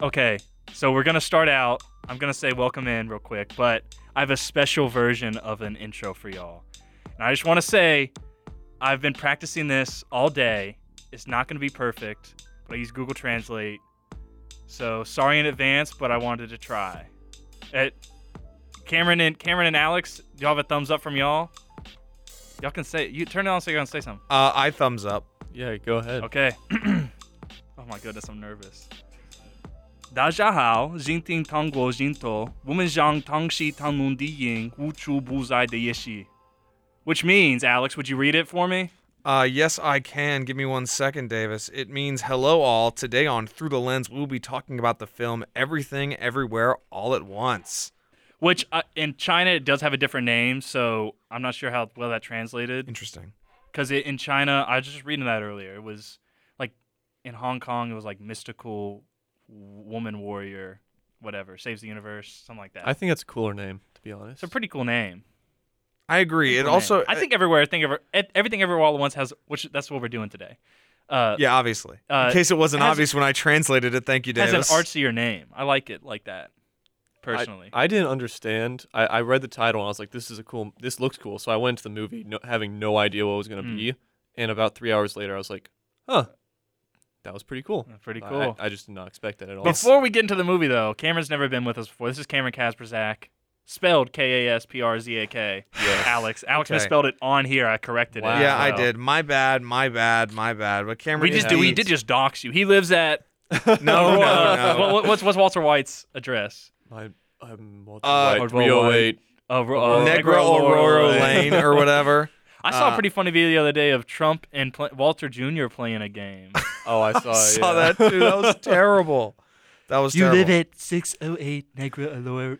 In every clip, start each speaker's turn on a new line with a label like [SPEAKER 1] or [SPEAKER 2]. [SPEAKER 1] Okay, so we're gonna start out. I'm gonna say welcome in real quick, but I have a special version of an intro for y'all. And I just wanna say I've been practicing this all day. It's not gonna be perfect, but I use Google Translate. So sorry in advance, but I wanted to try. At Cameron and Cameron and Alex, do y'all have a thumbs up from y'all? Y'all can say you turn it on so you're gonna say something.
[SPEAKER 2] Uh, I thumbs up.
[SPEAKER 3] Yeah, go ahead.
[SPEAKER 1] Okay. oh my goodness, I'm nervous. 大家好，今天通过镜头，我们将唐诗唐论的人，舞出不再的夜市。Which means, Alex, would you read it for me?
[SPEAKER 2] Uh, yes, I can. Give me one second, Davis. It means hello, all. Today on Through the Lens, we will be talking about the film Everything, Everywhere, All at Once.
[SPEAKER 1] Which uh, in China it does have a different name, so I'm not sure how well that translated.
[SPEAKER 2] Interesting.
[SPEAKER 1] Because in China, I was just reading that earlier. It was like in Hong Kong, it was like mystical woman warrior, whatever, saves the universe, something like that.
[SPEAKER 3] I think that's a cooler name, to be
[SPEAKER 1] it's
[SPEAKER 3] honest.
[SPEAKER 1] a pretty cool name.
[SPEAKER 2] I agree. It
[SPEAKER 1] Cool name.
[SPEAKER 2] also, uh,
[SPEAKER 1] I think everywhere, I think ever, e- everything everywhere all at once has, which that's what we're doing today. Uh,
[SPEAKER 2] yeah, obviously.
[SPEAKER 1] uh,
[SPEAKER 2] In case it wasn't
[SPEAKER 1] has-
[SPEAKER 2] obvious when I translated it, thank you,
[SPEAKER 1] has
[SPEAKER 2] Davis.
[SPEAKER 1] an artsier name. I like it like that, personally.
[SPEAKER 3] I didn't understand. I, I read the title and I was like, "This is a cool. This looks cool." So I went to the movie no, having no idea what it was gonna
[SPEAKER 1] Mm.
[SPEAKER 3] be, and about three hours later, I was like, "Huh, that was pretty cool."
[SPEAKER 1] Pretty
[SPEAKER 3] I-
[SPEAKER 1] cool.
[SPEAKER 3] I, I just did not expect that at all.
[SPEAKER 1] Before we get into the movie, though, Cameron's never been with us before. This is Cameron Kasperzak, spelled K A S P R Z A K.
[SPEAKER 3] Yes.
[SPEAKER 1] Alex, Alex
[SPEAKER 2] Okay.
[SPEAKER 1] misspelled it on here. I corrected
[SPEAKER 3] Wow.
[SPEAKER 1] it.
[SPEAKER 2] yeah,
[SPEAKER 1] so-
[SPEAKER 2] I did. My bad, my bad, my bad. But Cameron,
[SPEAKER 1] We just
[SPEAKER 2] did
[SPEAKER 1] do. We did just dox you. He lives at.
[SPEAKER 2] No,
[SPEAKER 1] uh,
[SPEAKER 2] no, no.
[SPEAKER 1] what- what's what's Walter White's address?
[SPEAKER 3] My, I'm Walter
[SPEAKER 2] Uh,
[SPEAKER 1] Or
[SPEAKER 3] White,
[SPEAKER 1] Roy White.
[SPEAKER 3] 308.
[SPEAKER 1] Uh, Ro- uh,
[SPEAKER 2] Negra Aurora Lane or whatever.
[SPEAKER 1] I saw a
[SPEAKER 2] Uh,
[SPEAKER 1] pretty funny video the other day of Trump and Pl- Walter Jr. playing a game.
[SPEAKER 3] Oh, I saw.
[SPEAKER 2] Saw
[SPEAKER 3] yeah.
[SPEAKER 2] that too. That was terrible. That was terrible.
[SPEAKER 1] at 608 Negra Aurora,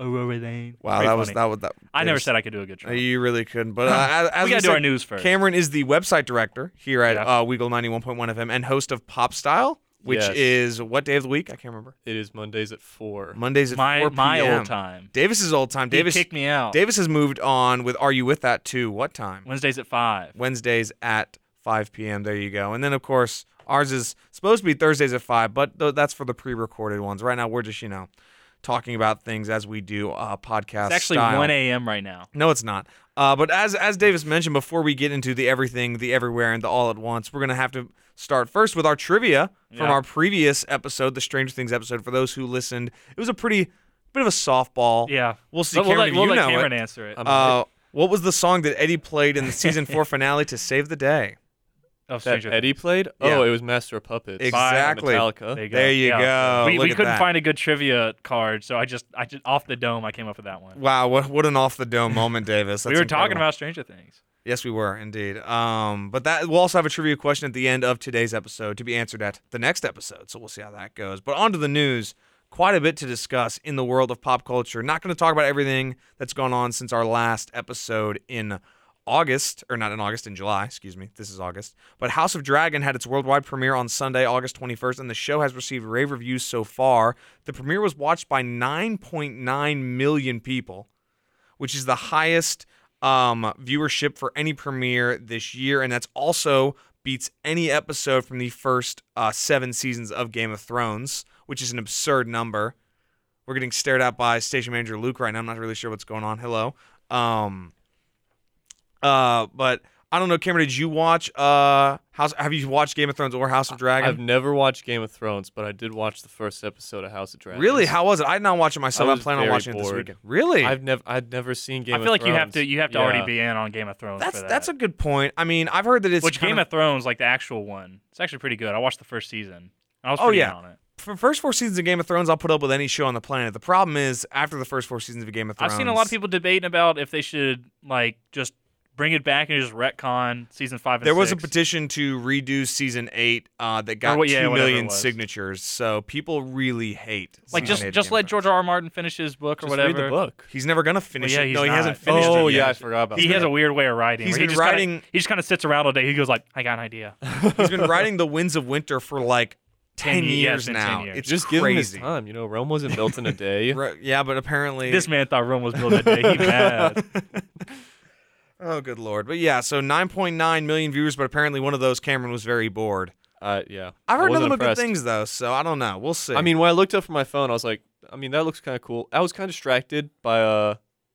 [SPEAKER 1] Aurora Lane.
[SPEAKER 2] Wow,
[SPEAKER 1] Pretty
[SPEAKER 2] that was
[SPEAKER 1] funny.
[SPEAKER 2] that was that.
[SPEAKER 1] I never
[SPEAKER 2] Davis,
[SPEAKER 1] said I could do a good job.
[SPEAKER 2] Uh, You really couldn't. But uh, as, as
[SPEAKER 1] we gotta do
[SPEAKER 2] said,
[SPEAKER 1] our news first.
[SPEAKER 2] Cameron is the website director here at
[SPEAKER 1] Yeah.
[SPEAKER 2] uh, Weagle 91.1 FM and host of Pop Style, which
[SPEAKER 3] Yes.
[SPEAKER 2] is what day of the week? I can't remember.
[SPEAKER 3] It is Mondays at four.
[SPEAKER 2] Mondays at
[SPEAKER 1] my
[SPEAKER 2] 4
[SPEAKER 1] my
[SPEAKER 2] p.m.
[SPEAKER 1] old time.
[SPEAKER 2] Davis's old time. Davis
[SPEAKER 1] he kicked me out.
[SPEAKER 2] Davis has moved on with Are You With That to what time?
[SPEAKER 1] Wednesdays at five.
[SPEAKER 2] Wednesdays at 5 p.m. There you go. And then of course ours is supposed to be Thursdays at 5, but th- that's for the pre-recorded ones. Right now we're just, you know, talking about things as we do uh podcast
[SPEAKER 1] It's actually
[SPEAKER 2] style.
[SPEAKER 1] 1 a.m. right now.
[SPEAKER 2] No, it's not. Uh, but as as Davis mentioned, before we get into the everything, the everywhere, and the all at once, we're gonna have to start first with our trivia from
[SPEAKER 1] Yeah.
[SPEAKER 2] our previous episode, the Stranger Things episode. For those who listened, it was a pretty bit of a softball.
[SPEAKER 1] Yeah,
[SPEAKER 2] we'll see.
[SPEAKER 1] But we'll
[SPEAKER 2] Cameron,
[SPEAKER 1] let,
[SPEAKER 2] if
[SPEAKER 1] we'll
[SPEAKER 2] you
[SPEAKER 1] let
[SPEAKER 2] know
[SPEAKER 1] Cameron
[SPEAKER 2] it.
[SPEAKER 1] answer it.
[SPEAKER 3] I'm-
[SPEAKER 2] Uh, what was the song that Eddie played in the season four finale to save the day?
[SPEAKER 1] of
[SPEAKER 3] That
[SPEAKER 1] Oh, Stranger
[SPEAKER 3] Eddie played.
[SPEAKER 2] Yeah.
[SPEAKER 3] Oh, it was Master of Puppets.
[SPEAKER 2] Exactly.
[SPEAKER 3] By
[SPEAKER 1] Things.
[SPEAKER 3] Metallica.
[SPEAKER 1] go.
[SPEAKER 2] there you go.
[SPEAKER 1] We,
[SPEAKER 2] Look
[SPEAKER 1] we
[SPEAKER 2] at
[SPEAKER 1] couldn't
[SPEAKER 2] that.
[SPEAKER 1] find a good trivia card, so I just I just off the dome I came up with that one.
[SPEAKER 2] Wow, what, what an off the dome moment, Davis.
[SPEAKER 1] we
[SPEAKER 2] That's
[SPEAKER 1] were talking
[SPEAKER 2] incredible.
[SPEAKER 1] about Stranger Things.
[SPEAKER 2] Yes, we were indeed. Um, but that we'll also have a trivia question at the end of today's episode to be answered at the next episode. So we'll see how that goes. But on to the news. Quite a bit to discuss in the world of pop culture. Not going to talk about everything that's gone on since our last episode in August, or not in August, in July, excuse me. This is August. But House of Dragon had its worldwide premiere on Sunday, August 21st, and the show has received rave reviews so far. The premiere was watched by 9.9 million people which is the highest um, viewership for any premiere this year, and that's also beats any episode from the first uh, seven seasons of Game of Thrones, which is an absurd number. We're getting stared at by station manager Luke right now. I'm not really sure what's going on. Hello. Um, uh, but I don't know, Cameron. Did you watch uh House? Have you watched Game of Thrones or House of
[SPEAKER 3] I've
[SPEAKER 2] Dragon?
[SPEAKER 3] never watched Game of Thrones, but I did watch the first episode of House of Dragons.
[SPEAKER 2] really? How was it? I did not watch it myself.
[SPEAKER 3] I
[SPEAKER 2] I,
[SPEAKER 3] was
[SPEAKER 2] plan on
[SPEAKER 3] very
[SPEAKER 2] watching it this
[SPEAKER 3] bored.
[SPEAKER 2] weekend. Really?
[SPEAKER 3] I've never I'd never seen Game
[SPEAKER 1] I
[SPEAKER 3] of
[SPEAKER 1] feel like you have
[SPEAKER 3] Thrones.
[SPEAKER 1] to you have to
[SPEAKER 3] Yeah.
[SPEAKER 1] already be in on Game of Thrones
[SPEAKER 2] that's
[SPEAKER 1] for that.
[SPEAKER 2] that's a good point. I mean, I've heard that it's
[SPEAKER 1] which
[SPEAKER 2] kind
[SPEAKER 1] Game
[SPEAKER 2] of
[SPEAKER 1] of Thrones like the actual one. It's actually pretty good. I watched the first season. I was
[SPEAKER 2] Oh,
[SPEAKER 1] pretty
[SPEAKER 2] yeah.
[SPEAKER 1] in on it.
[SPEAKER 2] for first four seasons of Game of Thrones, I'll put up with any show on the planet. The problem is after the first four seasons of Game of Thrones,
[SPEAKER 1] I've seen a lot of people debating about if they should like just bring it back and just retcon season five. And
[SPEAKER 2] There was a
[SPEAKER 1] six.
[SPEAKER 2] petition to redo season eight uh, that got
[SPEAKER 1] what-
[SPEAKER 2] two
[SPEAKER 1] yeah,
[SPEAKER 2] million
[SPEAKER 1] whatever it was.
[SPEAKER 2] signatures. So people really hate.
[SPEAKER 1] like
[SPEAKER 2] season
[SPEAKER 1] just
[SPEAKER 2] eight of
[SPEAKER 1] just
[SPEAKER 2] Game
[SPEAKER 1] let
[SPEAKER 2] of
[SPEAKER 1] George R. R. Martin finish his book or
[SPEAKER 3] Just
[SPEAKER 1] whatever.
[SPEAKER 3] read the book.
[SPEAKER 2] Thrones. He's never gonna finish
[SPEAKER 1] yeah,
[SPEAKER 2] it. No,
[SPEAKER 1] he's
[SPEAKER 2] he hasn't
[SPEAKER 1] not.
[SPEAKER 2] finished
[SPEAKER 3] oh
[SPEAKER 2] it.
[SPEAKER 3] yeah, I
[SPEAKER 2] yet.
[SPEAKER 3] forgot about
[SPEAKER 1] He
[SPEAKER 3] that.
[SPEAKER 1] has a weird way of writing.
[SPEAKER 2] He's
[SPEAKER 1] where he
[SPEAKER 2] been
[SPEAKER 1] just kinda-
[SPEAKER 2] writing-
[SPEAKER 1] he just kind of sits around all day. He goes like, "I got an idea."
[SPEAKER 2] he's been riding the winds of winter for like ten,
[SPEAKER 1] Ten years,
[SPEAKER 2] years
[SPEAKER 1] yeah, it's been
[SPEAKER 2] now.
[SPEAKER 1] 10 years.
[SPEAKER 2] It's
[SPEAKER 3] just give him his
[SPEAKER 2] crazy.
[SPEAKER 3] time. You know, Rome wasn't built in a day.
[SPEAKER 2] Ri- Yeah, but apparently
[SPEAKER 1] this man thought Rome was built that day. He mad.
[SPEAKER 2] Oh, good lord! But yeah, so 9.9 million viewers, but apparently one of those Cameron was very bored.
[SPEAKER 3] Uh, yeah.
[SPEAKER 2] I've
[SPEAKER 3] I
[SPEAKER 2] heard
[SPEAKER 3] wasn't
[SPEAKER 2] nothing but good
[SPEAKER 3] impressed.
[SPEAKER 2] things though, so I don't know. We'll see.
[SPEAKER 3] I mean, when I looked up from my phone, I was like, I mean, that looks kind of cool. I was kind of distracted by uh,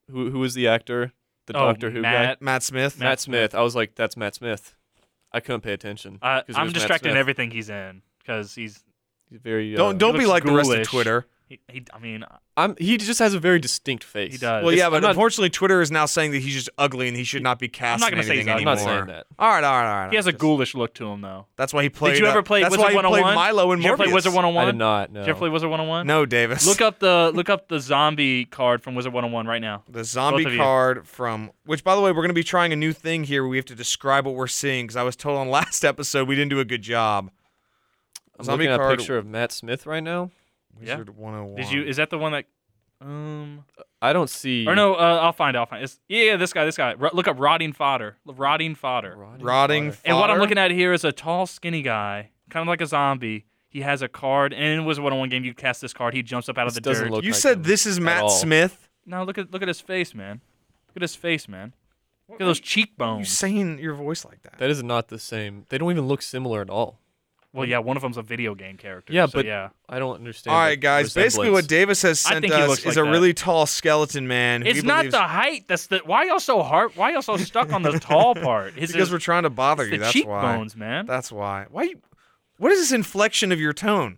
[SPEAKER 3] who who was the actor, the
[SPEAKER 1] oh,
[SPEAKER 3] Doctor Who
[SPEAKER 1] Matt,
[SPEAKER 2] Matt Smith.
[SPEAKER 3] guy, Matt Smith. I was like, that's Matt Smith. I couldn't pay attention.
[SPEAKER 1] I,
[SPEAKER 3] 'cause it
[SPEAKER 1] I'm
[SPEAKER 3] was Matt
[SPEAKER 1] distracted in
[SPEAKER 3] Smith.
[SPEAKER 1] everything he's in because he's.
[SPEAKER 3] He's very uh,
[SPEAKER 2] don't don't be
[SPEAKER 1] looks
[SPEAKER 2] like the rest
[SPEAKER 1] ghoulish. Uh,
[SPEAKER 2] of Twitter.
[SPEAKER 1] He, he, I mean,
[SPEAKER 3] I'm, he just has a very distinct face.
[SPEAKER 1] he does.
[SPEAKER 2] Well, yeah, but
[SPEAKER 3] I'm not-
[SPEAKER 2] unfortunately, Twitter is now saying that he's just ugly and he should not be cast.
[SPEAKER 1] not
[SPEAKER 2] in
[SPEAKER 1] gonna say
[SPEAKER 2] anything
[SPEAKER 1] he's
[SPEAKER 3] I'm
[SPEAKER 1] ugly.
[SPEAKER 2] anymore.
[SPEAKER 3] not saying that.
[SPEAKER 2] All right, all right, all right.
[SPEAKER 1] he has a
[SPEAKER 2] Just-
[SPEAKER 1] ghoulish look to him though.
[SPEAKER 2] That's why he played.
[SPEAKER 1] you ever
[SPEAKER 2] uh,
[SPEAKER 1] play
[SPEAKER 2] That's
[SPEAKER 1] Wizard
[SPEAKER 2] why he played
[SPEAKER 1] 101?
[SPEAKER 2] Milo and
[SPEAKER 1] Did you ever play
[SPEAKER 2] Morbius.
[SPEAKER 1] Wizard 101?
[SPEAKER 3] I did not. No.
[SPEAKER 1] Did you ever play Wizard 101?
[SPEAKER 2] No, Davis.
[SPEAKER 1] Look up the look up the zombie card from Wizard 101 right now.
[SPEAKER 2] The
[SPEAKER 1] Both of
[SPEAKER 2] zombie
[SPEAKER 1] you.
[SPEAKER 2] card from which, by the way, we're going to be trying a new thing here. Where we have to describe what we're seeing because I was told on last episode we didn't do a good job.
[SPEAKER 3] I'm
[SPEAKER 2] Zombie
[SPEAKER 3] looking at a
[SPEAKER 2] card-
[SPEAKER 3] picture of Matt Smith right now.
[SPEAKER 1] Yeah.
[SPEAKER 2] Wizard 101.
[SPEAKER 1] Did you? Is that the one that? Um.
[SPEAKER 3] I don't see.
[SPEAKER 1] Or no. Uh, I'll find. It, I'll find. It. It's, yeah, yeah, this guy. This guy. R- look up rotting fodder. Rotting fodder.
[SPEAKER 3] Rotting.
[SPEAKER 2] rotting?
[SPEAKER 3] fodder.
[SPEAKER 1] And what I'm
[SPEAKER 2] fodder?
[SPEAKER 1] looking at here is a tall, skinny guy, kind of like a zombie. He has a card, and in Wizard 101 game, you cast this card. He jumps up out of
[SPEAKER 3] This
[SPEAKER 1] the
[SPEAKER 3] doesn't
[SPEAKER 1] dirt.
[SPEAKER 3] look
[SPEAKER 2] You
[SPEAKER 3] like
[SPEAKER 2] said
[SPEAKER 3] him
[SPEAKER 2] this is
[SPEAKER 3] at
[SPEAKER 2] Matt
[SPEAKER 3] all.
[SPEAKER 2] Smith.
[SPEAKER 1] now look at look at his face, man. Look at his face, man. Look at those
[SPEAKER 2] You
[SPEAKER 1] cheekbones.
[SPEAKER 2] saying your voice like that?
[SPEAKER 3] That is not the same. They don't even look similar at all.
[SPEAKER 1] well, yeah, one of them's a video game character.
[SPEAKER 3] Yeah,
[SPEAKER 1] so
[SPEAKER 3] but
[SPEAKER 1] yeah,
[SPEAKER 3] I don't understand.
[SPEAKER 2] All
[SPEAKER 3] the
[SPEAKER 2] right, guys. Basically, what
[SPEAKER 3] resemblance.
[SPEAKER 2] Davis has
[SPEAKER 1] I
[SPEAKER 2] sent
[SPEAKER 1] think he
[SPEAKER 2] us
[SPEAKER 1] looks
[SPEAKER 2] is
[SPEAKER 1] like
[SPEAKER 2] a
[SPEAKER 1] that.
[SPEAKER 2] really tall skeleton man. who
[SPEAKER 1] it's
[SPEAKER 2] he
[SPEAKER 1] not
[SPEAKER 2] believes-
[SPEAKER 1] the height. That's the why y'all so hard. Why y'all so stuck on the tall part? It's
[SPEAKER 2] because
[SPEAKER 1] his-
[SPEAKER 2] we're trying to bother
[SPEAKER 1] it's
[SPEAKER 2] you.
[SPEAKER 1] the
[SPEAKER 2] that's why.
[SPEAKER 1] cheekbones, man.
[SPEAKER 2] That's why. Why? You, what is this inflection of your tone?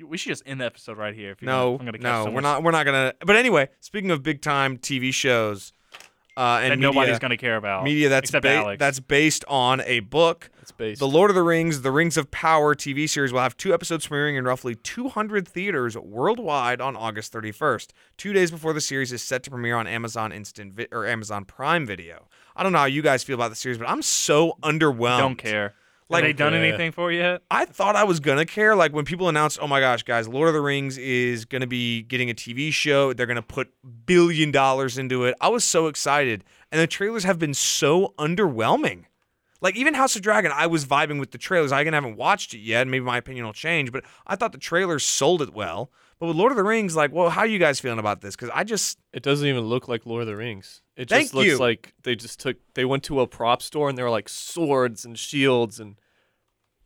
[SPEAKER 1] we should just end the episode right here. If you're gonna,
[SPEAKER 2] No,
[SPEAKER 1] I'm gonna catch
[SPEAKER 2] no,
[SPEAKER 1] so
[SPEAKER 2] we're
[SPEAKER 1] much
[SPEAKER 2] not. We're not gonna. But anyway, speaking of big time TV shows, uh,
[SPEAKER 1] That
[SPEAKER 2] and media,
[SPEAKER 1] nobody's gonna care about.
[SPEAKER 2] media that's
[SPEAKER 1] except
[SPEAKER 2] ba-
[SPEAKER 1] Alex.
[SPEAKER 2] that's based on a book.
[SPEAKER 3] It's based.
[SPEAKER 2] The Lord of the Rings, the Rings of Power TV series will have two episodes premiering in roughly 200 theaters worldwide on August 31st, two days before the series is set to premiere on Amazon Instant Vi- or Amazon Prime Video. I don't know how you guys feel about the series, but I'm so underwhelmed.
[SPEAKER 1] don't care.
[SPEAKER 2] Like-
[SPEAKER 1] Have they done
[SPEAKER 3] Yeah.
[SPEAKER 1] anything for you yet?
[SPEAKER 2] I thought I was gonna care. Like when people announced, "Oh my gosh, guys, Lord of the Rings is gonna be getting a TV show. They're gonna put billion dollars into it." I was so excited, and the trailers have been so underwhelming. Like even House of Dragon, I was vibing with the trailers. I again haven't watched it yet. and Maybe my opinion will change, but I thought the trailers sold it well. But with Lord of the Rings, like, well, how are you guys feeling about this? Because I just
[SPEAKER 3] It doesn't even look like Lord of the Rings. It
[SPEAKER 2] Thank
[SPEAKER 3] just looks
[SPEAKER 2] you.
[SPEAKER 3] like they just took they went to a prop store and there were like swords and shields and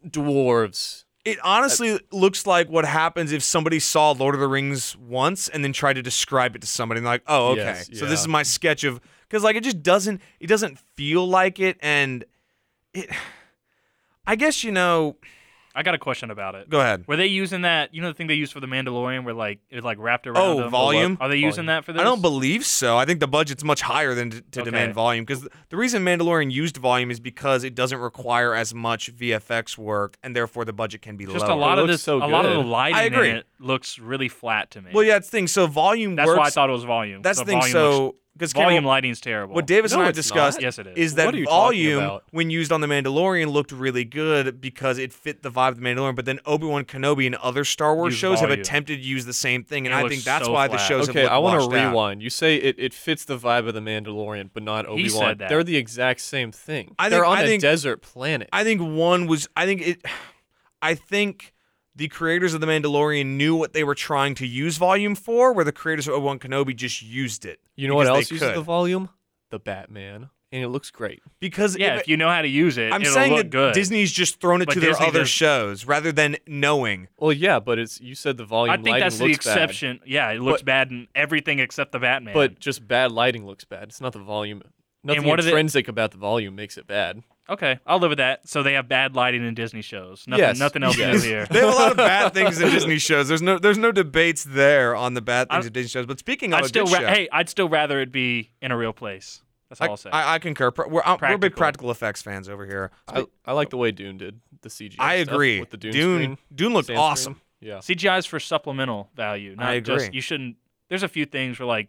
[SPEAKER 3] dwarves.
[SPEAKER 2] It honestly looks like what happens if somebody saw Lord of the Rings once and then tried to describe it to somebody and like, oh, okay.
[SPEAKER 3] Yes,
[SPEAKER 2] So this
[SPEAKER 3] yeah.
[SPEAKER 2] is my sketch of because like it just doesn't it doesn't feel like it and it I guess you know
[SPEAKER 1] I got a question about it.
[SPEAKER 2] go ahead.
[SPEAKER 1] Were they using that? You know the thing they use for the Mandalorian, where like it like wrapped around.
[SPEAKER 2] Oh,
[SPEAKER 1] them?
[SPEAKER 2] volume?
[SPEAKER 1] Are they using
[SPEAKER 3] Volume.
[SPEAKER 1] that for this?
[SPEAKER 2] I don't believe so. I think the budget's much higher than to, to
[SPEAKER 1] Okay.
[SPEAKER 2] demand volume because the reason Mandalorian used volume is because it doesn't require as much VFX work and therefore the budget can be
[SPEAKER 1] Just
[SPEAKER 2] lower.
[SPEAKER 1] a lot of
[SPEAKER 3] looks
[SPEAKER 1] this.
[SPEAKER 3] so
[SPEAKER 1] a lot of the
[SPEAKER 3] good.
[SPEAKER 1] lighting
[SPEAKER 2] I agree.
[SPEAKER 1] in it looks really flat to me.
[SPEAKER 2] Well, yeah, it's thing. So volume
[SPEAKER 1] that's
[SPEAKER 2] works.
[SPEAKER 1] why I thought it was volume.
[SPEAKER 2] that's
[SPEAKER 1] the
[SPEAKER 2] the thing.
[SPEAKER 1] Volume looks,
[SPEAKER 2] So because
[SPEAKER 1] volume lighting's terrible.
[SPEAKER 2] What Davis
[SPEAKER 3] No,
[SPEAKER 2] and I
[SPEAKER 3] it's
[SPEAKER 2] discussed
[SPEAKER 3] not.
[SPEAKER 1] Yes, it is.
[SPEAKER 2] is that
[SPEAKER 3] What are you talking
[SPEAKER 2] volume,
[SPEAKER 3] about?
[SPEAKER 2] when used on The Mandalorian, looked really good because it fit the vibe of The Mandalorian. But then Obi Wan Kenobi and other Star Wars
[SPEAKER 1] Use
[SPEAKER 2] shows have
[SPEAKER 1] volume.
[SPEAKER 2] attempted to use the same thing, and
[SPEAKER 1] It
[SPEAKER 2] I
[SPEAKER 1] looks
[SPEAKER 2] think that's
[SPEAKER 1] so
[SPEAKER 2] why the
[SPEAKER 1] flat.
[SPEAKER 2] shows
[SPEAKER 3] Okay,
[SPEAKER 2] have
[SPEAKER 3] I
[SPEAKER 2] want to
[SPEAKER 3] rewind. You say it, it fits the vibe of the Mandalorian, but not Obi
[SPEAKER 1] He
[SPEAKER 3] Wan.
[SPEAKER 1] said that.
[SPEAKER 3] They're the exact same thing.
[SPEAKER 2] I
[SPEAKER 3] They're
[SPEAKER 2] think-
[SPEAKER 3] on
[SPEAKER 2] I
[SPEAKER 3] a
[SPEAKER 2] think-
[SPEAKER 3] desert planet.
[SPEAKER 2] I think one was. I think it. I think the creators of The Mandalorian knew what they were trying to use volume for, where the creators of Obi Wan Kenobi just used it.
[SPEAKER 3] you know what
[SPEAKER 2] because
[SPEAKER 3] else
[SPEAKER 2] they
[SPEAKER 3] uses
[SPEAKER 2] could.
[SPEAKER 3] the volume? The Batman, and it looks great.
[SPEAKER 2] Because
[SPEAKER 1] Yeah,
[SPEAKER 2] it-
[SPEAKER 1] if you know how to use it,
[SPEAKER 2] I'm
[SPEAKER 1] it'll
[SPEAKER 2] saying
[SPEAKER 1] look
[SPEAKER 2] that
[SPEAKER 1] good.
[SPEAKER 2] Disney's just thrown it
[SPEAKER 1] But
[SPEAKER 2] to
[SPEAKER 1] Disney
[SPEAKER 2] their other
[SPEAKER 1] does-
[SPEAKER 2] shows rather than knowing.
[SPEAKER 3] Well, yeah, but it's you said the volume.
[SPEAKER 1] I think
[SPEAKER 3] lighting
[SPEAKER 1] that's the
[SPEAKER 3] looks bad,
[SPEAKER 1] exception. Yeah, it looks
[SPEAKER 3] But-
[SPEAKER 1] bad in everything except the Batman.
[SPEAKER 3] but just bad lighting looks bad. It's not the volume. Nothing
[SPEAKER 1] what are they-
[SPEAKER 3] intrinsic about the volume makes it bad.
[SPEAKER 1] okay, I'll live with that. So they have bad lighting in Disney shows. Nothing,
[SPEAKER 3] Yes.
[SPEAKER 1] nothing else
[SPEAKER 3] Yes.
[SPEAKER 1] new here.
[SPEAKER 2] They have a lot of bad things in Disney shows. There's no there's no debates there on the bad things
[SPEAKER 1] I-
[SPEAKER 2] of Disney shows. But speaking of
[SPEAKER 1] I'd
[SPEAKER 2] a
[SPEAKER 1] still
[SPEAKER 2] good
[SPEAKER 1] ra-
[SPEAKER 2] show,
[SPEAKER 1] hey, I'd still rather it be in a real place. That's all
[SPEAKER 2] I,
[SPEAKER 1] I'll say.
[SPEAKER 2] I, I concur. Pr- We're, uh, we're big
[SPEAKER 1] Practical.
[SPEAKER 2] practical effects fans over here.
[SPEAKER 3] I, I like the way Dune did the CG.
[SPEAKER 2] I
[SPEAKER 3] stuff
[SPEAKER 2] agree.
[SPEAKER 3] With the Dune,
[SPEAKER 2] Dune
[SPEAKER 3] screen,
[SPEAKER 2] Dune looked
[SPEAKER 3] sand
[SPEAKER 2] awesome.
[SPEAKER 3] screen. Yeah.
[SPEAKER 1] CGI is for supplemental value. Not
[SPEAKER 2] I
[SPEAKER 1] Just,
[SPEAKER 2] agree.
[SPEAKER 1] you shouldn't. There's a few things where like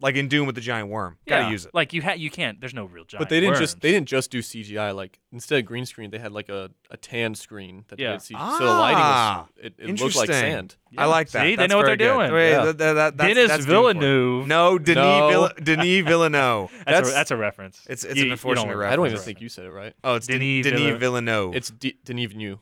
[SPEAKER 2] Like in Dune with the giant worm.
[SPEAKER 1] yeah,
[SPEAKER 2] Gotta use it.
[SPEAKER 1] Like you ha- you can't. There's no real giant.
[SPEAKER 3] But they didn't just they
[SPEAKER 1] worms.
[SPEAKER 3] didn't just do CGI. Like instead of green screen, they had like a, a tan screen that
[SPEAKER 1] Yeah.
[SPEAKER 3] they had CG. so the lighting was
[SPEAKER 2] Ah,
[SPEAKER 3] it, it looked like
[SPEAKER 2] interesting.
[SPEAKER 3] sand.
[SPEAKER 1] Yeah.
[SPEAKER 2] I like that.
[SPEAKER 1] See, they
[SPEAKER 2] That's
[SPEAKER 1] know what
[SPEAKER 2] very
[SPEAKER 1] they're
[SPEAKER 2] good.
[SPEAKER 1] doing.
[SPEAKER 2] Wait,
[SPEAKER 3] Yeah.
[SPEAKER 2] th- th- that- that's,
[SPEAKER 1] Dennis
[SPEAKER 2] that's Dune for you.
[SPEAKER 1] Villeneuve.
[SPEAKER 2] No, Denis,
[SPEAKER 3] No.
[SPEAKER 2] Vill- Denis Villeneuve.
[SPEAKER 1] that's,
[SPEAKER 3] that's-
[SPEAKER 1] a, that's a reference.
[SPEAKER 2] It's- it's
[SPEAKER 1] You-
[SPEAKER 2] an
[SPEAKER 1] you don't
[SPEAKER 2] unfortunate
[SPEAKER 1] worry.
[SPEAKER 2] reference.
[SPEAKER 3] I don't even
[SPEAKER 1] Right.
[SPEAKER 3] think you said it right.
[SPEAKER 2] Oh, it's Denis,
[SPEAKER 1] Denis
[SPEAKER 2] Denis
[SPEAKER 1] Villeneuve.
[SPEAKER 2] Villeneuve.
[SPEAKER 3] It's D- Denis Villeneuve.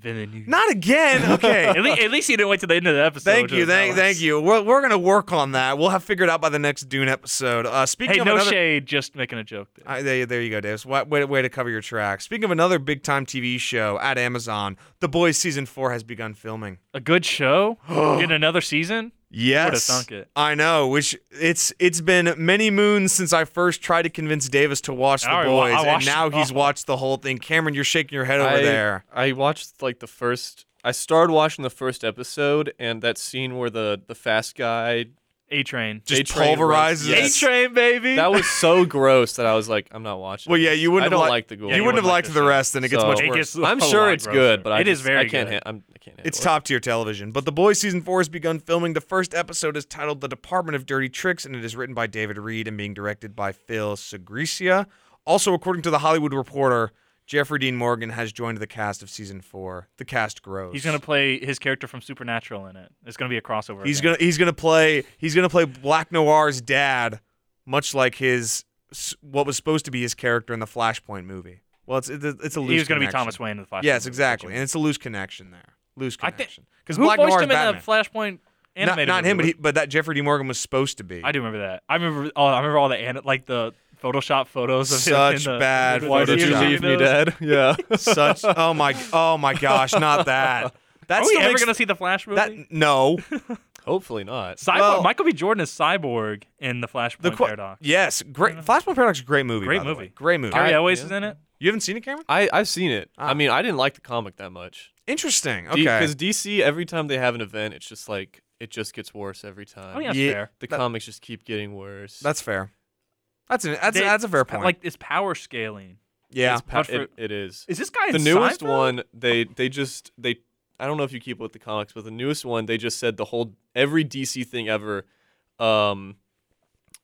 [SPEAKER 1] Villeneuve.
[SPEAKER 2] Not again. Okay.
[SPEAKER 1] At, le- at least you didn't wait till the end of the episode.
[SPEAKER 2] Thank
[SPEAKER 1] which
[SPEAKER 2] you,
[SPEAKER 1] was
[SPEAKER 2] thank,
[SPEAKER 1] nice.
[SPEAKER 2] thank you. We're, we're gonna work on that. We'll have figured out by the next Dune episode. Uh, speaking
[SPEAKER 1] Hey,
[SPEAKER 2] of
[SPEAKER 1] no
[SPEAKER 2] another,
[SPEAKER 1] shade, just making a joke. There.
[SPEAKER 2] I, there, there you go, Davis. Way, way, way to cover your track. Speaking of another big time TV show at Amazon, The Boys season four has begun filming.
[SPEAKER 1] A good show. Get another season.
[SPEAKER 2] Yes,
[SPEAKER 1] thunk it.
[SPEAKER 2] I know. Which it's it's been many moons since I first tried to convince Davis to watch
[SPEAKER 1] I
[SPEAKER 2] The
[SPEAKER 1] already wa- I
[SPEAKER 2] Boys, and
[SPEAKER 1] watched-
[SPEAKER 2] now he's
[SPEAKER 1] oh.
[SPEAKER 2] watched the whole thing. Cameron, you're shaking your head over
[SPEAKER 3] I,
[SPEAKER 2] there.
[SPEAKER 3] I watched like the first. I started watching the first episode and that scene where the the fast guy.
[SPEAKER 1] A train.
[SPEAKER 2] Just
[SPEAKER 3] A-Train runs-
[SPEAKER 2] pulverizes.
[SPEAKER 3] yes.
[SPEAKER 1] A train, baby.
[SPEAKER 3] That was so gross that I was like, I'm not watching.
[SPEAKER 2] Well,
[SPEAKER 3] this.
[SPEAKER 2] yeah, you wouldn't
[SPEAKER 3] I don't
[SPEAKER 2] have li-
[SPEAKER 3] like the gore.
[SPEAKER 2] you
[SPEAKER 1] Yeah,
[SPEAKER 2] wouldn't have liked
[SPEAKER 1] this
[SPEAKER 2] the
[SPEAKER 1] show.
[SPEAKER 2] rest, and it gets
[SPEAKER 3] So-
[SPEAKER 2] much
[SPEAKER 1] It
[SPEAKER 2] worse.
[SPEAKER 1] gets a
[SPEAKER 3] I'm
[SPEAKER 1] lot
[SPEAKER 3] sure it's
[SPEAKER 1] grosser.
[SPEAKER 3] good, but I
[SPEAKER 1] It is
[SPEAKER 3] just-
[SPEAKER 1] very
[SPEAKER 3] I can't.
[SPEAKER 1] good.
[SPEAKER 3] Ha- I'm, I can't.
[SPEAKER 2] It's
[SPEAKER 3] handle
[SPEAKER 2] top tier television, but The Boys season four has begun filming. The first episode is titled "The Department of Dirty Tricks" and it is written by David Reed and being directed by Phil Segresia. Also, according to the Hollywood Reporter, Jeffrey Dean Morgan has joined the cast of season four. The cast grows.
[SPEAKER 1] He's gonna play his character from Supernatural in it. It's gonna be a crossover.
[SPEAKER 2] He's
[SPEAKER 1] event.
[SPEAKER 2] gonna he's gonna play he's gonna play Black Noir's dad, much like his s- what was supposed to be his character in the Flashpoint movie. Well, it's it's a- it's a loose.
[SPEAKER 1] He was gonna be
[SPEAKER 2] connection.
[SPEAKER 1] Thomas Wayne in the Flash.
[SPEAKER 2] Yes, exactly, and it's a loose connection there. Loose
[SPEAKER 1] I thi-
[SPEAKER 2] connection. Because
[SPEAKER 1] Who
[SPEAKER 2] Black
[SPEAKER 1] voiced
[SPEAKER 2] Noir is
[SPEAKER 1] him in
[SPEAKER 2] Batman.
[SPEAKER 1] the Flashpoint animated?
[SPEAKER 2] not, not him, but
[SPEAKER 1] movie?
[SPEAKER 2] he, but that Jeffrey D. Morgan was supposed to be.
[SPEAKER 1] I do remember that. I remember. Oh, I remember all the an- like the Photoshop photos of
[SPEAKER 2] Such
[SPEAKER 1] him. in the-
[SPEAKER 2] bad
[SPEAKER 1] in the-
[SPEAKER 2] Why did you
[SPEAKER 1] in the-
[SPEAKER 2] leave
[SPEAKER 3] dead? Yeah.
[SPEAKER 2] Such oh my oh my gosh, not that. That's
[SPEAKER 1] Are we ever gonna see the Flash movie?
[SPEAKER 2] that no
[SPEAKER 3] Hopefully not.
[SPEAKER 1] Cyborg,
[SPEAKER 2] Well-
[SPEAKER 1] Michael B. Jordan is Cyborg in the Flashpoint
[SPEAKER 2] the qu-
[SPEAKER 1] Paradox.
[SPEAKER 2] Yes, great Flashpoint Paradox, is a great movie.
[SPEAKER 1] Great
[SPEAKER 2] by the
[SPEAKER 1] movie.
[SPEAKER 2] way. great movie.
[SPEAKER 1] Carrie
[SPEAKER 3] I-
[SPEAKER 1] Elwes
[SPEAKER 3] yeah.
[SPEAKER 1] is in it.
[SPEAKER 2] You haven't seen it, Cameron?
[SPEAKER 3] I I've seen it.
[SPEAKER 2] Ah.
[SPEAKER 3] I mean, I didn't like the comic that much.
[SPEAKER 2] Interesting. Okay,
[SPEAKER 3] Because DC, every time they have an event, it's just like it just gets worse every time.
[SPEAKER 1] Oh yeah, that's
[SPEAKER 2] Yeah.
[SPEAKER 1] fair.
[SPEAKER 3] The
[SPEAKER 2] That-
[SPEAKER 3] comics just keep getting worse.
[SPEAKER 2] that's fair. That's an that's, a,
[SPEAKER 1] They-
[SPEAKER 2] that's a fair
[SPEAKER 1] it's pa-
[SPEAKER 2] point.
[SPEAKER 1] Like it's power scaling.
[SPEAKER 2] yeah,
[SPEAKER 3] It's pa-
[SPEAKER 1] But for-
[SPEAKER 3] it- it is.
[SPEAKER 1] Is this guy
[SPEAKER 3] The
[SPEAKER 1] in
[SPEAKER 3] newest
[SPEAKER 1] Seinfeld?
[SPEAKER 3] one, they they just they. I don't know if you keep up with the comics, but the newest one, they just said the whole every DC thing ever. Um,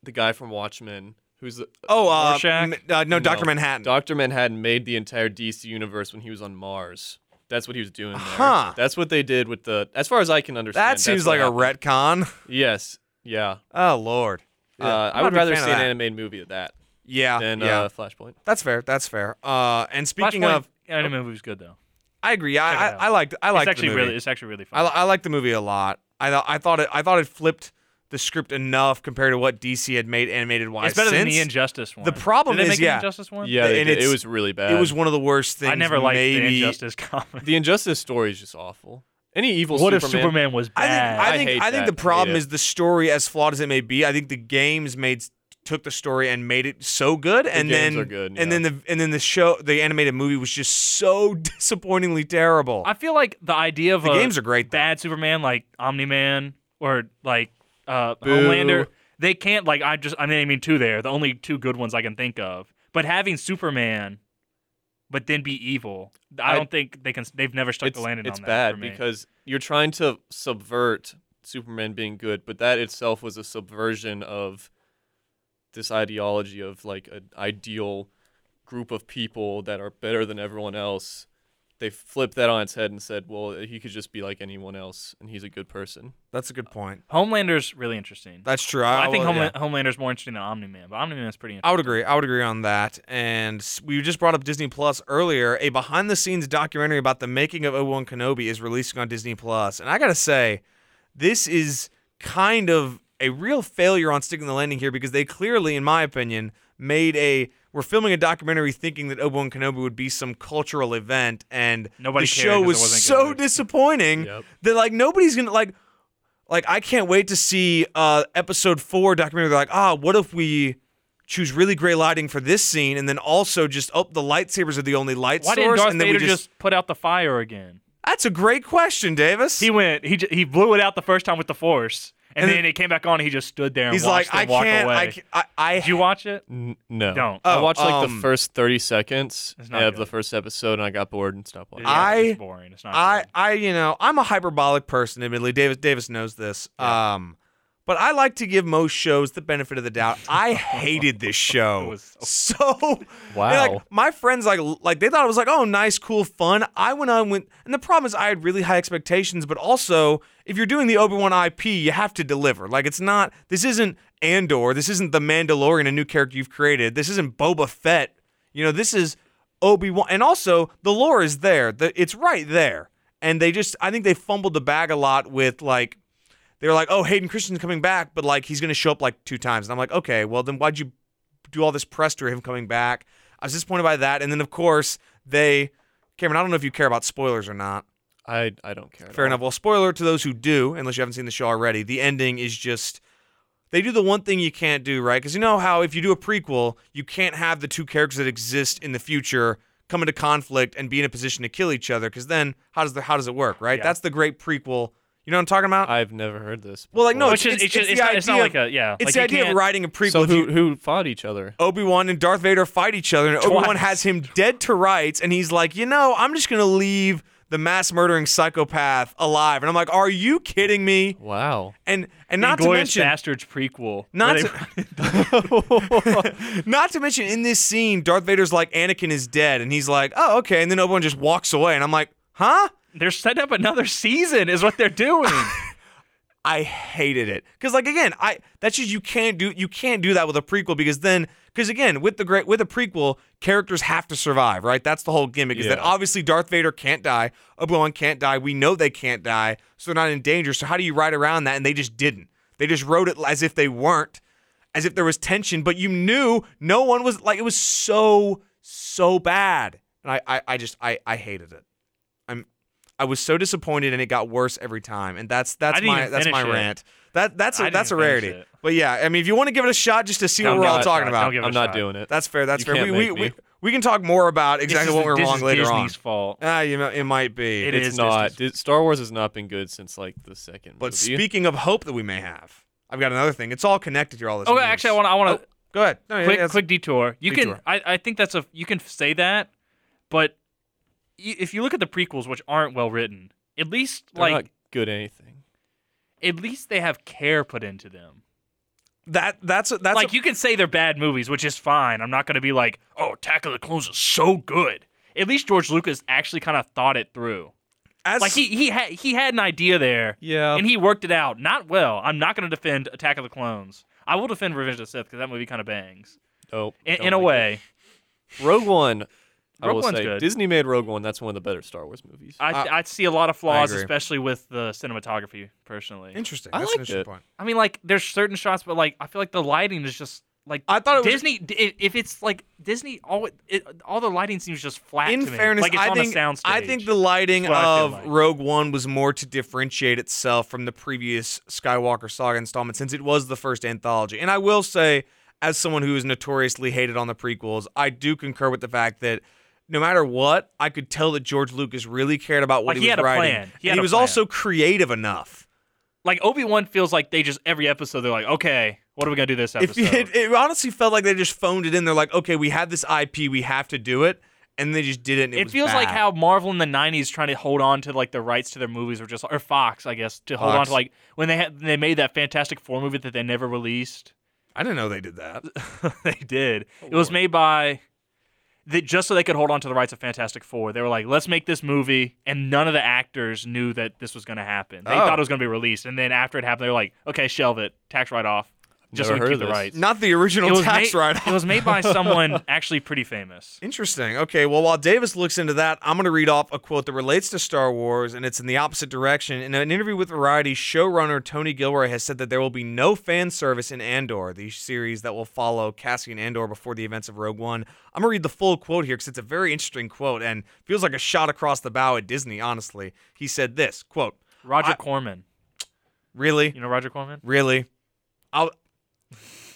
[SPEAKER 3] the guy from Watchmen, who's the,
[SPEAKER 2] oh uh,
[SPEAKER 1] Rorschach?
[SPEAKER 2] m- uh, no, Doctor Manhattan.
[SPEAKER 3] Doctor Manhattan made the entire DC universe when he was on Mars. That's what he was doing there.
[SPEAKER 2] Huh.
[SPEAKER 3] That's what they did with the. As far as I can understand,
[SPEAKER 2] that
[SPEAKER 3] that's
[SPEAKER 2] seems
[SPEAKER 3] what
[SPEAKER 2] like a
[SPEAKER 3] happened.
[SPEAKER 2] retcon.
[SPEAKER 3] Yes. Yeah.
[SPEAKER 2] Oh lord. Yeah.
[SPEAKER 3] Uh,
[SPEAKER 2] I'm
[SPEAKER 3] I
[SPEAKER 2] not a
[SPEAKER 3] would
[SPEAKER 2] big
[SPEAKER 3] rather
[SPEAKER 2] fan of
[SPEAKER 3] see an
[SPEAKER 2] that.
[SPEAKER 3] animated movie of that
[SPEAKER 2] Yeah,
[SPEAKER 3] than
[SPEAKER 2] yeah.
[SPEAKER 3] uh, Flashpoint.
[SPEAKER 2] that's fair. That's fair. Uh, and speaking
[SPEAKER 1] Flashpoint
[SPEAKER 2] of,
[SPEAKER 1] anime movie's good though.
[SPEAKER 2] I agree.
[SPEAKER 1] Check
[SPEAKER 2] I
[SPEAKER 1] it
[SPEAKER 2] I,
[SPEAKER 1] out.
[SPEAKER 2] I liked I liked
[SPEAKER 1] it's actually
[SPEAKER 2] the movie.
[SPEAKER 1] really, it's actually really
[SPEAKER 2] I,
[SPEAKER 1] fun.
[SPEAKER 2] I like the movie a lot. I th- I thought it I thought it flipped the script enough compared to what DC had made animated wise.
[SPEAKER 1] it's better than
[SPEAKER 2] since.
[SPEAKER 1] the Injustice one.
[SPEAKER 2] The problem
[SPEAKER 1] Did they
[SPEAKER 2] is,
[SPEAKER 1] make
[SPEAKER 2] yeah,
[SPEAKER 1] an Injustice one.
[SPEAKER 3] Yeah, they
[SPEAKER 2] and
[SPEAKER 3] did. it
[SPEAKER 2] it's-
[SPEAKER 3] was really bad.
[SPEAKER 2] It was one of the worst things.
[SPEAKER 1] I never liked
[SPEAKER 2] maybe.
[SPEAKER 1] the Injustice comic.
[SPEAKER 3] the Injustice story is just awful. Any evil
[SPEAKER 1] What if
[SPEAKER 3] Superman,
[SPEAKER 1] Superman was
[SPEAKER 2] I
[SPEAKER 1] bad?
[SPEAKER 2] think I
[SPEAKER 3] I
[SPEAKER 2] think
[SPEAKER 3] hate
[SPEAKER 2] I, think
[SPEAKER 3] that.
[SPEAKER 2] the
[SPEAKER 3] I hate
[SPEAKER 2] problem
[SPEAKER 3] it.
[SPEAKER 2] is the story, as flawed as it may be. I think the games made took the story and made it so good, and
[SPEAKER 3] games
[SPEAKER 2] then
[SPEAKER 3] are good,
[SPEAKER 2] and then the and then the show, the animated movie was just so disappointingly terrible.
[SPEAKER 1] I feel like the idea of
[SPEAKER 2] the
[SPEAKER 1] a
[SPEAKER 2] games are great. though.
[SPEAKER 1] bad Superman like Omni Man or like uh,
[SPEAKER 3] Boo.
[SPEAKER 1] Homelander, they can't like I just I'm naming two there, the only two good ones I can think of. But having Superman, but then be evil, I,
[SPEAKER 3] I-
[SPEAKER 1] don't think they can. They've never stuck
[SPEAKER 3] it's,
[SPEAKER 1] the landing
[SPEAKER 3] it's
[SPEAKER 1] on that.
[SPEAKER 3] bad
[SPEAKER 1] for me.
[SPEAKER 3] because you're trying to subvert Superman being good, but that itself was a subversion of this ideology of like an ideal group of people that are better than everyone else. They flipped that on its head and said, "Well, he could just be like anyone else, and he's a good person."
[SPEAKER 2] That's a good point.
[SPEAKER 1] Homelander's really interesting.
[SPEAKER 2] That's true.
[SPEAKER 1] I Uh, think
[SPEAKER 2] well, yeah.
[SPEAKER 1] Homel- Homelander's more interesting than Omni Man, but Omni Man's pretty.
[SPEAKER 2] I
[SPEAKER 1] interesting.
[SPEAKER 2] would agree. I would agree on that. And s- we just brought up Disney Plus earlier. A behind the scenes documentary about the making of Obi-Wan Kenobi is releasing on Disney Plus. And I got to say, this is kind of a real failure on sticking the landing here because they clearly, in my opinion, made a we're filming a documentary thinking that Obi-Wan Kenobi would be some cultural event and
[SPEAKER 1] Nobody
[SPEAKER 2] the
[SPEAKER 1] cared
[SPEAKER 2] show
[SPEAKER 1] 'cause it
[SPEAKER 2] was
[SPEAKER 1] wasn't
[SPEAKER 2] so
[SPEAKER 1] good.
[SPEAKER 2] disappointing
[SPEAKER 3] Yep.
[SPEAKER 2] that like nobody's going to like like I can't wait to see uh episode four documentary. They're like, ah, what if we choose really great lighting for this scene, and then also just oh, the lightsabers are the only light
[SPEAKER 1] Why
[SPEAKER 2] source,
[SPEAKER 1] didn't Darth
[SPEAKER 2] and then
[SPEAKER 1] Vader
[SPEAKER 2] we
[SPEAKER 1] just... put out the fire again?
[SPEAKER 2] That's a great question, Davis.
[SPEAKER 1] He went. He j- he blew it out the first time with the Force, and,
[SPEAKER 2] And
[SPEAKER 1] then
[SPEAKER 2] then-
[SPEAKER 1] it came back on. And he just stood there and
[SPEAKER 2] He's like,
[SPEAKER 1] watched
[SPEAKER 2] I
[SPEAKER 1] them walk
[SPEAKER 2] can't,
[SPEAKER 1] away.
[SPEAKER 2] I can't, I, I,
[SPEAKER 1] Did you watch it?
[SPEAKER 3] N- no,
[SPEAKER 1] Don't.
[SPEAKER 3] I
[SPEAKER 2] Oh,
[SPEAKER 3] watched like
[SPEAKER 2] um,
[SPEAKER 3] the first thirty seconds
[SPEAKER 1] It's
[SPEAKER 3] of
[SPEAKER 1] not
[SPEAKER 3] the
[SPEAKER 1] good.
[SPEAKER 3] first episode, and I got bored and stopped watching.
[SPEAKER 1] Yeah,
[SPEAKER 2] I-
[SPEAKER 1] it's boring. It's not.
[SPEAKER 2] I,
[SPEAKER 1] good.
[SPEAKER 2] I, you know, I'm a hyperbolic person. Admittedly, Davis, Davis knows this. Um, but I like to give most shows the benefit of the doubt. I hated this show
[SPEAKER 1] It was
[SPEAKER 2] so.
[SPEAKER 3] Wow.
[SPEAKER 2] and, like, my friends like l- like they thought it was like oh nice cool fun. I went on went and the problem is I had really high expectations, but also if you're doing the Obi Wan IP, you have to deliver. Like it's not this isn't Andor, this isn't the Mandalorian, a new character you've created. This isn't Boba Fett. You know this is Obi Wan, and also the lore is there. The, it's right there, and they just I think they fumbled the bag a lot with like they were like, oh Hayden Christensen's coming back, but like he's gonna show up like two times, and I'm like, okay, well then why'd you do all this press to him coming back? I was disappointed by that, and then of course they Cameron. I don't know if you care about spoilers or not.
[SPEAKER 3] I I don't care. at
[SPEAKER 2] Fair
[SPEAKER 3] all.
[SPEAKER 2] enough. Well, spoiler to those who do, unless you haven't seen the show already, the ending is just they do the one thing you can't do, right? Because you know how if you do a prequel, you can't have the two characters that exist in the future come into conflict and be in a position to kill each other. Because then, how does the how does it work, right?
[SPEAKER 1] Yeah.
[SPEAKER 2] That's the great prequel. You know what I'm talking about?
[SPEAKER 3] I've never heard this.
[SPEAKER 2] well, like no,
[SPEAKER 3] before.
[SPEAKER 1] Which is-
[SPEAKER 2] Oh, it's, it's,
[SPEAKER 1] it's just- it's
[SPEAKER 2] the
[SPEAKER 1] not-
[SPEAKER 2] idea.
[SPEAKER 1] it's not like
[SPEAKER 2] of-
[SPEAKER 1] a- yeah,
[SPEAKER 2] It's
[SPEAKER 1] like
[SPEAKER 2] the
[SPEAKER 1] you
[SPEAKER 2] idea of
[SPEAKER 1] can't-
[SPEAKER 2] writing a prequel.
[SPEAKER 3] so
[SPEAKER 2] If you-
[SPEAKER 3] who who fought each other?
[SPEAKER 2] Obi Wan and Darth Vader fight each other, and Obi Wan
[SPEAKER 1] Twice.
[SPEAKER 2] has him dead to rights, and he's like, you know, I'm just gonna leave the mass murdering psychopath alive, and I'm like, are you kidding me?
[SPEAKER 3] Wow.
[SPEAKER 2] And and not to
[SPEAKER 1] Inglourious
[SPEAKER 2] mention,
[SPEAKER 1] Bastards prequel.
[SPEAKER 2] Not
[SPEAKER 1] where they-
[SPEAKER 2] not to mention, in this scene, Darth Vader's like, Anakin is dead, and he's like, oh okay, and then Obi Wan just walks away, and I'm like, huh?
[SPEAKER 1] they're setting up another season, is what they're doing.
[SPEAKER 2] I hated it because, like, again, I that's just you can't do you can't do that with a prequel because then because again with the great with a prequel characters have to survive right that's the whole gimmick is that
[SPEAKER 3] Yeah.
[SPEAKER 2] obviously Darth Vader can't die Obi Wan can't die we know they can't die so they're not in danger so how do you ride around that and they just didn't they just wrote it as if they weren't as if there was tension but you knew no one was like it was so so bad and I I, I just I I hated it I'm I was so disappointed and it got worse every time and that's that's
[SPEAKER 1] didn't
[SPEAKER 2] my
[SPEAKER 1] even
[SPEAKER 2] that's my
[SPEAKER 1] finish it.
[SPEAKER 2] rant that that's
[SPEAKER 1] I
[SPEAKER 2] a,
[SPEAKER 1] didn't
[SPEAKER 2] that's a
[SPEAKER 1] finish
[SPEAKER 2] rarity
[SPEAKER 1] it.
[SPEAKER 2] but yeah I mean if you want to give it a shot just to see
[SPEAKER 1] No,
[SPEAKER 2] what we're
[SPEAKER 1] no,
[SPEAKER 2] all
[SPEAKER 1] it's
[SPEAKER 2] talking
[SPEAKER 1] not.
[SPEAKER 2] about
[SPEAKER 1] Don't give it
[SPEAKER 3] I'm
[SPEAKER 1] a
[SPEAKER 3] not
[SPEAKER 1] shot.
[SPEAKER 3] doing it.
[SPEAKER 2] that's fair. That's
[SPEAKER 3] You
[SPEAKER 2] fair.
[SPEAKER 3] can't
[SPEAKER 2] We we,
[SPEAKER 3] make
[SPEAKER 2] we
[SPEAKER 3] me.
[SPEAKER 2] we can talk more about exactly
[SPEAKER 1] this
[SPEAKER 2] what
[SPEAKER 1] is,
[SPEAKER 2] we're
[SPEAKER 1] this
[SPEAKER 2] wrong
[SPEAKER 1] is
[SPEAKER 2] later
[SPEAKER 1] Disney's
[SPEAKER 2] on.
[SPEAKER 1] fault.
[SPEAKER 2] Ah, you know, it might be.
[SPEAKER 1] It
[SPEAKER 2] It's-
[SPEAKER 1] is
[SPEAKER 3] it's not.
[SPEAKER 1] Disney's-
[SPEAKER 3] Di- Star Wars has not been good since like the second
[SPEAKER 2] But
[SPEAKER 3] movie.
[SPEAKER 2] speaking of hope that we may have, I've got another thing. It's all connected here. All this. Oh,
[SPEAKER 1] Okay,
[SPEAKER 2] news.
[SPEAKER 1] actually, I want to. I want to
[SPEAKER 2] Go ahead. No, yeah,
[SPEAKER 1] quick
[SPEAKER 2] yeah, it's-
[SPEAKER 1] quick detour. You
[SPEAKER 2] Detour.
[SPEAKER 1] can. I, I think that's a. You can say that, but y- if you look at the prequels, which aren't well written, at least
[SPEAKER 3] They're
[SPEAKER 1] like
[SPEAKER 3] not good at anything.
[SPEAKER 1] at least they have care put into them.
[SPEAKER 2] that that's a- that's
[SPEAKER 1] like
[SPEAKER 2] a-
[SPEAKER 1] you can say they're bad movies, which is fine. I'm not going to be like, oh, Attack of the Clones is so good. At least George Lucas actually kind of thought it through.
[SPEAKER 2] as
[SPEAKER 1] Like he he had he had an idea there,
[SPEAKER 3] Yeah.
[SPEAKER 1] and he worked it out. Not well. I'm not going to defend Attack of the Clones. I will defend Revenge of the Sith because that movie kind of bangs
[SPEAKER 3] oh,
[SPEAKER 1] in,
[SPEAKER 3] don't
[SPEAKER 1] in a
[SPEAKER 3] like
[SPEAKER 1] way.
[SPEAKER 3] it. Rogue One. I
[SPEAKER 1] Rogue
[SPEAKER 3] will
[SPEAKER 1] One's
[SPEAKER 3] say,
[SPEAKER 1] good.
[SPEAKER 3] Disney made Rogue One. That's one of the better Star Wars movies.
[SPEAKER 1] I
[SPEAKER 2] Uh,
[SPEAKER 1] I see a lot of flaws,
[SPEAKER 2] agree.
[SPEAKER 1] especially with the cinematography. Personally,
[SPEAKER 2] interesting.
[SPEAKER 3] I
[SPEAKER 2] That's an
[SPEAKER 3] liked
[SPEAKER 2] interesting
[SPEAKER 3] it.
[SPEAKER 2] point.
[SPEAKER 1] I mean, like there's certain shots, but like I feel like the lighting is just like
[SPEAKER 2] I thought it was
[SPEAKER 1] Disney. d- i- If it's like Disney, all it, all the lighting seems just flat.
[SPEAKER 2] in
[SPEAKER 1] to me.
[SPEAKER 2] fairness,
[SPEAKER 1] like it's
[SPEAKER 2] I
[SPEAKER 1] on
[SPEAKER 2] think
[SPEAKER 1] a soundstage.
[SPEAKER 2] I think the lighting
[SPEAKER 1] That's what I feel
[SPEAKER 2] of
[SPEAKER 1] like.
[SPEAKER 2] Rogue One was more to differentiate itself from the previous Skywalker saga installment, since it was the first anthology. And I will say, as someone who is notoriously hated on the prequels, I do concur with the fact that. No matter what, I could tell that George Lucas really cared about what
[SPEAKER 1] Like,
[SPEAKER 2] he,
[SPEAKER 1] he
[SPEAKER 2] was
[SPEAKER 1] had a
[SPEAKER 2] writing,
[SPEAKER 1] plan. He had
[SPEAKER 2] and he
[SPEAKER 1] a
[SPEAKER 2] was
[SPEAKER 1] plan.
[SPEAKER 2] also creative enough.
[SPEAKER 1] like Obi Wan feels like they just every episode they're like, okay, what are we gonna do this
[SPEAKER 2] If
[SPEAKER 1] episode?
[SPEAKER 2] it, it honestly felt like they just phoned it in, they're like, "Okay, we have this IP, we have to do it," and they just did it. And it,
[SPEAKER 1] It
[SPEAKER 2] was
[SPEAKER 1] feels like
[SPEAKER 2] bad.
[SPEAKER 1] how Marvel in the '90s trying to hold on to like the rights to their movies, or just or Fox, I guess, to hold on
[SPEAKER 2] Fox.
[SPEAKER 1] to like when they had they made that Fantastic Four movie that they never released.
[SPEAKER 2] I didn't know they did that.
[SPEAKER 1] they did.
[SPEAKER 2] Oh,
[SPEAKER 1] it was made by that just so they could hold on to the rights of Fantastic Four. They were like, let's make this movie, and none of the actors knew that this was going to happen. They
[SPEAKER 2] Oh.
[SPEAKER 1] thought it was going to be released, and then after it happened, they were like, okay, shelve it, tax write off, just so we
[SPEAKER 3] Never
[SPEAKER 1] can keep
[SPEAKER 3] heard of
[SPEAKER 1] the
[SPEAKER 3] this.
[SPEAKER 1] rights.
[SPEAKER 2] Not the original
[SPEAKER 1] it was
[SPEAKER 2] tax
[SPEAKER 1] made,
[SPEAKER 2] write-off.
[SPEAKER 1] It was made by someone actually pretty famous.
[SPEAKER 2] Interesting. Okay, well, while Davis looks into that, I'm going to read off a quote that relates to Star Wars, and it's in the opposite direction. In an interview with Variety, showrunner Tony Gilroy has said that there will be no fan service in Andor, the series that will follow Cassian Andor before the events of Rogue One. I'm going to read the full quote here because it's a very interesting quote and feels like a shot across the bow at Disney, honestly. He said this, quote,
[SPEAKER 1] Roger
[SPEAKER 2] I-
[SPEAKER 1] Corman.
[SPEAKER 2] Really?
[SPEAKER 1] You know Roger Corman?
[SPEAKER 2] Really? I'll...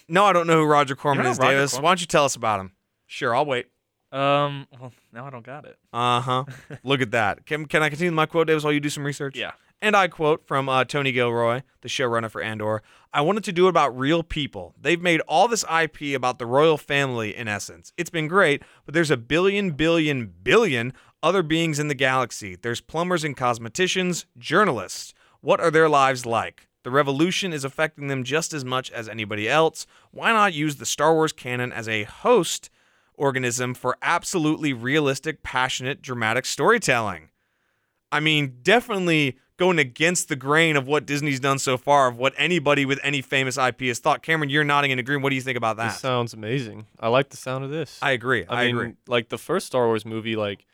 [SPEAKER 2] No, I don't know who Roger
[SPEAKER 1] don't
[SPEAKER 2] Corman
[SPEAKER 1] know
[SPEAKER 2] is,
[SPEAKER 1] Roger
[SPEAKER 2] Davis.
[SPEAKER 1] Corman?
[SPEAKER 2] Why don't you tell us about him? Sure, I'll wait.
[SPEAKER 1] Um, well, now I don't got it.
[SPEAKER 2] Uh huh. Look at that. Can, can I continue my quote, Davis, while you do some research?
[SPEAKER 1] Yeah.
[SPEAKER 2] And I quote from uh, Tony Gilroy, the showrunner for Andor I wanted to do it about real people. They've made all this IP about the royal family, in essence. It's been great, but there's a billion, billion, billion other beings in the galaxy. There's plumbers and cosmeticians, journalists. What are their lives like? The revolution is affecting them just as much as anybody else. Why not use the Star Wars canon as a host organism for absolutely realistic, passionate, dramatic storytelling? I mean, definitely going against the grain of what Disney's done so far, of what anybody with any famous IP has thought. Cameron, you're nodding in agreement. What do you think about that?
[SPEAKER 3] This sounds amazing. I like the sound of this.
[SPEAKER 2] I agree. I,
[SPEAKER 3] mean,
[SPEAKER 2] agree.
[SPEAKER 3] like the first Star Wars movie, like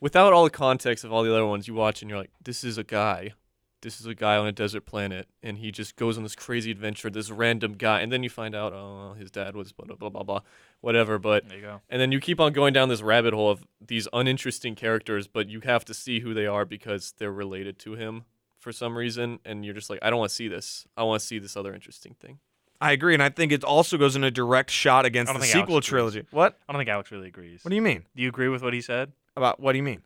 [SPEAKER 3] without all the context of all the other ones, you watch and you're like, this is a guy. This is a guy on a desert planet, and he just goes on this crazy adventure. This random guy, and then you find out, oh, well, his dad was blah blah blah blah blah, whatever. But
[SPEAKER 1] There you go.
[SPEAKER 3] and then you keep on going down this rabbit hole of these uninteresting characters, but you have to see who they are because they're related to him for some reason, and you're just like, I don't want to see this. I want to see this other interesting thing.
[SPEAKER 2] I agree, and I think it also goes in a direct shot against
[SPEAKER 1] I don't
[SPEAKER 2] the
[SPEAKER 1] think Alex
[SPEAKER 2] sequel
[SPEAKER 1] agrees.
[SPEAKER 2] trilogy. What?
[SPEAKER 1] I don't think Alex really agrees.
[SPEAKER 2] What do you mean?
[SPEAKER 1] Do you agree with what he said?
[SPEAKER 2] About what do you mean?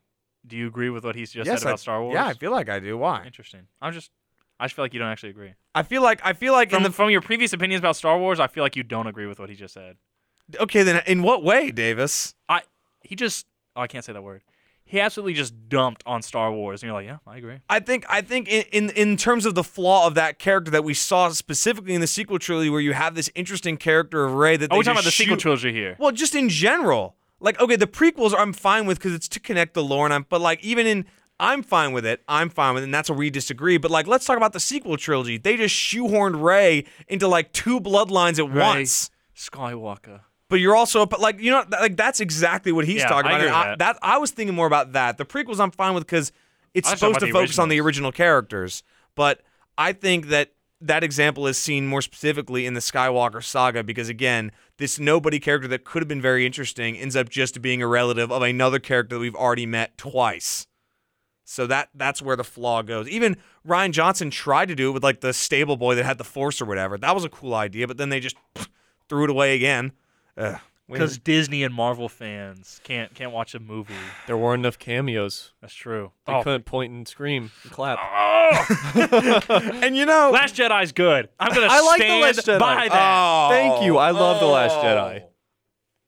[SPEAKER 1] Do you agree with what he's just
[SPEAKER 2] Yes,
[SPEAKER 1] said about
[SPEAKER 2] I-
[SPEAKER 1] Star Wars?
[SPEAKER 2] Yeah, I feel like I do. Why?
[SPEAKER 1] Interesting. I'm just. I just feel like you don't actually agree.
[SPEAKER 2] I feel like I feel like
[SPEAKER 1] From,
[SPEAKER 2] in the
[SPEAKER 1] from your previous opinions about Star Wars, I feel like you don't agree with what he just said.
[SPEAKER 2] okay then in what way, Davis?
[SPEAKER 1] He just. Oh, I can't say that word. He absolutely just dumped on Star Wars, and you're like, yeah, I agree. Oh,
[SPEAKER 2] I think I think in, in in terms of the flaw of that character that we saw specifically in the sequel trilogy, where you have this interesting character of Ray that
[SPEAKER 1] Oh,
[SPEAKER 2] they
[SPEAKER 1] we're talking about
[SPEAKER 2] just
[SPEAKER 1] the sequel
[SPEAKER 2] shoot-
[SPEAKER 1] trilogy here.
[SPEAKER 2] Well, just in general, like okay, the prequels I'm fine with because it's to connect the lore, and I'm but like even in I'm fine with it. I'm fine with it, and that's where we disagree. But like, let's talk about the sequel trilogy. They just shoehorned Ray into like two bloodlines at
[SPEAKER 1] Rey.
[SPEAKER 2] once.
[SPEAKER 1] Skywalker.
[SPEAKER 2] But you're also, but like you know, th- like that's exactly what he's
[SPEAKER 1] Yeah,
[SPEAKER 2] talking
[SPEAKER 1] I
[SPEAKER 2] about. and
[SPEAKER 1] agree with
[SPEAKER 2] I, that I was thinking more about that. The prequels I'm fine with because it's
[SPEAKER 1] I was talking
[SPEAKER 2] supposed to
[SPEAKER 1] about the
[SPEAKER 2] focus on the original characters. But I think that that example is seen more specifically in the Skywalker saga because again, this nobody character that could have been very interesting ends up just being a relative of another character that we've already met twice. So that that's where the flaw goes. Even Ryan Johnson tried to do it with like the stable boy that had the force or whatever. That was a cool idea, but then they just threw it away again. Ugh.
[SPEAKER 1] Because Disney and Marvel fans can't can't watch a movie.
[SPEAKER 3] There weren't enough cameos.
[SPEAKER 1] That's true.
[SPEAKER 3] They
[SPEAKER 1] Oh.
[SPEAKER 3] couldn't point and scream and clap.
[SPEAKER 2] Ah. and you know,
[SPEAKER 1] Last Jedi's good. I'm gonna
[SPEAKER 3] I like the
[SPEAKER 1] stand
[SPEAKER 3] Last Jedi.
[SPEAKER 1] by
[SPEAKER 2] Oh,
[SPEAKER 1] that.
[SPEAKER 3] Thank you. I love The Last Jedi.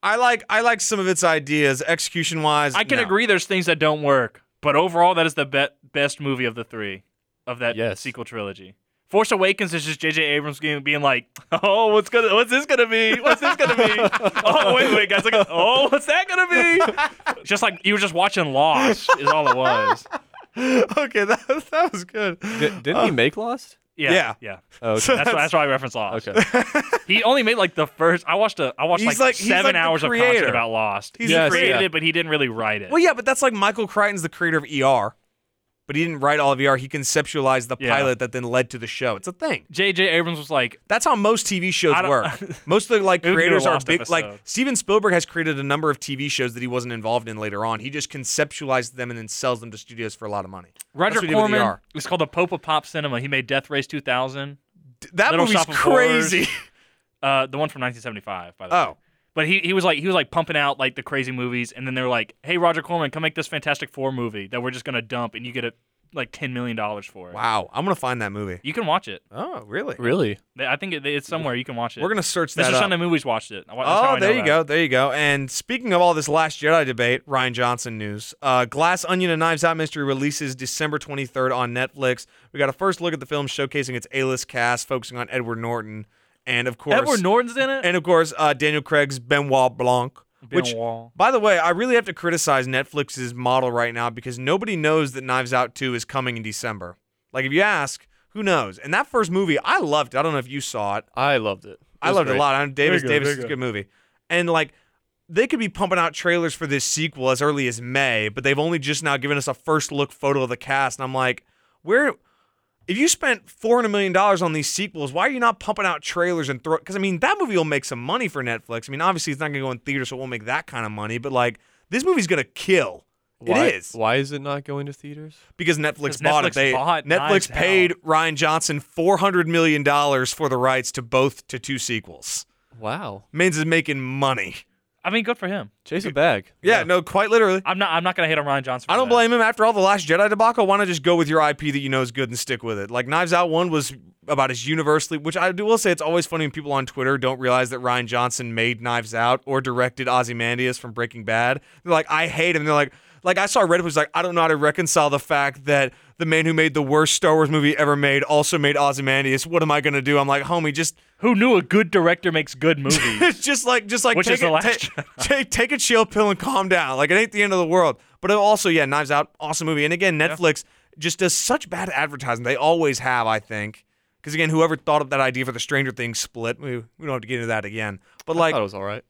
[SPEAKER 2] I like I like some of its ideas, execution wise.
[SPEAKER 1] I can agree. There's things that don't work, but overall, that is the be- best movie of the three of that
[SPEAKER 3] Yes.
[SPEAKER 1] sequel trilogy. Force Awakens is just J.J. Abrams being, being like, oh, what's gonna, what's this gonna be? What's this gonna be? oh, wait, wait, guys, look, oh, what's that gonna be? just like you were just watching Lost is all it was.
[SPEAKER 2] okay, that, that was good.
[SPEAKER 3] Di- didn't
[SPEAKER 2] Uh.
[SPEAKER 3] he make Lost?
[SPEAKER 1] Yeah,
[SPEAKER 2] Yeah.
[SPEAKER 1] yeah,
[SPEAKER 3] Oh, okay.
[SPEAKER 2] So
[SPEAKER 1] That's, why- that's why I reference Lost.
[SPEAKER 3] okay.
[SPEAKER 1] He only made like the first. I watched a. I watched
[SPEAKER 2] He's
[SPEAKER 1] like,
[SPEAKER 2] like- he's
[SPEAKER 1] seven
[SPEAKER 2] like the
[SPEAKER 1] hours of
[SPEAKER 2] creator.
[SPEAKER 1] content about Lost.
[SPEAKER 2] He's
[SPEAKER 1] he
[SPEAKER 3] Yes,
[SPEAKER 1] created
[SPEAKER 3] yeah.
[SPEAKER 1] it, but he didn't really write it.
[SPEAKER 2] Well, yeah, but that's like Michael Crichton's the creator of ER, but he didn't write all of ER. He conceptualized the
[SPEAKER 1] Yeah.
[SPEAKER 2] pilot that then led to the show. It's a thing.
[SPEAKER 1] J.J. Abrams was like,
[SPEAKER 2] That's how most TV shows
[SPEAKER 1] I don't-
[SPEAKER 2] work. Most of the like
[SPEAKER 1] It would be a
[SPEAKER 2] creators are
[SPEAKER 1] lost
[SPEAKER 2] big. Like
[SPEAKER 1] episode.
[SPEAKER 2] Steven Spielberg has created a number of TV shows that he wasn't involved in later on. He just conceptualized them and then sells them to studios for a lot of money.
[SPEAKER 1] Roger
[SPEAKER 2] That's what he did with
[SPEAKER 1] Corman.
[SPEAKER 2] ER.
[SPEAKER 1] It's called the Pope of Pop Cinema. He made Death Race 2000,
[SPEAKER 2] D- That
[SPEAKER 1] Little
[SPEAKER 2] movie's
[SPEAKER 1] Shop of Horrors.
[SPEAKER 2] crazy.
[SPEAKER 1] uh, the one from 1975, by the way.
[SPEAKER 2] oh,
[SPEAKER 1] But he, he was like he was like pumping out like the crazy movies, and then they were like, "Hey, Roger Corman, come make this Fantastic Four movie that we're just gonna dump, and you get a, like ten million dollars for it.
[SPEAKER 2] wow! I'm gonna find that movie.
[SPEAKER 1] You can watch it.
[SPEAKER 2] Oh, really?
[SPEAKER 3] Really?
[SPEAKER 1] They- I think it, it's somewhere you can watch it.
[SPEAKER 2] We're gonna search that
[SPEAKER 1] Mr.
[SPEAKER 2] up.
[SPEAKER 1] Sunday Movies watched it. I wa- that's how I
[SPEAKER 2] Oh,
[SPEAKER 1] know
[SPEAKER 2] there you
[SPEAKER 1] that.
[SPEAKER 2] go, there you go. And speaking of all this Last Jedi debate, Ryan Johnson news: uh, Glass Onion and Knives Out mystery releases December 23rd on Netflix. We got a first look at the film showcasing its A-list cast, focusing on Edward Norton, and of course,
[SPEAKER 1] Edward Norton's in it.
[SPEAKER 2] and of course uh, Daniel Craig's Benoit Blanc. Which,
[SPEAKER 1] Benoit.
[SPEAKER 2] by the way, I really have to criticize Netflix's model right now because nobody knows that Knives Out 2 is coming in December. Like, if you ask, who knows? And that first movie, I loved. it. I don't know if you saw it.
[SPEAKER 3] I loved it.
[SPEAKER 2] I loved it a lot. I'm Davis.
[SPEAKER 3] good,
[SPEAKER 2] Davis
[SPEAKER 3] very
[SPEAKER 2] is a
[SPEAKER 3] good.
[SPEAKER 2] good movie. And like they could be pumping out trailers for this sequel as early as May, but they've only just now given us a first look photo of the cast. And I'm like, where if you spent four hundred million dollars on these sequels, why are you not pumping out trailers and throw? Because I mean, that movie will make some money for Netflix. I mean, obviously it's not gonna go in theaters, so it won't make that kind of money. But like, this movie's gonna kill.
[SPEAKER 3] Why,
[SPEAKER 2] It is
[SPEAKER 3] Why is it not going to theaters?
[SPEAKER 2] because Netflix
[SPEAKER 1] 'Cause
[SPEAKER 2] bought it.
[SPEAKER 1] Netflix
[SPEAKER 2] They
[SPEAKER 1] bought Knives
[SPEAKER 2] Netflix
[SPEAKER 1] Out.
[SPEAKER 2] paid Ryan Johnson four hundred million dollars for the rights to both to two sequels.
[SPEAKER 3] Wow.
[SPEAKER 2] Means is making money.
[SPEAKER 1] I mean, good for him.
[SPEAKER 3] Chase a bag.
[SPEAKER 2] Yeah, no, quite literally.
[SPEAKER 1] I'm not. I'm not gonna hate on Ryan Johnson. for
[SPEAKER 2] I don't
[SPEAKER 1] that.
[SPEAKER 2] blame him. After all the Last Jedi debacle, why not just go with your IP that you know is good and stick with it? Like Knives Out one was about as universally, which I do will say it's always funny when people on Twitter don't realize that Ryan Johnson made Knives Out or directed Ozymandias from Breaking Bad. They're like, I hate him. They're like, like I saw Reddit was like, I don't know how to reconcile the fact that the man who made the worst Star Wars movie ever made also made Ozymandias. What am I gonna do? I'm like, homie, just
[SPEAKER 1] Who knew a good director makes good movies?
[SPEAKER 2] it's just like just like
[SPEAKER 1] Which
[SPEAKER 2] take,
[SPEAKER 1] is the
[SPEAKER 2] a,
[SPEAKER 1] last
[SPEAKER 2] ta- take take a chill pill and calm down. Like it ain't the end of the world. But it also, yeah, Knives Out, awesome movie. And again, Netflix just does such bad advertising. They always have, I think. Because again, whoever thought up that idea for the Stranger Things split, we, we don't have to get into that again. But like,
[SPEAKER 3] I thought it was all right.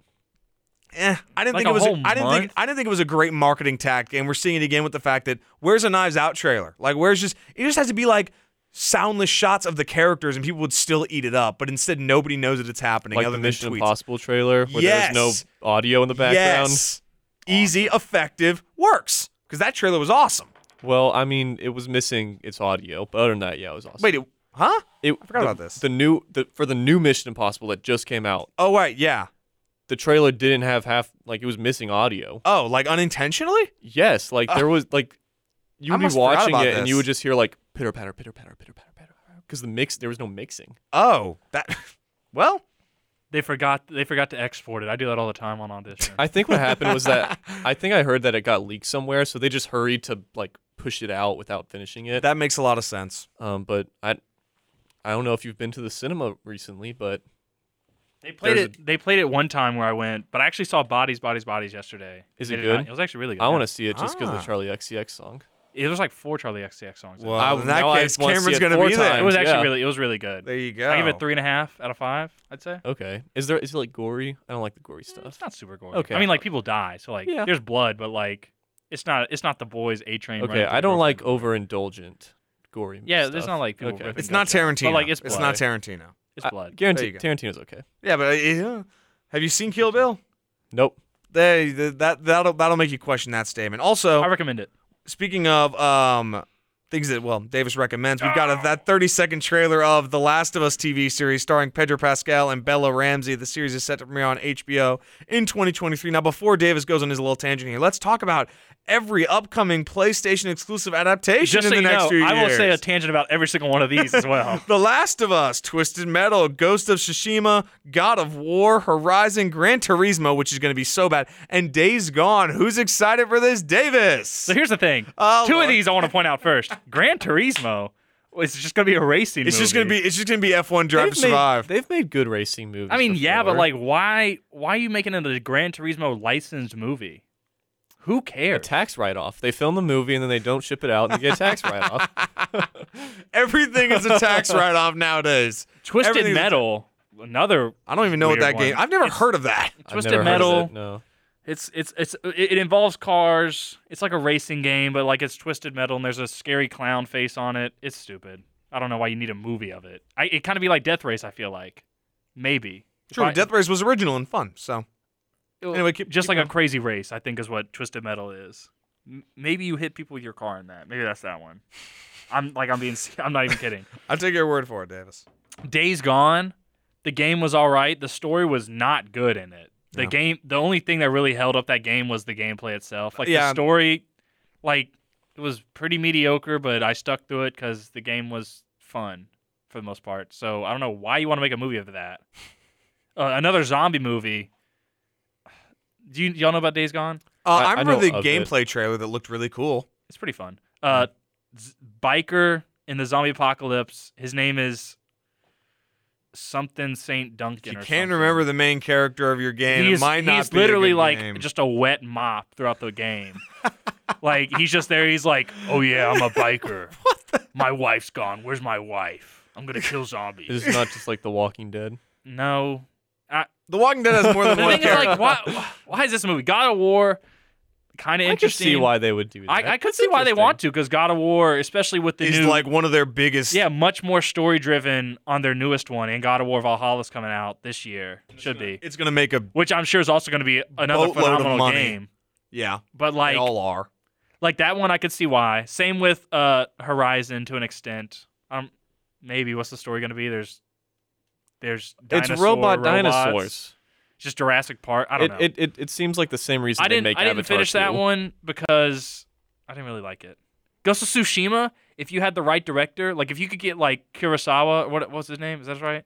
[SPEAKER 2] eh, I didn't
[SPEAKER 1] Oh, Like
[SPEAKER 2] think it
[SPEAKER 1] a
[SPEAKER 2] was.
[SPEAKER 1] whole
[SPEAKER 2] I didn't think
[SPEAKER 1] month?
[SPEAKER 2] I didn't think it was a great marketing tactic, and we're seeing it again with the fact that where's a Knives Out trailer? Like, where's just it just has to be like soundless shots of the characters, and people would still eat it up. But instead, nobody knows that it's happening
[SPEAKER 3] Like
[SPEAKER 2] other
[SPEAKER 3] the
[SPEAKER 2] than
[SPEAKER 3] Mission
[SPEAKER 2] tweets.
[SPEAKER 3] Impossible trailer where
[SPEAKER 2] Yes.
[SPEAKER 3] there's no audio in the background.
[SPEAKER 2] Yes, easy, effective, works. Because that trailer was awesome.
[SPEAKER 3] Well, I mean, it was missing its audio, but other than that, yeah, it was awesome.
[SPEAKER 2] Wait, it, huh?
[SPEAKER 3] it, I
[SPEAKER 2] forgot
[SPEAKER 3] the,
[SPEAKER 2] about this.
[SPEAKER 3] The new the, for the new Mission Impossible that just came out,
[SPEAKER 2] Oh right, yeah.
[SPEAKER 3] the trailer didn't have half like it was missing audio.
[SPEAKER 2] Oh, like unintentionally?
[SPEAKER 3] Yes, like there was like you
[SPEAKER 2] I
[SPEAKER 3] would be
[SPEAKER 2] must forgot
[SPEAKER 3] watching
[SPEAKER 2] about
[SPEAKER 3] it and
[SPEAKER 2] this.
[SPEAKER 3] you would just hear like pitter patter, pitter patter, pitter patter, pitter patter, because the mix there was no mixing.
[SPEAKER 2] Oh, that. Well,
[SPEAKER 1] They forgot. They forgot to export it. I do that all the time on audition.
[SPEAKER 3] I think what happened was that I think I heard that it got leaked somewhere, so they just hurried to like push it out without finishing it.
[SPEAKER 2] that makes a lot of sense.
[SPEAKER 3] Um, but I, I don't know if you've been to the cinema recently, but
[SPEAKER 1] they played
[SPEAKER 3] there's
[SPEAKER 1] it. they played it one time where I went, but I actually saw Bodies, Bodies, Bodies yesterday.
[SPEAKER 3] Is
[SPEAKER 1] They
[SPEAKER 3] it
[SPEAKER 1] did not-
[SPEAKER 3] good?
[SPEAKER 1] It was actually really good.
[SPEAKER 3] I want to see it just because
[SPEAKER 2] Ah.
[SPEAKER 3] the Charlie XCX song.
[SPEAKER 1] It was like four Charlie XCX songs. in it.
[SPEAKER 2] Well,
[SPEAKER 3] I-
[SPEAKER 2] in that
[SPEAKER 3] now I
[SPEAKER 2] case,
[SPEAKER 3] wanna see
[SPEAKER 2] Cameron's
[SPEAKER 3] it
[SPEAKER 2] gonna
[SPEAKER 3] four
[SPEAKER 2] be there.
[SPEAKER 1] it was actually
[SPEAKER 3] yeah.
[SPEAKER 1] really. It was really good.
[SPEAKER 2] There you go.
[SPEAKER 1] I give it three and a half out of five. I'd say.
[SPEAKER 3] Okay, is there is it like gory? I don't like the gory
[SPEAKER 1] Mm,
[SPEAKER 3] stuff.
[SPEAKER 1] It's not super gory.
[SPEAKER 3] Okay.
[SPEAKER 1] I mean, like people die, so like
[SPEAKER 3] Yeah.
[SPEAKER 1] there's blood, but like it's not it's not the boys A train.
[SPEAKER 3] Okay, I don't like overindulgent gory.
[SPEAKER 1] Yeah,
[SPEAKER 3] stuff.
[SPEAKER 1] there's not like people
[SPEAKER 3] Okay.
[SPEAKER 1] ripping
[SPEAKER 2] It's not
[SPEAKER 1] guts out.
[SPEAKER 2] Tarantino.
[SPEAKER 1] But, like, it's
[SPEAKER 2] it's not
[SPEAKER 3] blood.
[SPEAKER 2] Tarantino.
[SPEAKER 1] It's
[SPEAKER 3] I-
[SPEAKER 1] blood.
[SPEAKER 3] guarantee
[SPEAKER 2] There
[SPEAKER 3] Tarantino's okay.
[SPEAKER 2] Yeah, but uh, yeah. have you seen Kill Bill?
[SPEAKER 3] Nope.
[SPEAKER 2] They th- that that'll that'll make you question that statement. Also,
[SPEAKER 1] I recommend it.
[SPEAKER 2] speaking of um things that well Davis recommends, we've got a, that 30 second trailer of The Last of Us TV series starring Pedro Pascal and Bella Ramsey. The series is set to premiere on HBO in 2023. Now, before Davis goes on his little tangent here, let's talk about every upcoming PlayStation exclusive adaptation
[SPEAKER 1] Just
[SPEAKER 2] in
[SPEAKER 1] so you
[SPEAKER 2] the next
[SPEAKER 1] know,
[SPEAKER 2] few years.
[SPEAKER 1] I will say a tangent about every single one of these as well.
[SPEAKER 2] The Last of Us, Twisted Metal, Ghost of Tsushima, God of War, Horizon, Gran Turismo, which is going to be so bad, and Days Gone. Who's excited for this, Davis?
[SPEAKER 1] So here's the thing.
[SPEAKER 2] Oh,
[SPEAKER 1] Two
[SPEAKER 2] Lord.
[SPEAKER 1] of these I want to point out first. Gran Turismo is just gonna be a racing.
[SPEAKER 2] It's just gonna be
[SPEAKER 1] movie.
[SPEAKER 2] it's just gonna be F one Drive to
[SPEAKER 3] made,
[SPEAKER 2] Survive.
[SPEAKER 3] they've made good racing movies.
[SPEAKER 1] I mean, yeah, but
[SPEAKER 3] before.
[SPEAKER 1] like, why? Why are you making it a Gran Turismo licensed movie? Who
[SPEAKER 3] a
[SPEAKER 1] cares?
[SPEAKER 3] tax write off. They film the movie and then they don't ship it out and they get a tax write off.
[SPEAKER 2] Everything is a tax write off nowadays.
[SPEAKER 1] Twisted
[SPEAKER 2] Everything's-
[SPEAKER 1] Metal, another.
[SPEAKER 2] I don't even know
[SPEAKER 1] Weird
[SPEAKER 2] what that game.
[SPEAKER 1] one.
[SPEAKER 2] I've never
[SPEAKER 1] It's-
[SPEAKER 2] heard of that.
[SPEAKER 1] Twisted Metal.
[SPEAKER 3] No.
[SPEAKER 1] It's it's it's it it involves cars. It's like a racing game, but like it's twisted metal and there's a scary clown face on it. It's stupid. I don't know why you need a movie of it. I it kind of be like Death Race. I feel like maybe If
[SPEAKER 2] True,
[SPEAKER 1] I-
[SPEAKER 2] Death Race was original and fun. So anyway, keep,
[SPEAKER 1] just
[SPEAKER 2] keep
[SPEAKER 1] like a crazy race. I think is what twisted metal is. M- maybe you hit people with your car in that. Maybe that's that one. I'm like I'm being. se- I'm not even kidding.
[SPEAKER 2] I'll take your word for it, Davis.
[SPEAKER 1] Days Gone, the game was all right. The story was not good in it. The
[SPEAKER 2] Yeah.
[SPEAKER 1] game, the only thing that really held up that game was the gameplay itself. Like
[SPEAKER 2] Yeah.
[SPEAKER 1] the story, like it was pretty mediocre, but I stuck through it because the game was fun for the most part. So I don't know why you want to make a movie of that. Uh, another zombie movie. Do you, y'all know about Days Gone?
[SPEAKER 2] Uh,
[SPEAKER 3] I-
[SPEAKER 2] I,
[SPEAKER 3] I
[SPEAKER 2] remember
[SPEAKER 3] know
[SPEAKER 2] the
[SPEAKER 3] of it.
[SPEAKER 2] gameplay trailer that looked really cool.
[SPEAKER 1] It's pretty fun. Uh, z- biker in the zombie apocalypse. His name is something Saint Duncan.
[SPEAKER 2] If you
[SPEAKER 1] or
[SPEAKER 2] can't
[SPEAKER 1] something.
[SPEAKER 2] remember the main character of your game,
[SPEAKER 1] He's,
[SPEAKER 2] it might not
[SPEAKER 1] he's
[SPEAKER 2] be a
[SPEAKER 1] literally
[SPEAKER 2] good
[SPEAKER 1] like
[SPEAKER 2] game.
[SPEAKER 1] just a wet mop throughout the game. like he's just there. He's like, oh yeah, I'm a biker. my wife's gone. Where's my wife? I'm gonna kill zombies.
[SPEAKER 3] It's not just like The Walking Dead.
[SPEAKER 1] no.
[SPEAKER 2] The Walking Dead has more
[SPEAKER 1] The
[SPEAKER 2] than one
[SPEAKER 1] thing is,
[SPEAKER 2] character.
[SPEAKER 1] like, why, why is this movie God of War? Kind of
[SPEAKER 3] I could
[SPEAKER 1] interesting.
[SPEAKER 3] see why they would do that.
[SPEAKER 1] I, I could
[SPEAKER 3] That's
[SPEAKER 1] see why they
[SPEAKER 3] interesting.
[SPEAKER 1] want to because God of War, especially with the
[SPEAKER 2] is
[SPEAKER 1] new,
[SPEAKER 2] like one of their biggest.
[SPEAKER 1] yeah, much more story driven on their newest one, and God of War Valhalla's coming out this year. Should be,
[SPEAKER 2] it's gonna make a
[SPEAKER 1] which I'm sure is also going to be another
[SPEAKER 2] Boatload of
[SPEAKER 1] phenomenal
[SPEAKER 2] money.
[SPEAKER 1] game.
[SPEAKER 2] yeah.
[SPEAKER 1] But
[SPEAKER 2] they
[SPEAKER 1] like,
[SPEAKER 2] all are.
[SPEAKER 1] like that one I could see why. Same with uh Horizon to an extent. Um maybe what's the story going to be? There's there's dinosaur,
[SPEAKER 3] it's robot
[SPEAKER 1] robots.
[SPEAKER 3] dinosaurs.
[SPEAKER 1] Just Jurassic Park. I
[SPEAKER 3] It,
[SPEAKER 1] don't know.
[SPEAKER 3] it, it it seems like the same reason
[SPEAKER 1] I didn't
[SPEAKER 3] they make
[SPEAKER 1] I didn't
[SPEAKER 3] Avatar
[SPEAKER 1] finish
[SPEAKER 3] 2.
[SPEAKER 1] that one because I didn't really like it. Ghost of Tsushima, if you had the right director, like if you could get like Kurosawa, what what was his name? Is that right?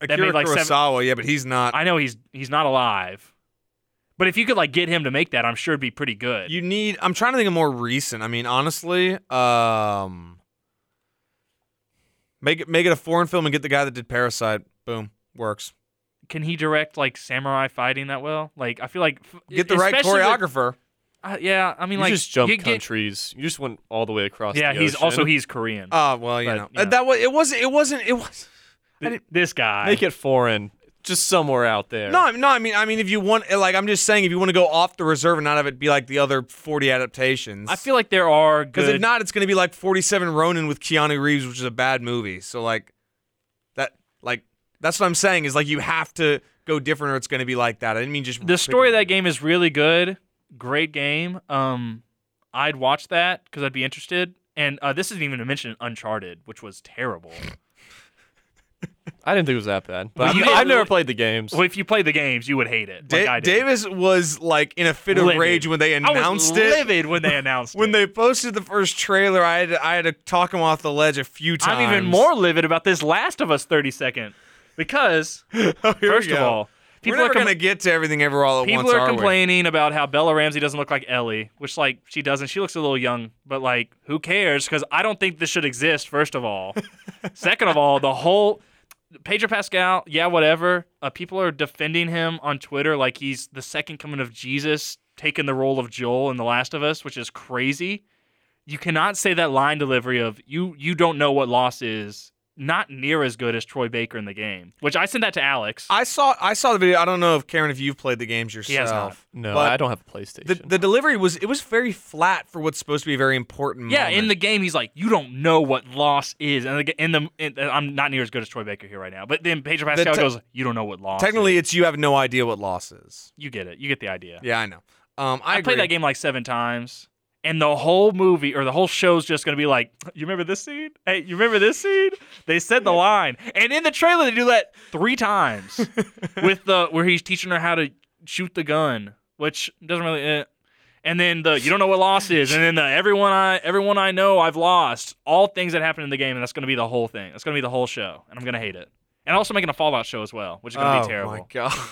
[SPEAKER 1] That
[SPEAKER 2] Akira
[SPEAKER 1] made, like, seven-
[SPEAKER 2] Kurosawa, yeah, but he's not.
[SPEAKER 1] I know he's he's not alive. But if you could like get him to make that, I'm sure it'd be pretty good.
[SPEAKER 2] You need. I'm trying to think of more recent. I mean, honestly, um, make it make it a foreign film and get the guy that did Parasite. Boom, works.
[SPEAKER 1] Can he direct like samurai fighting that well? Like I feel like f-
[SPEAKER 2] Get the right
[SPEAKER 1] E, especially with-
[SPEAKER 2] choreographer.
[SPEAKER 1] Uh, yeah, I mean,
[SPEAKER 3] you
[SPEAKER 1] like
[SPEAKER 3] just jump
[SPEAKER 1] you get-
[SPEAKER 3] countries. you just went all the way across.
[SPEAKER 1] yeah,
[SPEAKER 3] the
[SPEAKER 1] he's also
[SPEAKER 3] ocean.
[SPEAKER 1] he's Korean.
[SPEAKER 2] Ah, well, you
[SPEAKER 1] But,
[SPEAKER 2] know
[SPEAKER 1] you know.
[SPEAKER 2] that was it. Wasn't it? Wasn't it? Was
[SPEAKER 1] Th- this guy.
[SPEAKER 3] Make it foreign, just somewhere out there.
[SPEAKER 2] no, I'm- no. I mean, I mean, if you want, like, I'm just saying, if you want to go off the reserve and not have it be like the other 40 adaptations,
[SPEAKER 1] I feel like there are
[SPEAKER 2] because
[SPEAKER 1] good.
[SPEAKER 2] if not, it's going to be like 47 Ronin with Keanu Reeves, which is a bad movie. So like, that like that's what I'm saying is like you have to go different, or it's going to be like that. I didn't mean just
[SPEAKER 1] the story of that game is really good. Great game. Um, I'd watch that because I'd be interested. And uh, this isn't even to mention Uncharted, which was terrible.
[SPEAKER 3] I didn't think it was that bad. But
[SPEAKER 1] Well,
[SPEAKER 3] I've-
[SPEAKER 1] you-
[SPEAKER 3] I've never played the games.
[SPEAKER 1] well, if you played the games, you would hate it.
[SPEAKER 2] Da-
[SPEAKER 1] like I did.
[SPEAKER 2] Davis was like in a fit of
[SPEAKER 1] Livid.
[SPEAKER 2] rage when they
[SPEAKER 1] I
[SPEAKER 2] announced
[SPEAKER 1] was
[SPEAKER 2] it.
[SPEAKER 1] livid when they announced
[SPEAKER 2] When
[SPEAKER 1] it.
[SPEAKER 2] they posted the first trailer, I had to, I had to talk him off the ledge a few times.
[SPEAKER 1] I'm even more livid about this Last of Us 30 second because first of
[SPEAKER 2] Oh, go.
[SPEAKER 1] all, people
[SPEAKER 2] We're
[SPEAKER 1] are
[SPEAKER 2] never
[SPEAKER 1] com-
[SPEAKER 2] gonna get to everything ever all at
[SPEAKER 1] people
[SPEAKER 2] once.
[SPEAKER 1] are
[SPEAKER 2] we?
[SPEAKER 1] complaining about how Bella Ramsey doesn't look like Ellie, which like she doesn't. She looks a little young, but like who cares? Because I don't think this should exist. First of all, second of all, the whole Pedro Pascal, yeah, whatever. Uh, people are defending him on Twitter like he's the second coming of Jesus, taking the role of Joel in The Last of Us, which is crazy. You cannot say that line delivery of you you don't know what loss is. Not near as good as Troy Baker in the game, which I sent that to Alex.
[SPEAKER 2] I saw I saw the video. I don't know if Karen, if you've played the games yourself.
[SPEAKER 1] He has not.
[SPEAKER 3] no,
[SPEAKER 2] but
[SPEAKER 3] I don't have a PlayStation.
[SPEAKER 2] The, the delivery was it was very flat for what's supposed to be a very important.
[SPEAKER 1] Yeah,
[SPEAKER 2] moment.
[SPEAKER 1] in the game, he's like, "You don't know what loss is," and the- in the in, I'm not near as good as Troy Baker here right now. But then Pedro Pascal
[SPEAKER 2] te-
[SPEAKER 1] goes, "You don't know what loss."
[SPEAKER 2] technically,
[SPEAKER 1] is."
[SPEAKER 2] it's you have no idea what loss is.
[SPEAKER 1] you get it. You get the idea.
[SPEAKER 2] Yeah, I know. Um, I,
[SPEAKER 1] I,
[SPEAKER 2] agree.
[SPEAKER 1] played that game like seven times, and the whole movie or the whole show's just gonna be like, "You remember this scene? Hey, you remember this scene?" They said the line, and in the trailer they do that three times with the where he's teaching her how to shoot the gun, which doesn't really. Eh. And then the you don't know what loss is, and then the everyone I everyone I know I've lost. All things that happen in the game, and that's gonna be the whole thing. That's gonna be the whole show, and I'm gonna hate it. And also making a Fallout show as well, which is gonna
[SPEAKER 2] oh
[SPEAKER 1] be terrible.
[SPEAKER 2] my god,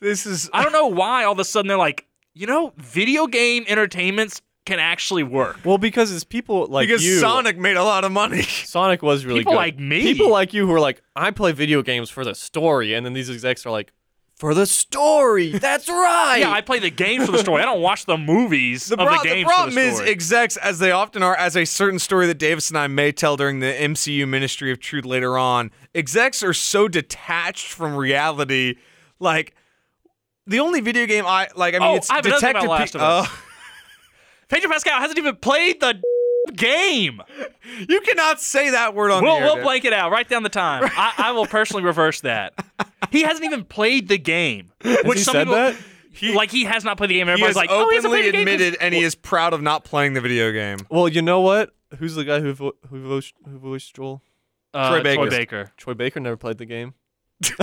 [SPEAKER 2] this is
[SPEAKER 1] I don't know why all of a sudden they're like, you know, video game entertainments can actually work.
[SPEAKER 3] well, because it's people like
[SPEAKER 2] because
[SPEAKER 3] you.
[SPEAKER 2] Sonic made a lot of money.
[SPEAKER 3] Sonic was really
[SPEAKER 1] People
[SPEAKER 3] good.
[SPEAKER 1] like me.
[SPEAKER 3] People like you who are like, I play video games for the story, and then these execs are like, for the story. That's right.
[SPEAKER 1] Yeah, I play the games for the story. I don't watch the movies
[SPEAKER 2] The,
[SPEAKER 1] of
[SPEAKER 2] pro-
[SPEAKER 1] the games
[SPEAKER 2] problem
[SPEAKER 1] for the
[SPEAKER 2] is
[SPEAKER 1] story.
[SPEAKER 2] execs, as they often are, as a certain story that Davis and I may tell during the MCU Ministry of Truth later on. Execs are so detached from reality, like the only video game I like. I mean,
[SPEAKER 1] Oh,
[SPEAKER 2] it's
[SPEAKER 1] I have another thing
[SPEAKER 2] Detective
[SPEAKER 1] about
[SPEAKER 2] Pe-
[SPEAKER 1] Last of Us.
[SPEAKER 2] Oh,
[SPEAKER 1] Pedro Pascal hasn't even played the game.
[SPEAKER 2] you cannot say that word on
[SPEAKER 1] We'll,
[SPEAKER 2] the air.
[SPEAKER 1] we'll
[SPEAKER 2] dude.
[SPEAKER 1] blank it out. Write down the time. I, I will personally reverse that. He hasn't even played the game. which
[SPEAKER 3] he
[SPEAKER 1] some
[SPEAKER 3] said
[SPEAKER 1] people,
[SPEAKER 3] that?
[SPEAKER 1] like he has not played the game.
[SPEAKER 2] He
[SPEAKER 1] Everybody's
[SPEAKER 2] has
[SPEAKER 1] like, oh, he
[SPEAKER 2] openly
[SPEAKER 1] hasn't played the game.
[SPEAKER 2] admitted, and he is proud of not playing the video game.
[SPEAKER 3] Well, you know what? Who's the guy who vo- who, voiced, who voiced Joel?
[SPEAKER 1] Uh,
[SPEAKER 2] Troy Baker.
[SPEAKER 1] Troy Baker.
[SPEAKER 3] Troy Baker never played the game.
[SPEAKER 1] He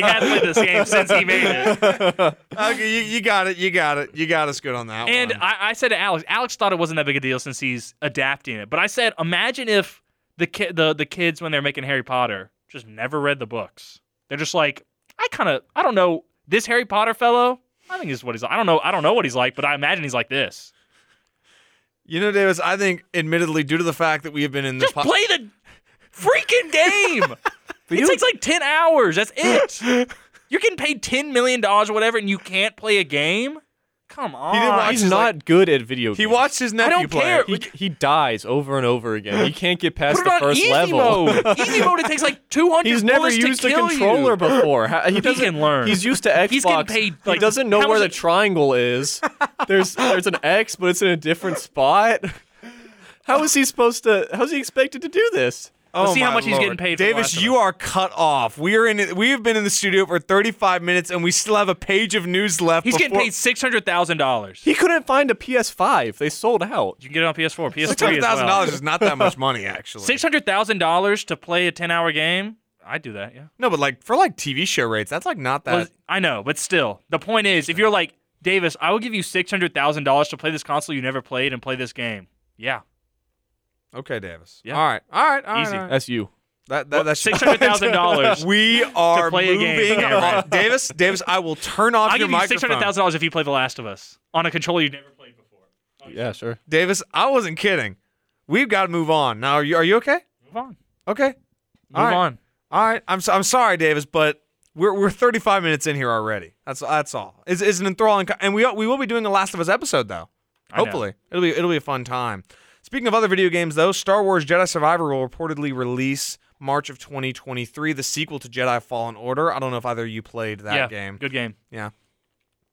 [SPEAKER 1] hasn't played this game since he made it.
[SPEAKER 2] Okay, you, you got it. You got it. You got us good on that
[SPEAKER 1] And
[SPEAKER 2] one.
[SPEAKER 1] I, I said to Alex, Alex thought it wasn't that big a deal since he's adapting it. But I said, imagine if the ki- the the kids when they're making Harry Potter just never read the books. They're just like, I kind of, I don't know this Harry Potter fellow. I think is what he's like. I don't know. I don't know what he's like, but I imagine he's like this.
[SPEAKER 2] you know, Davis, I think, admittedly, due to the fact that we have been in the
[SPEAKER 1] Just
[SPEAKER 2] po-
[SPEAKER 1] play the freaking game. it takes like ten hours. That's it. You're getting paid ten million dollars or whatever, and you can't play a game. Come on.
[SPEAKER 2] didn't watch
[SPEAKER 3] He's
[SPEAKER 2] He's
[SPEAKER 3] not good at video
[SPEAKER 2] he
[SPEAKER 3] games.
[SPEAKER 2] watched his nephew
[SPEAKER 1] don't
[SPEAKER 2] play.
[SPEAKER 1] care.
[SPEAKER 3] He, he dies over and over again. He can't get past
[SPEAKER 1] Put it
[SPEAKER 3] the
[SPEAKER 1] on
[SPEAKER 3] first
[SPEAKER 1] easy
[SPEAKER 3] level.
[SPEAKER 1] mode. easy mode. It takes like 200.
[SPEAKER 3] He's never
[SPEAKER 1] bullets to
[SPEAKER 3] used a
[SPEAKER 1] kill
[SPEAKER 3] controller
[SPEAKER 1] You.
[SPEAKER 3] before. How- He,
[SPEAKER 1] He
[SPEAKER 3] doesn't
[SPEAKER 1] can learn.
[SPEAKER 3] He's used to Xbox.
[SPEAKER 1] He's getting paid,
[SPEAKER 3] he
[SPEAKER 1] like,
[SPEAKER 3] doesn't know
[SPEAKER 1] how
[SPEAKER 3] where the
[SPEAKER 1] much it-
[SPEAKER 3] triangle is. There's there's an X, but it's in a different spot. How is he supposed to? How is he expected to do this?
[SPEAKER 1] see how
[SPEAKER 2] my
[SPEAKER 1] much he's getting paid for The
[SPEAKER 2] Davis,
[SPEAKER 1] Last of
[SPEAKER 2] you
[SPEAKER 1] Us.
[SPEAKER 2] are cut off. We are in. We have been in the studio for 35 minutes, and we still have a page of news left.
[SPEAKER 1] He's getting
[SPEAKER 2] before-
[SPEAKER 1] paid six hundred thousand dollars.
[SPEAKER 3] He couldn't find a PS5. They sold out.
[SPEAKER 1] You can get it on PS4, PS3
[SPEAKER 2] Six hundred
[SPEAKER 1] as
[SPEAKER 2] thousand
[SPEAKER 1] well.
[SPEAKER 2] dollars is not that much money, actually.
[SPEAKER 1] Six hundred thousand dollars to play a ten-hour game. I'd do that. Yeah.
[SPEAKER 2] no, but like for like TV show rates, that's like not that.
[SPEAKER 1] Well, I know, but still, the point is, if you're like Davis, I will give you six hundred thousand dollars to play this console you never played and play this game. Yeah.
[SPEAKER 2] okay, Davis.
[SPEAKER 1] Yeah.
[SPEAKER 2] All right. All right. All right.
[SPEAKER 1] Easy.
[SPEAKER 2] all right.
[SPEAKER 3] That's you.
[SPEAKER 2] That, that, that's
[SPEAKER 1] Six hundred thousand dollars.
[SPEAKER 2] We are
[SPEAKER 1] play a
[SPEAKER 2] moving
[SPEAKER 1] game,
[SPEAKER 2] on.
[SPEAKER 1] Cameron.
[SPEAKER 2] Davis, Davis, I will turn off
[SPEAKER 1] I'll
[SPEAKER 2] your
[SPEAKER 1] give you
[SPEAKER 2] microphone.
[SPEAKER 1] six hundred thousand dollars if you play The Last of Us on a controller you've never played before.
[SPEAKER 3] Yeah, sure.
[SPEAKER 2] Davis, I wasn't kidding. We've got to move on. Now, are you are you okay?
[SPEAKER 1] Move on. Move
[SPEAKER 2] Okay. All right.
[SPEAKER 1] on.
[SPEAKER 2] All right. I'm so, I'm sorry, Davis, but We're, we're 35 minutes in here already. That's that's all. It's, it's an enthralling, co- and we we will be doing a Last of Us episode though.
[SPEAKER 1] I know.
[SPEAKER 2] Hopefully, it'll be it'll be a fun time. Speaking of other video games, though, Star Wars Jedi Survivor will reportedly release March of 2023, the sequel to Jedi Fallen Order. I don't know if either of you played that
[SPEAKER 1] yeah,
[SPEAKER 2] game.
[SPEAKER 1] Good game.
[SPEAKER 2] Yeah,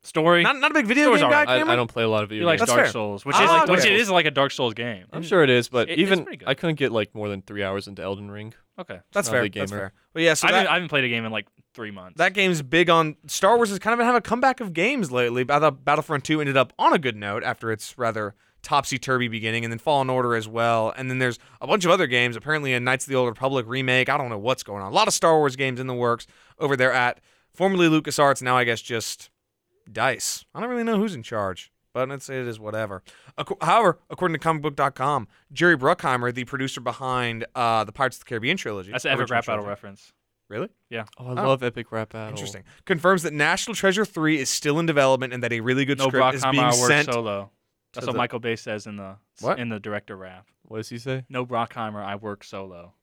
[SPEAKER 1] Story.
[SPEAKER 2] not not a big video
[SPEAKER 1] Story's
[SPEAKER 2] game guy.
[SPEAKER 1] alright.
[SPEAKER 3] I,
[SPEAKER 2] Cameron?
[SPEAKER 3] I don't play a lot of video
[SPEAKER 1] you like
[SPEAKER 3] games.
[SPEAKER 2] That's
[SPEAKER 1] Dark
[SPEAKER 2] fair.
[SPEAKER 1] Souls, which
[SPEAKER 2] I
[SPEAKER 1] is
[SPEAKER 2] like
[SPEAKER 1] which
[SPEAKER 2] Dark
[SPEAKER 1] it
[SPEAKER 2] Souls.
[SPEAKER 1] is like a Dark Souls game.
[SPEAKER 3] I'm sure it is, but
[SPEAKER 1] It- it's
[SPEAKER 3] even
[SPEAKER 1] pretty good.
[SPEAKER 3] I couldn't get like more than three hours into Elden Ring.
[SPEAKER 1] Okay.
[SPEAKER 2] That's
[SPEAKER 3] Not a
[SPEAKER 2] fair.
[SPEAKER 3] big
[SPEAKER 2] That's
[SPEAKER 3] gamer.
[SPEAKER 2] fair. But yeah, so
[SPEAKER 1] I,
[SPEAKER 2] that,
[SPEAKER 1] haven't, I haven't played a game in like three months.
[SPEAKER 2] that game's big on Star Wars has kind of had a comeback of games lately. But I thought Battlefront 2 ended up on a good note after its rather topsy turvy beginning, and then Fallen Order as well. And then there's a bunch of other games. Apparently, a Knights of the Old Republic remake. I don't know what's going on. A lot of Star Wars games in the works over there at formerly LucasArts, now I guess just Dice. I don't really know who's in charge, but it's, it is whatever. Ac- however, according to comicbook.com, Jerry Bruckheimer, the producer behind uh, the Pirates of the Caribbean trilogy,
[SPEAKER 1] That's an epic
[SPEAKER 2] original
[SPEAKER 1] rap battle
[SPEAKER 2] trilogy.
[SPEAKER 1] reference.
[SPEAKER 2] Really?
[SPEAKER 3] Oh, I love Epic Rap Battle.
[SPEAKER 2] Interesting. Confirms that National Treasure 3 is still in development and that a really good
[SPEAKER 1] No
[SPEAKER 2] script is being
[SPEAKER 1] Brockheimer works
[SPEAKER 2] sent.
[SPEAKER 1] solo. That's
[SPEAKER 2] to
[SPEAKER 1] what
[SPEAKER 2] the-
[SPEAKER 1] Michael Bay says in the
[SPEAKER 2] What?
[SPEAKER 1] in the director rap.
[SPEAKER 3] What does he say?
[SPEAKER 1] No Brockheimer, I work solo.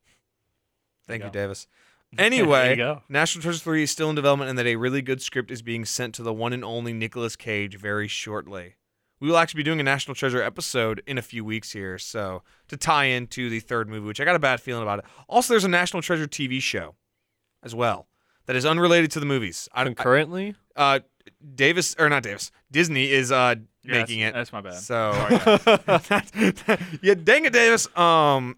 [SPEAKER 2] Thank
[SPEAKER 1] There
[SPEAKER 2] you,
[SPEAKER 1] you
[SPEAKER 2] Davis.
[SPEAKER 1] there you
[SPEAKER 2] Anyway,
[SPEAKER 1] go.
[SPEAKER 2] National Treasure 3 is still in development and that a really good script is being sent to the one and only Nicolas Cage very shortly. We will actually be doing a National Treasure episode in a few weeks here, so to tie into the third movie, which I got a bad feeling about it. Also, there's a National Treasure TV show as well that is unrelated to the movies. I don't.
[SPEAKER 3] Concurrently,
[SPEAKER 2] Uh, Davis or not Davis? Disney is uh
[SPEAKER 1] Yeah,
[SPEAKER 2] making
[SPEAKER 1] that's, That's
[SPEAKER 2] it.
[SPEAKER 1] my bad.
[SPEAKER 2] So
[SPEAKER 1] Sorry,
[SPEAKER 2] yeah, dang it, Davis. Um,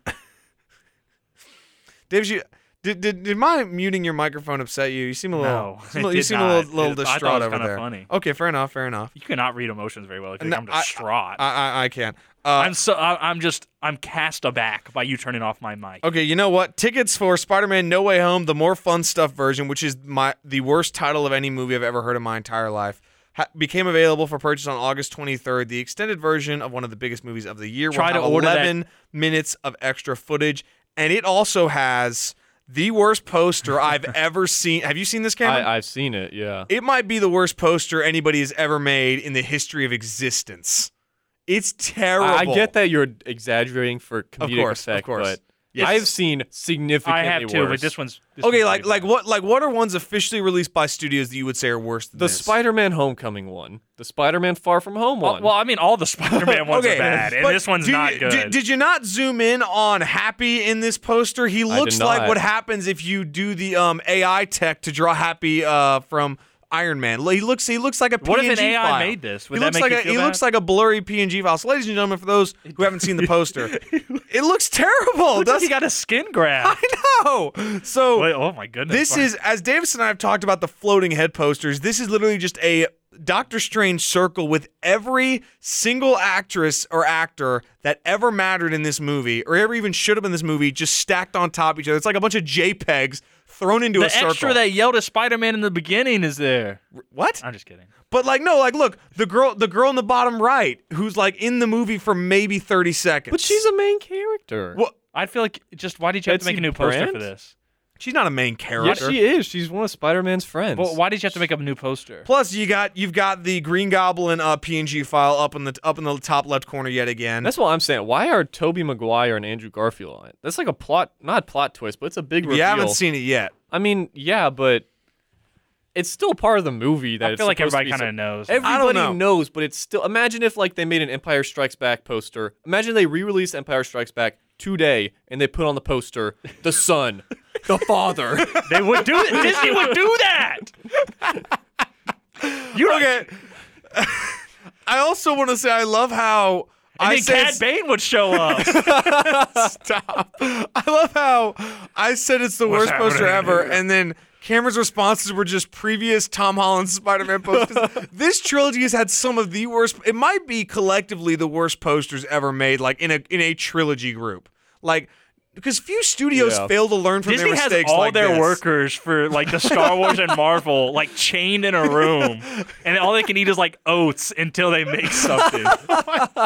[SPEAKER 2] Davis, you did, did did my muting your microphone upset you? You seem a little
[SPEAKER 1] No, it
[SPEAKER 2] you seem a little- you
[SPEAKER 1] did
[SPEAKER 2] seem
[SPEAKER 1] not.
[SPEAKER 2] a little, little
[SPEAKER 1] It- I thought it
[SPEAKER 2] distraught
[SPEAKER 1] was
[SPEAKER 2] over
[SPEAKER 1] kinda
[SPEAKER 2] there.
[SPEAKER 1] funny.
[SPEAKER 2] Okay, fair enough, fair enough.
[SPEAKER 1] you cannot read emotions very well. If you
[SPEAKER 2] No,
[SPEAKER 1] think
[SPEAKER 2] I-
[SPEAKER 1] I'm distraught. I,
[SPEAKER 2] I I, I can't. Uh,
[SPEAKER 1] am so I, I'm just I'm cast aback by you turning off my mic.
[SPEAKER 2] Okay, you know what? Tickets for Spider-Man: No Way Home, the more fun stuff version, which is my the worst title of any movie I've ever heard in my entire life, ha- became available for purchase on August 23rd. The extended version of one of the biggest movies of the year.
[SPEAKER 1] Try
[SPEAKER 2] will
[SPEAKER 1] to
[SPEAKER 2] have
[SPEAKER 1] order that-
[SPEAKER 2] 11 minutes of extra footage, and it also has the worst poster I've ever seen. Have you seen this, Cameron?
[SPEAKER 3] I, I've seen it. Yeah.
[SPEAKER 2] It might be the worst poster anybody has ever made in the history of existence. It's terrible.
[SPEAKER 3] I, I get that you're exaggerating for comedic
[SPEAKER 2] course, of
[SPEAKER 3] effect,
[SPEAKER 2] course.
[SPEAKER 3] but
[SPEAKER 2] Yes.
[SPEAKER 3] I've seen significantly
[SPEAKER 1] I have
[SPEAKER 3] worse.
[SPEAKER 1] to, but this one's this
[SPEAKER 2] Okay,
[SPEAKER 1] one's
[SPEAKER 2] like
[SPEAKER 1] way
[SPEAKER 2] like
[SPEAKER 1] better.
[SPEAKER 2] what like what are ones officially released by studios that you would say are worse than
[SPEAKER 3] the
[SPEAKER 2] this?
[SPEAKER 3] Spider-Man Homecoming one, the Spider-Man Far From Home
[SPEAKER 1] Uh, Well,
[SPEAKER 3] one.
[SPEAKER 1] well, I mean, all the Spider-Man ones are bad, and
[SPEAKER 2] but
[SPEAKER 1] this one's
[SPEAKER 2] do you-
[SPEAKER 1] not
[SPEAKER 2] di-
[SPEAKER 1] good.
[SPEAKER 2] Did, you not zoom in on Happy in this poster? He
[SPEAKER 3] did
[SPEAKER 2] looks like
[SPEAKER 3] not.
[SPEAKER 2] what happens if you do the um, AI tech to draw Happy uh, from Iron Man. He looks he looks like a PNG
[SPEAKER 1] What if an AI
[SPEAKER 2] file.
[SPEAKER 1] made this?
[SPEAKER 2] he
[SPEAKER 1] Would that
[SPEAKER 2] looks
[SPEAKER 1] make
[SPEAKER 2] like
[SPEAKER 1] you
[SPEAKER 2] a,
[SPEAKER 1] feel
[SPEAKER 2] he
[SPEAKER 1] bad?
[SPEAKER 2] looks like a blurry PNG file. So, ladies and gentlemen, for those who haven't seen the poster, it looks terrible.
[SPEAKER 1] Looks like
[SPEAKER 2] does
[SPEAKER 1] he got a skin graft.
[SPEAKER 2] I know. So
[SPEAKER 1] Wait, oh my goodness.
[SPEAKER 2] This is, as Davis and I have talked about the floating head posters, this is literally just a Doctor Strange circle with every single actress or actor that ever mattered in this movie or ever even should have been in this movie just stacked on top of each other. It's like a bunch of JPEGs thrown into
[SPEAKER 1] the
[SPEAKER 2] a circle.
[SPEAKER 1] extra that yelled at Spider-Man in the beginning is there.
[SPEAKER 2] what?
[SPEAKER 1] I'm just kidding.
[SPEAKER 2] But like no, like look, the girl the girl in the bottom right who's like in the movie for maybe 30 seconds.
[SPEAKER 3] but she's a main character.
[SPEAKER 2] Well,
[SPEAKER 1] I feel like just why did you have to
[SPEAKER 3] Betsy
[SPEAKER 1] make a new poster
[SPEAKER 3] Brandt?
[SPEAKER 1] for this?
[SPEAKER 2] she's not a main
[SPEAKER 3] yes,
[SPEAKER 2] character.
[SPEAKER 3] she is. She's one of Spider-Man's friends.
[SPEAKER 1] Well, why did you have to make up a new poster?
[SPEAKER 2] Plus, you got you've got the Green Goblin uh, PNG file up in the up in the top left corner yet again.
[SPEAKER 3] That's what I'm saying. Why are Toby Maguire and Andrew Garfield on it? That's like a plot, not plot twist, but it's a big reveal.
[SPEAKER 2] You haven't seen it yet.
[SPEAKER 3] I mean, yeah, but it's still part of the movie that
[SPEAKER 1] I
[SPEAKER 3] it's
[SPEAKER 1] feel like
[SPEAKER 3] supposed to
[SPEAKER 1] everybody
[SPEAKER 3] be
[SPEAKER 1] kind of
[SPEAKER 3] so-
[SPEAKER 1] knows.
[SPEAKER 2] I
[SPEAKER 3] Everybody
[SPEAKER 2] don't know.
[SPEAKER 3] knows, but it's still. Imagine if like they made an Empire Strikes Back poster. Imagine they re-released Empire Strikes Back today, and they put on the poster the son, the father.
[SPEAKER 1] they would do it. Disney would do that.
[SPEAKER 2] You okay? I also want to say I love how
[SPEAKER 1] And
[SPEAKER 2] I
[SPEAKER 1] then
[SPEAKER 2] say
[SPEAKER 1] Cad Bane would show up.
[SPEAKER 2] it's- stop. I love how I said it's the worst
[SPEAKER 1] happening
[SPEAKER 2] poster ever, and then Cameron's responses were just previous Tom Holland Spider-Man posters. this trilogy has had some of the worst. It might be collectively the worst posters ever made, like in a in a trilogy group, like. Because few studios
[SPEAKER 3] Yeah.
[SPEAKER 2] fail to learn from
[SPEAKER 1] Disney
[SPEAKER 2] their
[SPEAKER 1] has
[SPEAKER 2] mistakes
[SPEAKER 1] all
[SPEAKER 2] like
[SPEAKER 1] their
[SPEAKER 2] this.
[SPEAKER 1] workers for like the Star Wars and Marvel like chained in a room, and all they can eat is like oats until they make something.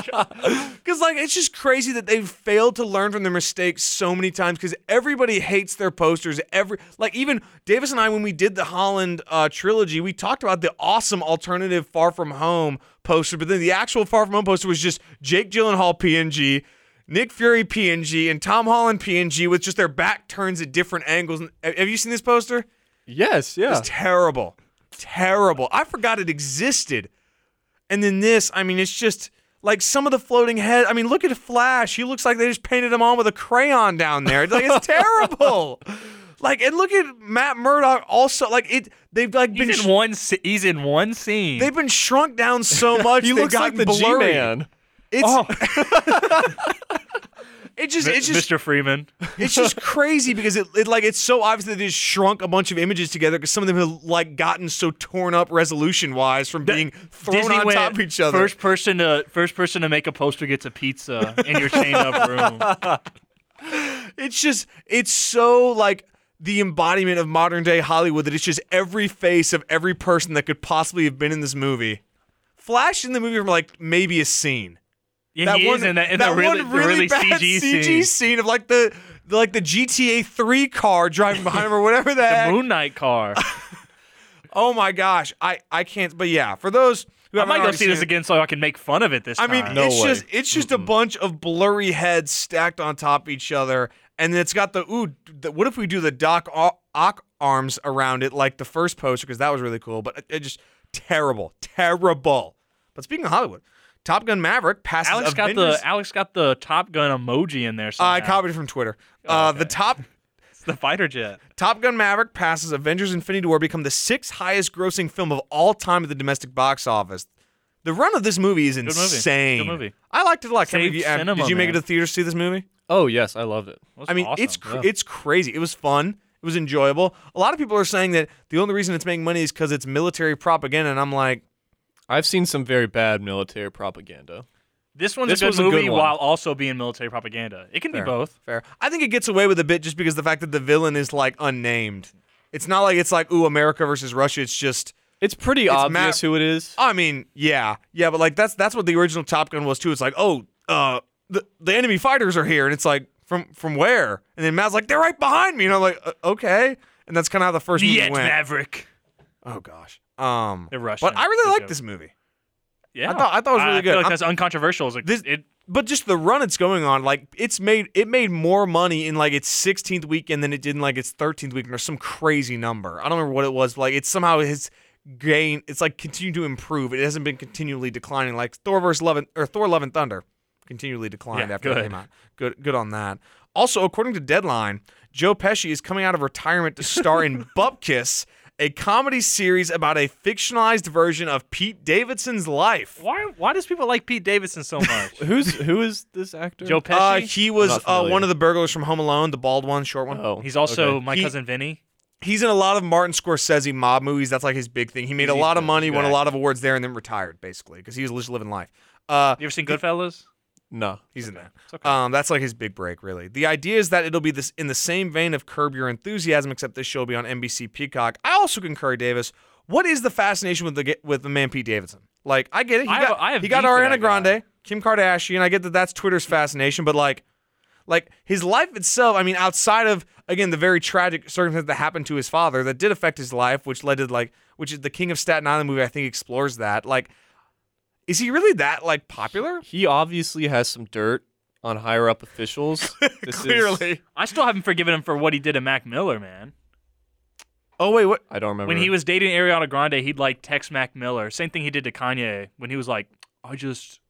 [SPEAKER 2] Because like it's just crazy that they've failed to learn from their mistakes so many times. Because everybody hates their posters. Every like even Davis and I, when we did the Holland uh, trilogy, we talked about the awesome alternative Far From Home poster, but then the actual Far From Home poster was just Jake Gyllenhaal PNG, Nick Fury PNG, and Tom Holland PNG with just their back turns at different angles. Have you seen this poster?
[SPEAKER 3] Yes, yeah.
[SPEAKER 2] It's terrible. Terrible. I forgot it existed. And then this, I mean, it's just like some of the floating head. I mean, look at Flash. He looks like they just painted him on with a crayon down there. It's like it's terrible. Like and look at Matt Murdock also. Like it, they've like been
[SPEAKER 1] He's
[SPEAKER 2] sh-
[SPEAKER 1] in one. sce- He's in one scene.
[SPEAKER 2] they've been shrunk down so much.
[SPEAKER 3] he
[SPEAKER 2] they've
[SPEAKER 3] looks like
[SPEAKER 2] gotten
[SPEAKER 3] the
[SPEAKER 2] blurry.
[SPEAKER 3] G-Man.
[SPEAKER 2] It's
[SPEAKER 1] oh,
[SPEAKER 2] it just it's just
[SPEAKER 1] Mr. Freeman.
[SPEAKER 2] it's just crazy because it, it like it's so obvious that they just shrunk a bunch of images together because some of them have like gotten so torn up resolution wise from being thrown
[SPEAKER 1] Disney
[SPEAKER 2] on
[SPEAKER 1] went
[SPEAKER 2] top of each other.
[SPEAKER 1] First person to first person to make a poster gets a pizza in your chained up room.
[SPEAKER 2] It's just it's so like the embodiment of modern day Hollywood that it's just every face of every person that could possibly have been in this movie. Flash in the movie from like maybe a scene.
[SPEAKER 1] Yeah, he is in that in the really,
[SPEAKER 2] one
[SPEAKER 1] the really
[SPEAKER 2] bad
[SPEAKER 1] CG, scene.
[SPEAKER 2] scene of like the, the like the GTA 3 car driving behind him or whatever that.
[SPEAKER 1] The Moon Knight car.
[SPEAKER 2] Oh my gosh, I I can't. But yeah, for those who
[SPEAKER 1] I
[SPEAKER 2] haven't
[SPEAKER 1] might go
[SPEAKER 2] already
[SPEAKER 1] see
[SPEAKER 2] seen
[SPEAKER 1] this
[SPEAKER 2] it,
[SPEAKER 1] again so I can make fun of it this
[SPEAKER 2] Oh, I
[SPEAKER 1] time.
[SPEAKER 2] mean,
[SPEAKER 3] No
[SPEAKER 2] it's
[SPEAKER 3] way.
[SPEAKER 2] just it's just a bunch of blurry heads stacked on top of each other, and then it's got the ooh. The, what if we do the Doc O- Ock arms around it like the first poster because that was really cool, but it, it just terrible, terrible. But speaking of Hollywood, Top Gun Maverick passes.
[SPEAKER 1] Alex got
[SPEAKER 2] Avengers-
[SPEAKER 1] the Alex got the Top Gun emoji in there. Somehow.
[SPEAKER 2] I copied it from Twitter.
[SPEAKER 1] Oh,
[SPEAKER 2] uh, The top
[SPEAKER 1] It's the fighter jet.
[SPEAKER 2] Top Gun Maverick passes Avengers Infinity War, become the sixth highest grossing film of all time at the domestic box office. The run of this movie is
[SPEAKER 1] movie. Good
[SPEAKER 2] insane.
[SPEAKER 1] movie.
[SPEAKER 2] I liked it a lot. Can
[SPEAKER 1] Saved
[SPEAKER 2] you,
[SPEAKER 1] cinema,
[SPEAKER 2] did you make it
[SPEAKER 1] man.
[SPEAKER 2] to the theater to see this movie?
[SPEAKER 3] Oh yes, I loved it.
[SPEAKER 1] That was
[SPEAKER 2] I mean,
[SPEAKER 1] awesome.
[SPEAKER 2] it's cr- it's crazy. It was fun. It was enjoyable. A lot of people are saying that the only reason it's making money is because it's military propaganda, and I'm like,
[SPEAKER 3] I've seen some very bad military propaganda.
[SPEAKER 1] this one's
[SPEAKER 3] this
[SPEAKER 1] a good
[SPEAKER 3] was a good
[SPEAKER 1] movie
[SPEAKER 3] one.
[SPEAKER 1] while also being military propaganda. It can be both.
[SPEAKER 2] fair. I think it gets away with a bit just because the fact that the villain is like unnamed. It's not like it's like ooh America versus Russia. It's just
[SPEAKER 3] It's pretty obvious
[SPEAKER 2] Matt-
[SPEAKER 3] who it is.
[SPEAKER 2] I mean, yeah, yeah, but like that's that's what the original Top Gun was too. It's like, oh, uh, the the enemy fighters are here, and it's like from from where? And then Matt's like, they're right behind me, and I'm like, uh, okay. And that's kind of how the first movie
[SPEAKER 1] Yet
[SPEAKER 2] went.
[SPEAKER 1] Maverick.
[SPEAKER 2] Oh gosh, um,
[SPEAKER 1] They're Russian.
[SPEAKER 2] but I really
[SPEAKER 1] Good
[SPEAKER 2] like
[SPEAKER 1] joke.
[SPEAKER 2] this movie.
[SPEAKER 1] Yeah,
[SPEAKER 2] I thought- I thought it was really
[SPEAKER 1] I feel
[SPEAKER 2] good.
[SPEAKER 1] Like
[SPEAKER 2] I'm-
[SPEAKER 1] that's uncontroversial. It's like,
[SPEAKER 2] This-
[SPEAKER 1] it,
[SPEAKER 2] But just the run it's going on, like it's made it made more money in like its 16th weekend than it did in like its 13th weekend or some crazy number. I don't remember what it was. But like it's somehow has gained. It's like continued to improve. It hasn't been continually declining. Like Thor versus Love and- or Thor Love and Thunder continually declined
[SPEAKER 1] Yeah,
[SPEAKER 2] after it
[SPEAKER 1] good.
[SPEAKER 2] came out. Good, good on that. Also, according to Deadline, Joe Pesci is coming out of retirement to star in Bupkis, a comedy series about a fictionalized version of Pete Davidson's life.
[SPEAKER 1] why why does people like Pete Davidson so much?
[SPEAKER 3] Who's who is this actor?
[SPEAKER 1] Joe Pesci.
[SPEAKER 2] Uh, he was
[SPEAKER 3] not
[SPEAKER 2] uh,
[SPEAKER 3] familiar.
[SPEAKER 2] one of the burglars from Home Alone, the bald one, short one.
[SPEAKER 3] Oh,
[SPEAKER 1] He's also
[SPEAKER 3] okay.
[SPEAKER 1] my
[SPEAKER 2] He-
[SPEAKER 1] cousin Vinny.
[SPEAKER 2] He's in a lot of Martin Scorsese mob movies. That's like his big thing. He made a
[SPEAKER 3] He's
[SPEAKER 2] lot of
[SPEAKER 3] good.
[SPEAKER 2] money, won a
[SPEAKER 3] Exactly.
[SPEAKER 2] lot of awards there, and then retired basically because he was just living life. Uh,
[SPEAKER 1] You ever seen Goodfellas?
[SPEAKER 3] no.
[SPEAKER 2] he's in that.
[SPEAKER 1] It's okay.
[SPEAKER 2] Um, that's like his big break, really. The idea is that it'll be this in the same vein of Curb Your Enthusiasm, except this show will be on NBC Peacock. I also concur, Davis. What is the fascination with the ge- with the man Pete Davidson? Like, I get it. He
[SPEAKER 1] I
[SPEAKER 2] got,
[SPEAKER 1] have- I have
[SPEAKER 2] he got
[SPEAKER 1] beef with
[SPEAKER 2] Ariana
[SPEAKER 1] that guy.
[SPEAKER 2] Grande, Kim Kardashian. I get that that's Twitter's fascination, but like, like his life itself. I mean, outside of again the very tragic circumstance that happened to his father, that did affect his life, which led to like, which is the King of Staten Island movie. I think explores that. Like, is he really that like popular?
[SPEAKER 3] He obviously has some dirt on higher up officials. This is-
[SPEAKER 1] I still haven't forgiven him for what he did to Mac Miller, man.
[SPEAKER 2] Oh wait, what?
[SPEAKER 3] I don't remember.
[SPEAKER 1] When he was dating Ariana Grande, he'd like text Mac Miller. Same thing he did to Kanye when he was like, "I just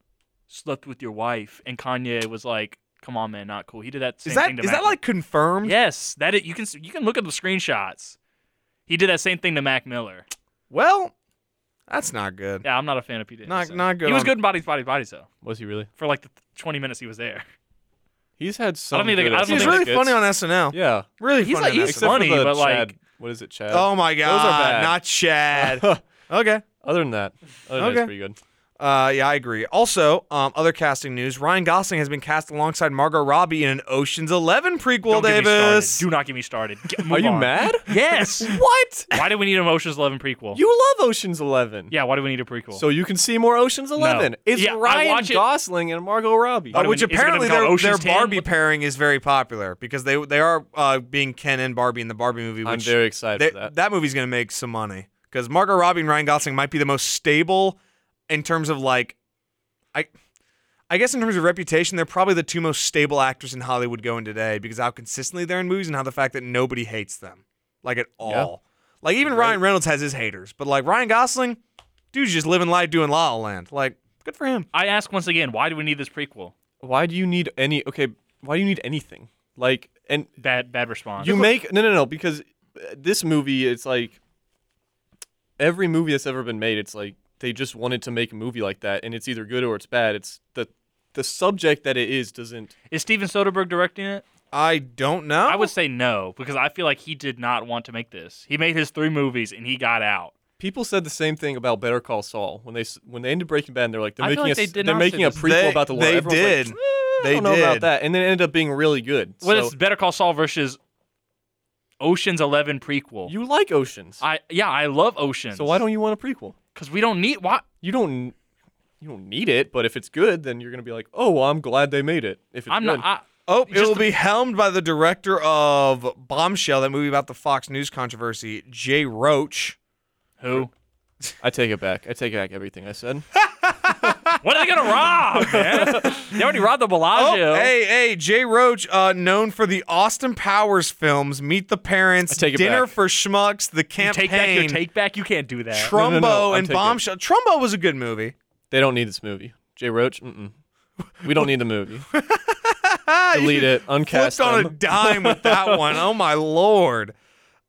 [SPEAKER 1] slept with your wife," and Kanye was like, "Come on, man, not cool." He did that. Same
[SPEAKER 2] Is that
[SPEAKER 1] thing to
[SPEAKER 2] is
[SPEAKER 1] Mac
[SPEAKER 2] that like confirmed?
[SPEAKER 1] Miller. yes? That it, you can s- you can look at the screenshots. He did that same thing to Mac Miller.
[SPEAKER 2] Well, that's not good.
[SPEAKER 1] Yeah, I'm not a fan of Pete.
[SPEAKER 2] Not-
[SPEAKER 1] Davidson.
[SPEAKER 2] not good
[SPEAKER 1] He was
[SPEAKER 2] on-
[SPEAKER 1] good in Bodies, Bodies, Bodies though.
[SPEAKER 3] was he really?
[SPEAKER 1] For like the 20 minutes he was there,
[SPEAKER 3] He's had some.
[SPEAKER 1] think they-
[SPEAKER 3] good
[SPEAKER 1] I don't
[SPEAKER 2] He was
[SPEAKER 1] think
[SPEAKER 2] really
[SPEAKER 3] skits.
[SPEAKER 2] funny on SNL.
[SPEAKER 3] Yeah.
[SPEAKER 2] Really
[SPEAKER 1] He's
[SPEAKER 2] funny.
[SPEAKER 1] like-
[SPEAKER 2] on
[SPEAKER 1] he's
[SPEAKER 2] SNL.
[SPEAKER 3] Except for
[SPEAKER 1] funny,
[SPEAKER 3] the
[SPEAKER 1] but, like-
[SPEAKER 3] Chad- what is it, Chad?
[SPEAKER 2] Oh my god!
[SPEAKER 3] Those are bad.
[SPEAKER 2] Not Chad. okay.
[SPEAKER 3] Other than that, other than that,
[SPEAKER 2] Okay.
[SPEAKER 3] it's pretty good.
[SPEAKER 2] Uh, yeah, I agree. Also, um, other casting news: Ryan Gosling has been cast alongside Margot Robbie in an Ocean's Eleven
[SPEAKER 1] Don't
[SPEAKER 2] prequel.
[SPEAKER 1] get me
[SPEAKER 2] Davis,
[SPEAKER 1] started. Do not get me started. Get-
[SPEAKER 3] Are
[SPEAKER 1] move
[SPEAKER 3] you
[SPEAKER 1] on.
[SPEAKER 3] mad?
[SPEAKER 1] Yes.
[SPEAKER 3] What?
[SPEAKER 1] why do we need an Ocean's Eleven prequel?
[SPEAKER 3] You love Ocean's Eleven.
[SPEAKER 1] yeah. Why do we need a prequel?
[SPEAKER 3] So you can see more Ocean's Eleven. It's
[SPEAKER 1] Yeah, I
[SPEAKER 3] Ryan
[SPEAKER 1] watch it-
[SPEAKER 3] Gosling and Margot Robbie.
[SPEAKER 1] Why
[SPEAKER 2] Uh,
[SPEAKER 1] do
[SPEAKER 2] which
[SPEAKER 1] we- is it gonna
[SPEAKER 2] apparently
[SPEAKER 1] be called
[SPEAKER 2] their, their
[SPEAKER 1] Ocean's 10?
[SPEAKER 2] Barbie
[SPEAKER 1] What-
[SPEAKER 2] pairing is very popular because they they are uh, being Ken and Barbie in the Barbie movie. Which
[SPEAKER 3] I'm very excited
[SPEAKER 2] they-
[SPEAKER 3] for that.
[SPEAKER 2] movie's gonna make some money because Margot Robbie and Ryan Gosling might be the most stable in terms of like, I, I guess in terms of reputation, they're probably the two most stable actors in Hollywood going today because how consistently they're in movies and how the fact that nobody hates them like at all. Like even Ryan Reynolds has his haters, but like Ryan Gosling, dude's just living life doing La La Land. Like good for him.
[SPEAKER 1] I ask once again, why do we need this prequel?
[SPEAKER 3] Why do you need any? Okay, why do you need anything? Like, and
[SPEAKER 1] Bad bad response.
[SPEAKER 3] you make no, no, no, because uh, this movie, it's like every movie that's ever been made, it's like they just wanted to make a movie like that, and it's either good or it's bad. It's the the subject that it is doesn't.
[SPEAKER 1] Is Steven Soderbergh directing it?
[SPEAKER 2] I don't know.
[SPEAKER 3] Oh.
[SPEAKER 1] I would say no because I feel like he did not want to make this. He made his three movies and he got out.
[SPEAKER 3] People said the same thing about Better Call Saul when they s- when they ended Breaking Bad. and They're like they're
[SPEAKER 1] I feel
[SPEAKER 3] making
[SPEAKER 1] like
[SPEAKER 3] a,
[SPEAKER 1] they
[SPEAKER 3] s-
[SPEAKER 1] did
[SPEAKER 3] they're
[SPEAKER 1] not say
[SPEAKER 3] making a
[SPEAKER 1] this.
[SPEAKER 3] prequel
[SPEAKER 2] They-
[SPEAKER 3] about the law.
[SPEAKER 2] they
[SPEAKER 3] Everyone's like,
[SPEAKER 2] did.
[SPEAKER 3] "Eh, I
[SPEAKER 2] They
[SPEAKER 3] don't know about
[SPEAKER 2] did.
[SPEAKER 3] that, and then it ended up being really good.
[SPEAKER 1] What
[SPEAKER 3] so
[SPEAKER 1] is Better Call Saul versus Ocean's Eleven prequel?
[SPEAKER 3] you like Oceans?
[SPEAKER 1] I yeah, I love Oceans.
[SPEAKER 3] So why don't you want a prequel?
[SPEAKER 1] Because we don't need why.
[SPEAKER 3] You don't you don't need it, but if it's good, then you're gonna be like, oh, well, I'm glad they made it. If it's
[SPEAKER 1] I'm
[SPEAKER 3] good.
[SPEAKER 1] not. I,
[SPEAKER 2] oh, it
[SPEAKER 1] just
[SPEAKER 2] will
[SPEAKER 1] the-
[SPEAKER 2] be helmed by the director of Bombshell, that movie about the Fox News controversy, Jay Roach.
[SPEAKER 1] who?
[SPEAKER 3] I take it back. I take back everything I said.
[SPEAKER 1] what are they gonna rob, man? Oh, They already robbed the Bellagio.
[SPEAKER 2] Oh, hey, hey, Jay Roach, uh, known for the Austin Powers films, Meet the Parents,
[SPEAKER 3] I take it
[SPEAKER 2] Dinner
[SPEAKER 3] back.
[SPEAKER 2] for Schmucks, The Campaign,
[SPEAKER 1] take back your take back. You can't do that.
[SPEAKER 2] Trumbo,
[SPEAKER 3] No, no, no, I'm
[SPEAKER 2] and
[SPEAKER 3] taking it.
[SPEAKER 2] Bombshell. Trumbo was a good movie.
[SPEAKER 3] They don't need this movie. Jay Roach, mm-mm. we don't need the movie. Delete it. Uncast
[SPEAKER 2] Flipped on a
[SPEAKER 3] them.
[SPEAKER 2] dime with that one. Oh my lord.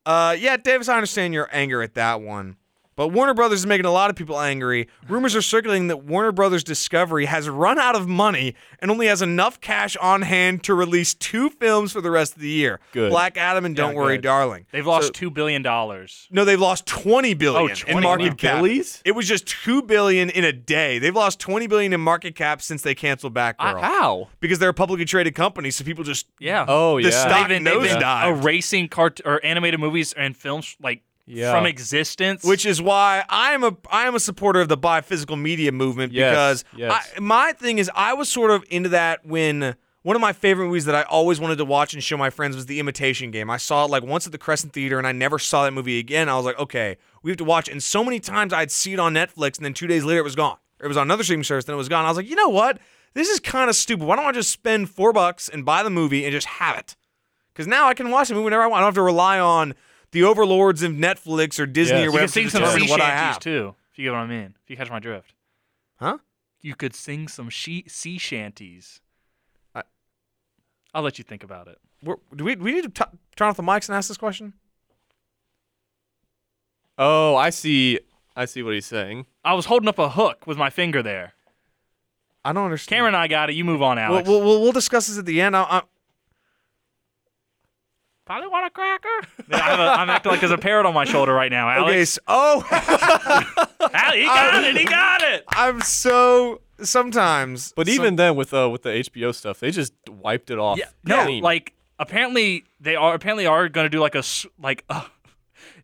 [SPEAKER 2] Uh, yeah, Davis, I understand your anger at that one. But Warner Brothers is making a lot of people angry. Rumors are circulating that Warner Brothers Discovery has run out of money and only has enough cash on hand to release two films for the rest of the year.
[SPEAKER 3] Good.
[SPEAKER 2] Black Adam and Don't Worry,
[SPEAKER 3] good.
[SPEAKER 2] Darling.
[SPEAKER 1] They've lost
[SPEAKER 2] So-
[SPEAKER 1] two billion dollars.
[SPEAKER 2] No, they've lost 20 billion
[SPEAKER 1] Oh,
[SPEAKER 2] in
[SPEAKER 1] 20
[SPEAKER 2] market cap.
[SPEAKER 3] billies?
[SPEAKER 2] It was just 2 billion in a day. They've lost 20 billion in market cap since they canceled Batgirl
[SPEAKER 3] How?
[SPEAKER 2] because they're a publicly traded company, so people just
[SPEAKER 1] Yeah.
[SPEAKER 3] Oh yeah.
[SPEAKER 2] the stock
[SPEAKER 1] They've been, they've been
[SPEAKER 2] nosedived.
[SPEAKER 1] erasing cart or animated movies and films like
[SPEAKER 3] Yeah.
[SPEAKER 1] from existence.
[SPEAKER 2] Which is why I'm a I am a supporter of the buy physical media movement
[SPEAKER 3] Yes,
[SPEAKER 2] because
[SPEAKER 3] yes.
[SPEAKER 2] I, my thing is I was sort of into that when one of my favorite movies that I always wanted to watch and show my friends was The Imitation Game. I saw it like once at the Crescent Theater and I never saw that movie again. I was like, okay, we have to watch. it. And so many times I'd see it on Netflix and then two days later it was gone. It was on another streaming service, then it was gone. I was like, you know what? This is kind of stupid. Why don't I just spend four bucks and buy the movie and just have it? Because now I can watch the movie whenever I want. I don't have to rely on the overlords of Netflix or Disney or
[SPEAKER 3] Yes. You
[SPEAKER 1] you
[SPEAKER 2] whatever.
[SPEAKER 1] can sing
[SPEAKER 2] to
[SPEAKER 1] some
[SPEAKER 2] determine
[SPEAKER 1] sea
[SPEAKER 2] what I
[SPEAKER 1] shanties
[SPEAKER 2] have.
[SPEAKER 1] too, if you get what I mean. If you catch my drift.
[SPEAKER 2] Huh?
[SPEAKER 1] You could sing some she- sea shanties.
[SPEAKER 2] I-
[SPEAKER 1] I'll let you think about it.
[SPEAKER 2] We're, do we, we need to t- turn off the mics and ask this question?
[SPEAKER 3] oh, I see. I see what he's saying.
[SPEAKER 1] I was holding up a hook with my finger there.
[SPEAKER 2] I don't understand.
[SPEAKER 1] Cameron and I got it. You move on,
[SPEAKER 2] we'll,
[SPEAKER 1] Alex.
[SPEAKER 2] we'll, we'll, we'll discuss this at the end. I, I,
[SPEAKER 1] Probably want a cracker. I have a, I'm acting like there's a parrot on my shoulder right now, Alex.
[SPEAKER 2] okay. So, oh,
[SPEAKER 1] Al- he got it. He got it.
[SPEAKER 2] I'm so sometimes.
[SPEAKER 3] But
[SPEAKER 2] so-
[SPEAKER 3] even then, with uh, with the HBO stuff, they just wiped it off.
[SPEAKER 1] Yeah, no,
[SPEAKER 3] clean.
[SPEAKER 1] like apparently they are apparently are going to do like a s- like uh,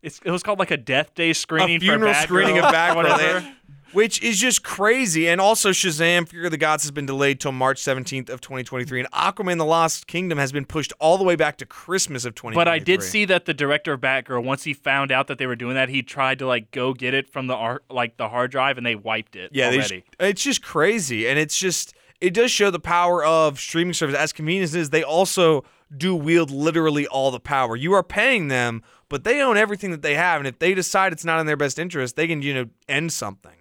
[SPEAKER 1] it's it was called like a death day screening
[SPEAKER 2] a funeral
[SPEAKER 1] for Batgirl
[SPEAKER 2] screening of
[SPEAKER 1] or
[SPEAKER 2] Batgirl,
[SPEAKER 1] whatever.
[SPEAKER 2] they- which is just crazy. And also, Shazam: Fury of the Gods has been delayed till March 17th of 2023, and Aquaman: The Lost Kingdom has been pushed all the way back to Christmas of 2023.
[SPEAKER 1] But I did see that the director of Batgirl, once he found out that they were doing that, he tried to like go get it from the ar- like the hard drive, and they wiped it.
[SPEAKER 2] Yeah, they
[SPEAKER 1] already.
[SPEAKER 2] just- it's just crazy, and it's just it does show the power of streaming service. As convenient as it is, they also do wield literally all the power. You are paying them, but they own everything that they have, and if they decide it's not in their best interest, they can you know end something.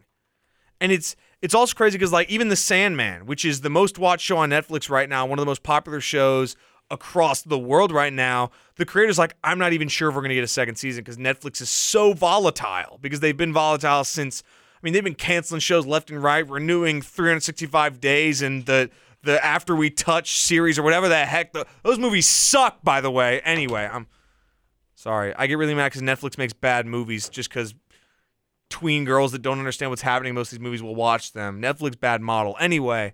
[SPEAKER 2] And it's it's also crazy because like even the Sandman, which is the most watched show on Netflix right now, one of the most popular shows across the world right now. The creator's like, I'm not even sure if we're gonna get a second season because Netflix is so volatile because they've been volatile since. I mean, they've been canceling shows left and right, renewing 365 days and the the After We Touch series or whatever the heck. The, those movies suck, by the way. Anyway, I'm sorry. I get really mad because Netflix makes bad movies just because tween girls that don't understand what's happening in most of these movies will watch them. Netflix bad model. Anyway,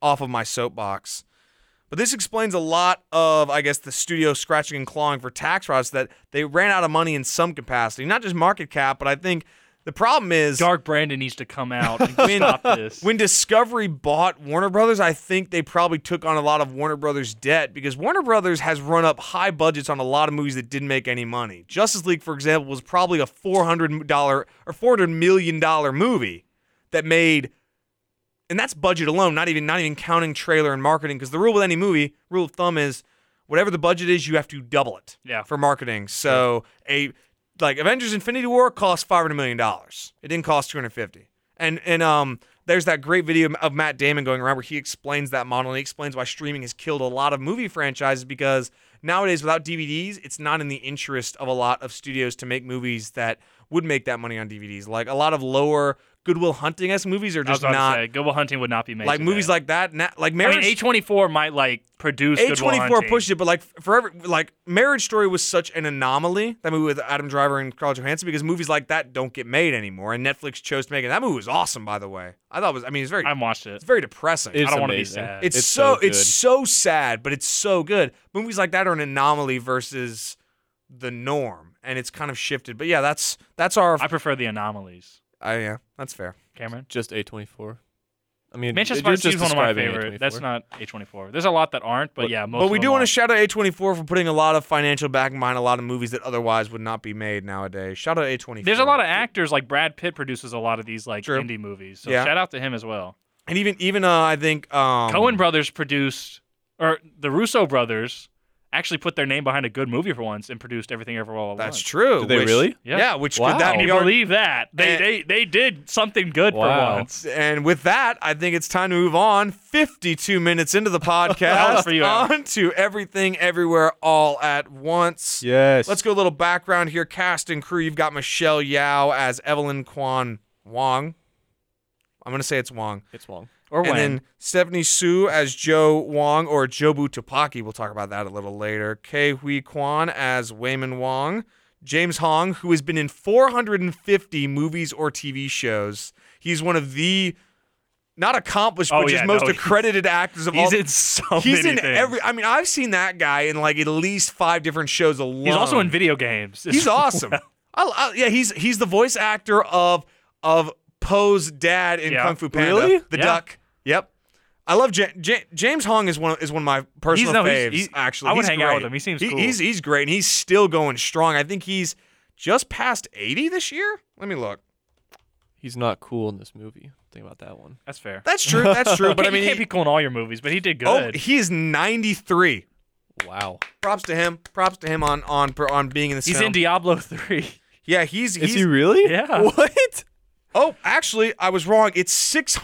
[SPEAKER 2] off of my soapbox. But this explains a lot of, I guess, the studio scratching and clawing for tax rods that they ran out of money in some capacity, not just market cap, but I think the problem is
[SPEAKER 1] Dark Brandon needs to come out and
[SPEAKER 2] When-
[SPEAKER 1] stop this.
[SPEAKER 2] when Discovery bought Warner Brothers, I think they probably took on a lot of Warner Brothers debt because Warner Brothers has run up high budgets on a lot of movies that didn't make any money. Justice League, for example, was probably a four hundred dollar or four hundred million dollar movie that made, and that's budget alone, not even not even counting trailer and marketing. Because the rule with any movie, rule of thumb is, whatever the budget is, you have to double it
[SPEAKER 1] Yeah.
[SPEAKER 2] for marketing. So a like Avengers Infinity War cost five hundred million dollars. It didn't cost two hundred fifty. And and um there's that great video of Matt Damon going around where he explains that model and he explains why streaming has killed a lot of movie franchises because nowadays without DVDs, it's not in the interest of a lot of studios to make movies that would make that money on DVDs. Like a lot of lower Goodwill Hunting esque movies are
[SPEAKER 1] I was
[SPEAKER 2] just
[SPEAKER 1] about
[SPEAKER 2] not
[SPEAKER 1] to say, Goodwill Hunting would not be made.
[SPEAKER 2] like movies like that. Na- like
[SPEAKER 1] I
[SPEAKER 2] marriage
[SPEAKER 1] mean, A24 might like produce
[SPEAKER 2] a
[SPEAKER 1] Goodwill
[SPEAKER 2] twenty four
[SPEAKER 1] Hunting.
[SPEAKER 2] pushed it, but like forever, like Marriage Story was such an anomaly that movie with Adam Driver and Carl Johansson because movies like that don't get made anymore, and Netflix chose to make it. That movie was awesome, by the way. I thought it was, I mean, it's very,
[SPEAKER 1] I haven't watched it.
[SPEAKER 2] it's very depressing.
[SPEAKER 1] I
[SPEAKER 3] It's
[SPEAKER 1] don't want to be
[SPEAKER 3] amazing.
[SPEAKER 1] sad.
[SPEAKER 2] it's,
[SPEAKER 3] it's
[SPEAKER 2] so,
[SPEAKER 3] so
[SPEAKER 2] it's
[SPEAKER 3] good.
[SPEAKER 2] so sad, but it's so good. Movies like that are an anomaly versus the norm, and it's kind of shifted. But yeah, that's that's our.
[SPEAKER 1] I prefer the anomalies.
[SPEAKER 2] I, yeah, that's fair.
[SPEAKER 1] Cameron.
[SPEAKER 3] Just A24. I mean,
[SPEAKER 1] Manchester by
[SPEAKER 3] you're
[SPEAKER 1] the Sea is
[SPEAKER 3] just
[SPEAKER 1] one of my
[SPEAKER 3] describing
[SPEAKER 1] favorite.
[SPEAKER 3] A24.
[SPEAKER 1] That's not A24. There's a lot that aren't, but,
[SPEAKER 3] But-
[SPEAKER 1] yeah, most.
[SPEAKER 2] But we
[SPEAKER 1] of
[SPEAKER 2] do
[SPEAKER 1] them
[SPEAKER 2] want to
[SPEAKER 1] are.
[SPEAKER 2] shout out A24 for putting a lot of financial back behind a lot of movies that otherwise would not be made nowadays. Shout out A24.
[SPEAKER 1] There's a lot of actors like Brad Pitt produces a lot of these like
[SPEAKER 2] True.
[SPEAKER 1] indie movies. So
[SPEAKER 2] Yeah.
[SPEAKER 1] shout out to him as well.
[SPEAKER 2] And even even uh, I think um,
[SPEAKER 1] Cohen brothers produced, or the Russo brothers actually put their name behind a good movie for once and produced everything ever all at
[SPEAKER 2] That's
[SPEAKER 1] once.
[SPEAKER 2] true.
[SPEAKER 3] Did they
[SPEAKER 2] which-
[SPEAKER 3] really?
[SPEAKER 1] Yeah.
[SPEAKER 2] Yeah. Which
[SPEAKER 3] Wow.
[SPEAKER 2] could that
[SPEAKER 1] Can
[SPEAKER 2] be
[SPEAKER 1] you
[SPEAKER 2] our-
[SPEAKER 1] believe that they
[SPEAKER 2] And-
[SPEAKER 1] they they did something good
[SPEAKER 3] Wow.
[SPEAKER 1] for once?
[SPEAKER 2] And with that, I think it's time to move on. 52 minutes into the podcast,
[SPEAKER 1] was for you, Adam.
[SPEAKER 2] on to everything, everywhere, all at once.
[SPEAKER 3] Yes.
[SPEAKER 2] Let's go a little background here. Cast and crew. You've got Michelle Yao as Evelyn Kwan Wong. I'm gonna say it's Wong.
[SPEAKER 3] It's Wong.
[SPEAKER 1] Or
[SPEAKER 2] and
[SPEAKER 1] when?
[SPEAKER 2] then Stephanie Sue as Joe Wong or Jobu Topaki. We'll talk about that a little later. Kei Hui Kwan as Wayman Wong. James Hong, who has been in 450 movies or TV shows. He's one of the not accomplished,
[SPEAKER 1] Oh,
[SPEAKER 2] but
[SPEAKER 1] yeah,
[SPEAKER 2] just most
[SPEAKER 1] no, he's-
[SPEAKER 2] accredited actors of all.
[SPEAKER 1] he's in so
[SPEAKER 2] he's
[SPEAKER 1] many
[SPEAKER 2] in
[SPEAKER 1] things.
[SPEAKER 2] every. I mean, I've seen that guy in like at least five different shows alone.
[SPEAKER 1] He's also in video games.
[SPEAKER 2] He's awesome. I, I, yeah, he's he's the voice actor of of Poe's dad in
[SPEAKER 1] Yeah.
[SPEAKER 2] Kung Fu Panda,
[SPEAKER 3] Really?
[SPEAKER 2] the
[SPEAKER 1] Yeah.
[SPEAKER 2] duck. Yep, I love Ja- Ja- James Hong is one is one of my personal
[SPEAKER 1] no, he's-
[SPEAKER 2] faves.
[SPEAKER 1] he's-
[SPEAKER 2] actually,
[SPEAKER 1] I would
[SPEAKER 2] He's
[SPEAKER 1] hang out with
[SPEAKER 2] great.
[SPEAKER 1] him. He seems cool.
[SPEAKER 2] He's he's great, and he's still going strong. I think he's just past eighty this year. Let me look.
[SPEAKER 3] He's not cool in this movie. Think about that one.
[SPEAKER 1] That's fair.
[SPEAKER 2] That's true. That's true. but I
[SPEAKER 1] You
[SPEAKER 2] mean,
[SPEAKER 1] can't
[SPEAKER 2] he,
[SPEAKER 1] be cool in all your movies, but he did
[SPEAKER 2] oh,
[SPEAKER 1] good.
[SPEAKER 2] he is ninety three.
[SPEAKER 3] Wow.
[SPEAKER 2] Props to him. Props to him on on on being in this.
[SPEAKER 1] he's
[SPEAKER 2] film.
[SPEAKER 1] in Diablo three.
[SPEAKER 2] Yeah, he's he's
[SPEAKER 3] Is he really?
[SPEAKER 1] Yeah.
[SPEAKER 3] What?
[SPEAKER 2] Oh, actually, I was wrong. It's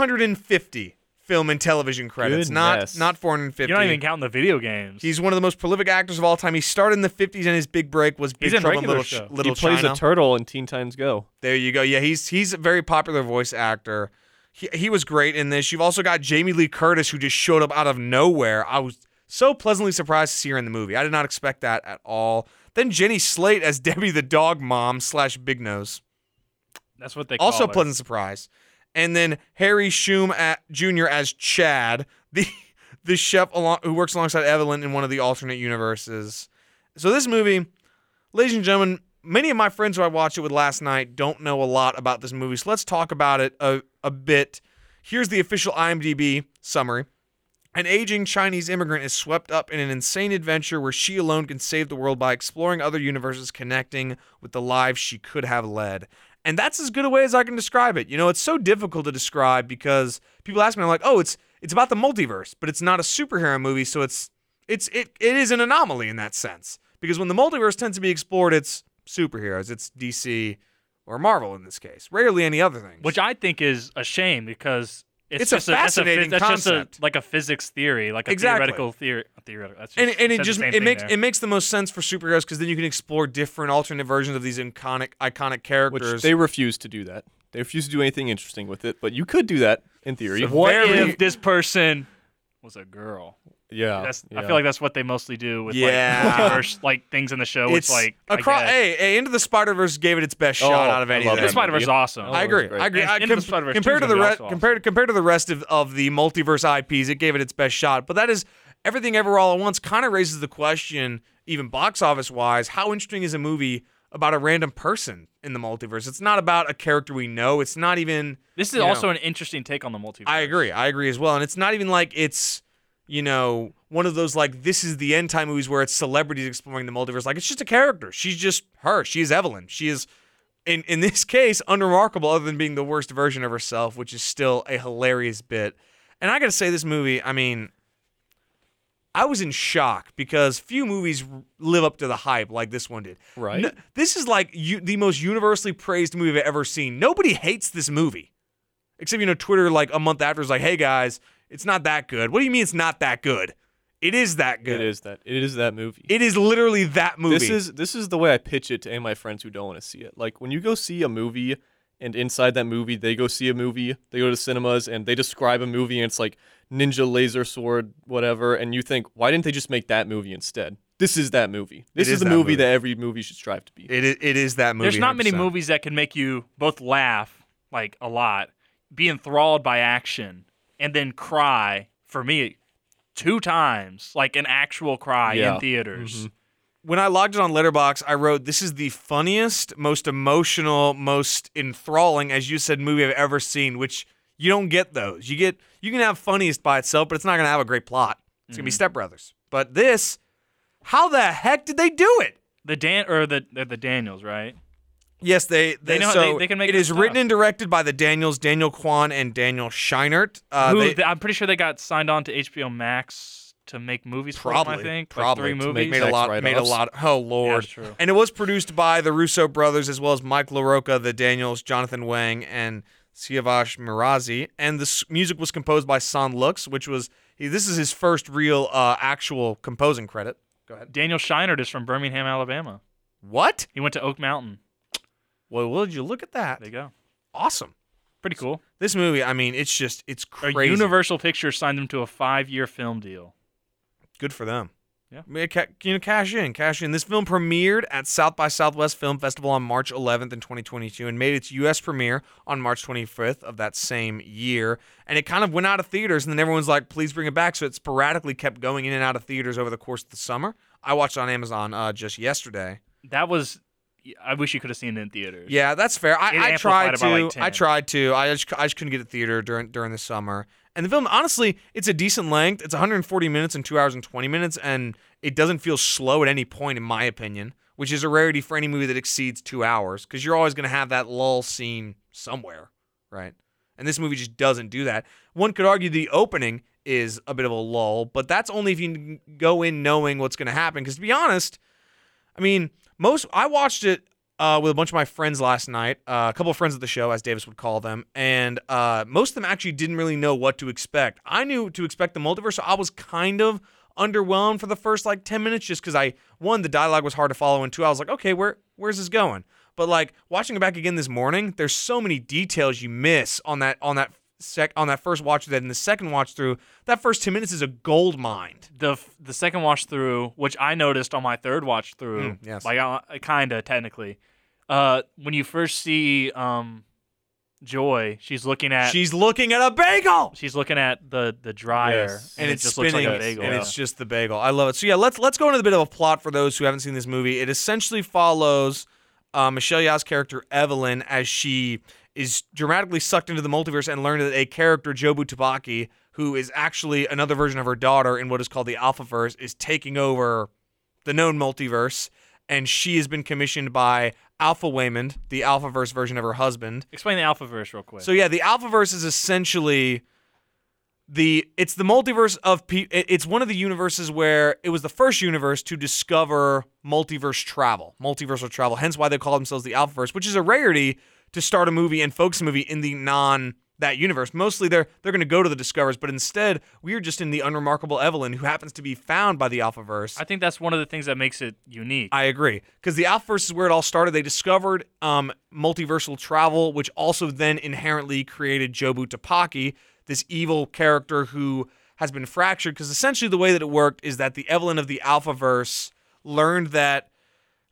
[SPEAKER 2] 650 film and television credits,
[SPEAKER 3] Goodness.
[SPEAKER 2] not not 450.
[SPEAKER 1] You're not even counting the video games.
[SPEAKER 2] He's one of the most prolific actors of all time. He started in the 50s, and his big break was Big
[SPEAKER 1] He's in
[SPEAKER 2] Trouble in
[SPEAKER 1] Regular
[SPEAKER 2] Little,
[SPEAKER 1] Show.
[SPEAKER 2] Ch- Little
[SPEAKER 3] he plays
[SPEAKER 2] China.
[SPEAKER 3] a turtle in Teen Titans Go.
[SPEAKER 2] there you go. Yeah, he's he's a very popular voice actor. He, he was great in this. You've also got Jamie Lee Curtis, who just showed up out of nowhere. I was so pleasantly surprised to see her in the movie. I did not expect that at all. Then Jenny Slate as Debbie the dog mom slash Big Nose.
[SPEAKER 1] That's what they call
[SPEAKER 2] also
[SPEAKER 1] her.
[SPEAKER 2] pleasant surprise. And then Harry Shum at, Jr. as Chad, the the chef along, who works alongside Evelyn in one of the alternate universes. So this movie, ladies and gentlemen, many of my friends who I watched it with last night don't know a lot about this movie. So let's talk about it a, a bit. Here's the official IMDb summary. An aging Chinese immigrant is swept up in an insane adventure where she alone can save the world by exploring other universes, connecting with the lives she could have led. And that's as good a way as I can describe it. You know, it's so difficult to describe because people ask me, I'm like, oh, it's it's about the multiverse, but it's not a superhero movie, so it's it's it it is an anomaly in that sense. Because when the multiverse tends to be explored, it's superheroes, it's DC or Marvel in this case. Rarely any other things.
[SPEAKER 1] which I think is a shame because it's,
[SPEAKER 2] It's a
[SPEAKER 1] just that's phys-
[SPEAKER 2] fascinating
[SPEAKER 1] that's just
[SPEAKER 2] concept.
[SPEAKER 1] a, like a physics theory, like a
[SPEAKER 2] Exactly.
[SPEAKER 1] theoretical theory. Theoretical. That's just,
[SPEAKER 2] and, and it
[SPEAKER 1] said the
[SPEAKER 2] just
[SPEAKER 1] same
[SPEAKER 2] it
[SPEAKER 1] thing
[SPEAKER 2] makes
[SPEAKER 1] there.
[SPEAKER 2] it makes the most sense for superheroes because then you can explore different alternate versions of these iconic iconic
[SPEAKER 3] Which
[SPEAKER 2] characters.
[SPEAKER 3] they refuse to do that. They refuse to do anything interesting with it, but you could do that in theory.
[SPEAKER 1] what
[SPEAKER 2] very-
[SPEAKER 1] if this person was a girl?
[SPEAKER 3] Yeah.
[SPEAKER 1] That's, I
[SPEAKER 3] yeah.
[SPEAKER 1] feel like that's what they mostly do with
[SPEAKER 2] Yeah.
[SPEAKER 1] like multiverse like things in the show. It's, like I
[SPEAKER 2] across.
[SPEAKER 1] guess.
[SPEAKER 2] Hey, hey, Into the Spider Verse gave it its best
[SPEAKER 3] Oh,
[SPEAKER 2] shot out of
[SPEAKER 3] I
[SPEAKER 2] any
[SPEAKER 3] love
[SPEAKER 1] the
[SPEAKER 2] of them.
[SPEAKER 3] that movie.
[SPEAKER 1] Spider Verse is awesome.
[SPEAKER 2] I agree. I agree.
[SPEAKER 1] And
[SPEAKER 2] I
[SPEAKER 1] Into the Spider-Verse
[SPEAKER 2] compared
[SPEAKER 1] 2
[SPEAKER 2] to
[SPEAKER 1] is
[SPEAKER 2] the
[SPEAKER 1] gonna be
[SPEAKER 2] re-
[SPEAKER 1] also awesome.
[SPEAKER 2] compared compared to the rest of, of the multiverse IPs, it gave it its best shot. But that is everything ever all at once. Kind of raises the question, even box office wise, how interesting is a movie about a random person in the multiverse? It's not about a character we know. It's not even.
[SPEAKER 1] This is
[SPEAKER 2] you know.
[SPEAKER 1] also an interesting take on the multiverse.
[SPEAKER 2] I agree. I agree as well. And it's not even like it's, you know, one of those like this is the end time movies where it's celebrities exploring the multiverse. Like it's just a character. She's just her. She is Evelyn. She is in in this case unremarkable other than being the worst version of herself, which is still a hilarious bit. And I got to say this movie, I mean, I was in shock because few movies r- live up to the hype like this one did.
[SPEAKER 3] Right.
[SPEAKER 2] N- this is like you, the most universally praised movie I've ever seen. Nobody hates this movie, except you know Twitter. Like a month after is like, "Hey guys, it's not that good." What do you mean it's not that good? It is that good.
[SPEAKER 3] It is that. It is that movie.
[SPEAKER 2] It is literally that movie.
[SPEAKER 3] This is this is the way I pitch it to any of my friends who don't want to see it. Like when you go see a movie and inside that movie they go see a movie, they go to cinemas and they describe a movie and it's like ninja laser sword whatever and you think why didn't they just make that movie instead? This is that movie. This
[SPEAKER 2] is
[SPEAKER 3] is the
[SPEAKER 2] that
[SPEAKER 3] movie,
[SPEAKER 2] movie.
[SPEAKER 3] that every movie should strive to be.
[SPEAKER 2] It is, it is that movie.
[SPEAKER 1] There's not many
[SPEAKER 2] 100%.
[SPEAKER 1] movies that can make you both laugh like a lot, be enthralled by action, and then cry for me two times, like an actual cry
[SPEAKER 3] Yeah.
[SPEAKER 1] in
[SPEAKER 2] Mm-hmm.
[SPEAKER 1] theaters.
[SPEAKER 2] When I logged it on Letterbox, I wrote, "This is the funniest, most emotional, most enthralling, as you said, movie I've ever seen." Which you don't get those. You get you can have funniest by itself, but it's not gonna have a great plot. It's
[SPEAKER 3] Mm-hmm.
[SPEAKER 2] gonna be Step Brothers. But this, how the heck did they do it?
[SPEAKER 1] The Dan or the they're the Daniels, right?
[SPEAKER 2] Yes, they
[SPEAKER 1] They
[SPEAKER 2] they,
[SPEAKER 1] know-
[SPEAKER 2] so
[SPEAKER 1] they- they can make
[SPEAKER 2] it
[SPEAKER 1] good
[SPEAKER 2] is written
[SPEAKER 1] stuff.
[SPEAKER 2] and directed by the Daniels, Daniel Kwan and Daniel Scheinert. Uh,
[SPEAKER 1] Who,
[SPEAKER 2] they-
[SPEAKER 1] I'm pretty sure they got signed on to HBO Max to make movies. for them,
[SPEAKER 2] Probably,
[SPEAKER 1] I think like three
[SPEAKER 2] probably to make-
[SPEAKER 1] movies.
[SPEAKER 2] made a
[SPEAKER 3] Tax
[SPEAKER 2] lot. Made a
[SPEAKER 3] write-offs.
[SPEAKER 2] lot. Oh lord.
[SPEAKER 1] Yeah, true.
[SPEAKER 2] And it was produced by the Russo brothers as well as Mike LaRocca, the Daniels, Jonathan Wang, and Siavash Mirazi. And the s- music was composed by Son Lux, which was he, this is his first real uh, actual composing credit. Go ahead.
[SPEAKER 1] Daniel Scheinert is from Birmingham, Alabama.
[SPEAKER 2] What?
[SPEAKER 1] He went to Oak Mountain.
[SPEAKER 2] Well, would you look at that?
[SPEAKER 1] There you go.
[SPEAKER 2] Awesome.
[SPEAKER 1] Pretty cool.
[SPEAKER 2] This movie, I mean, it's just it's crazy.
[SPEAKER 1] Or Universal Pictures signed them to a five-year film deal.
[SPEAKER 2] Good for them.
[SPEAKER 1] Yeah.
[SPEAKER 2] I mean, ca- you know, cash in, cash in. This film premiered at South by Southwest Film Festival on March 11th in 2022 and made its U.S. premiere on March 25th of that same year. And it kind of went out of theaters, and then everyone's like, "Please bring it back." So it sporadically kept going in and out of theaters over the course of the summer. I watched it on Amazon uh, just yesterday.
[SPEAKER 1] That was. I wish you could have seen it in theaters.
[SPEAKER 2] Yeah, that's fair.
[SPEAKER 1] It
[SPEAKER 2] I, I
[SPEAKER 1] amplified
[SPEAKER 2] tried
[SPEAKER 1] it
[SPEAKER 2] to.
[SPEAKER 1] by, like,
[SPEAKER 2] I
[SPEAKER 1] 10.
[SPEAKER 2] tried to. I just, I just couldn't get a theater during during the summer. And the film, honestly, it's a decent length. It's 140 minutes and two hours and 20 minutes, and it doesn't feel slow at any point, in my opinion, which is a rarity for any movie that exceeds two hours, because you're always going to have that lull scene somewhere, right? And this movie just doesn't do that. One could argue the opening is a bit of a lull, but that's only if you n- go in knowing what's going to happen. Because to be honest, I mean, most I watched it uh, with a bunch of my friends last night, uh, a couple of friends of the show, as Davis would call them, and uh, most of them actually didn't really know what to expect. I knew to expect the multiverse, so I was kind of underwhelmed for the first like ten minutes, just because I one the dialogue was hard to follow, and two I was like, okay, where where's this going? But like watching it back again this morning, there's so many details you miss on that on that sec on that first watch that in the second watch through, that first ten minutes is a gold mine.
[SPEAKER 1] the f- the second watch through, which I noticed on my third watch through,
[SPEAKER 2] Mm, yes.
[SPEAKER 1] like uh, kinda technically, uh, when you first see um, Joy, she's looking at
[SPEAKER 2] She's looking at a bagel.
[SPEAKER 1] she's looking at the the dryer,
[SPEAKER 3] Yes.
[SPEAKER 2] and,
[SPEAKER 1] it
[SPEAKER 2] it's
[SPEAKER 1] just
[SPEAKER 2] spinning,
[SPEAKER 1] looks like a bagel.
[SPEAKER 2] and it's just the bagel. I love it. So yeah, let's let's go into a bit of a plot for those who haven't seen this movie. It essentially follows uh, Michelle Yeoh's character Evelyn as she is dramatically sucked into the multiverse and learned that a character Jobu Tabaki, who is actually another version of her daughter in what is called the Alphaverse, is taking over the known multiverse, and she has been commissioned by Alpha Waymond, the Alphaverse version of her husband,
[SPEAKER 1] Explain the alpha verse real quick.
[SPEAKER 2] so yeah, the Alphaverse is essentially the it's the multiverse of pe- it- it's one of the universes where it was the first universe to discover multiverse travel, multiversal travel. Hence why they call themselves the Alphaverse, which is a rarity to start a movie and focus a movie in the non that universe. Mostly they're they're going to go to the discoverers, but instead we're just in the unremarkable Evelyn who happens to be found by the Alphaverse.
[SPEAKER 1] I think that's one of the things that makes it unique.
[SPEAKER 2] I agree because the Alphaverse is where it all started. They discovered um, multiversal travel, which also then inherently created Jobu Tapaki, this evil character who has been fractured. Because essentially, the way that it worked is that the Evelyn of the Alphaverse learned that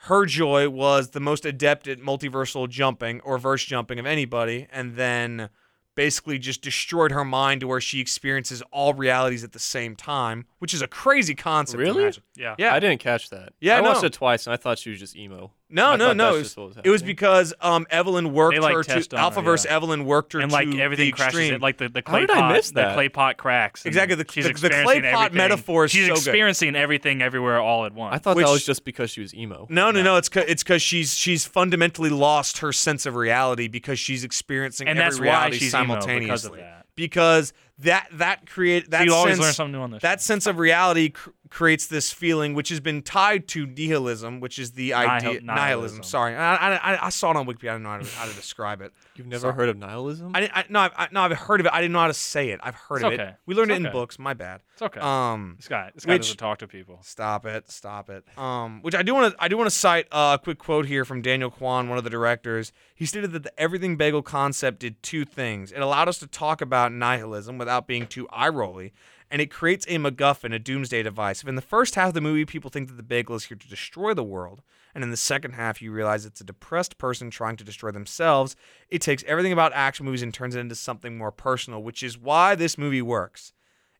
[SPEAKER 2] her joy was the most adept at multiversal jumping or verse jumping of anybody, and then basically just destroyed her mind to where she experiences all realities at the same time, which is a crazy concept. to
[SPEAKER 3] Really?
[SPEAKER 2] imagine.
[SPEAKER 1] yeah.
[SPEAKER 2] Yeah.
[SPEAKER 3] I didn't catch that.
[SPEAKER 2] Yeah,
[SPEAKER 3] I watched
[SPEAKER 2] no.
[SPEAKER 3] it twice and I thought she was just emo.
[SPEAKER 2] No,
[SPEAKER 3] I
[SPEAKER 2] no,
[SPEAKER 3] thought
[SPEAKER 2] no. It
[SPEAKER 3] that's
[SPEAKER 2] was,
[SPEAKER 3] just what was
[SPEAKER 2] it was
[SPEAKER 3] happening.
[SPEAKER 2] because um, Evelyn worked
[SPEAKER 1] They, like,
[SPEAKER 2] her to
[SPEAKER 1] test on her,
[SPEAKER 2] Alphaverse.
[SPEAKER 1] yeah.
[SPEAKER 2] Evelyn worked her
[SPEAKER 1] and like
[SPEAKER 2] to
[SPEAKER 1] everything
[SPEAKER 2] the
[SPEAKER 1] crashes,
[SPEAKER 2] extreme.
[SPEAKER 1] it, like the, the
[SPEAKER 3] How
[SPEAKER 1] clay
[SPEAKER 3] did I
[SPEAKER 1] pot,
[SPEAKER 3] miss
[SPEAKER 1] the
[SPEAKER 3] that?
[SPEAKER 1] clay pot cracks. and
[SPEAKER 2] Exactly, the-
[SPEAKER 1] she's
[SPEAKER 2] the- the clay
[SPEAKER 1] experiencing
[SPEAKER 2] pot
[SPEAKER 1] everything.
[SPEAKER 2] metaphor is
[SPEAKER 1] She's
[SPEAKER 2] so good.
[SPEAKER 1] experiencing everything everywhere all at once.
[SPEAKER 3] I thought
[SPEAKER 2] Which-
[SPEAKER 3] that was just because she was emo.
[SPEAKER 2] no, no, no. It's ca- it's because she's she's fundamentally lost her sense of reality because she's experiencing
[SPEAKER 1] and
[SPEAKER 2] every
[SPEAKER 1] that's why
[SPEAKER 2] reality
[SPEAKER 1] she's emo
[SPEAKER 2] simultaneously.
[SPEAKER 1] because of that.
[SPEAKER 2] because that that create that
[SPEAKER 1] you always
[SPEAKER 2] sense,
[SPEAKER 1] learn something new on this.
[SPEAKER 2] that sense of reality cr- creates this feeling which has been tied to nihilism, which is the idea nihilism.
[SPEAKER 1] nihilism.
[SPEAKER 2] Sorry, I, I- I, I saw it on Wikipedia. I don't know how to, how to describe it.
[SPEAKER 3] You've never
[SPEAKER 2] Sorry.
[SPEAKER 3] heard of nihilism?
[SPEAKER 2] I, didn't- I no, I've, I, no, I've heard of it. I didn't know how to say it. I've heard
[SPEAKER 1] It's
[SPEAKER 2] of it.
[SPEAKER 1] okay.
[SPEAKER 2] We learned
[SPEAKER 1] It's
[SPEAKER 2] it in
[SPEAKER 1] okay.
[SPEAKER 2] books. My bad.
[SPEAKER 1] it's okay.
[SPEAKER 2] Um,
[SPEAKER 1] this guy, this guy
[SPEAKER 2] which-
[SPEAKER 1] doesn't talk to people.
[SPEAKER 2] Stop it! Stop it! Um, which I do want to I do want to cite uh, a quick quote here from Daniel Kwan, one of the directors. He stated that the everything bagel concept did two things: it allowed us to talk about nihilism without being too eye rolly, and it creates a MacGuffin, a doomsday device. If in the first half of the movie people think that the bagel is here to destroy the world, and in the second half you realize it's a depressed person trying to destroy themselves, it takes everything about action movies and turns it into something more personal, which is why this movie works.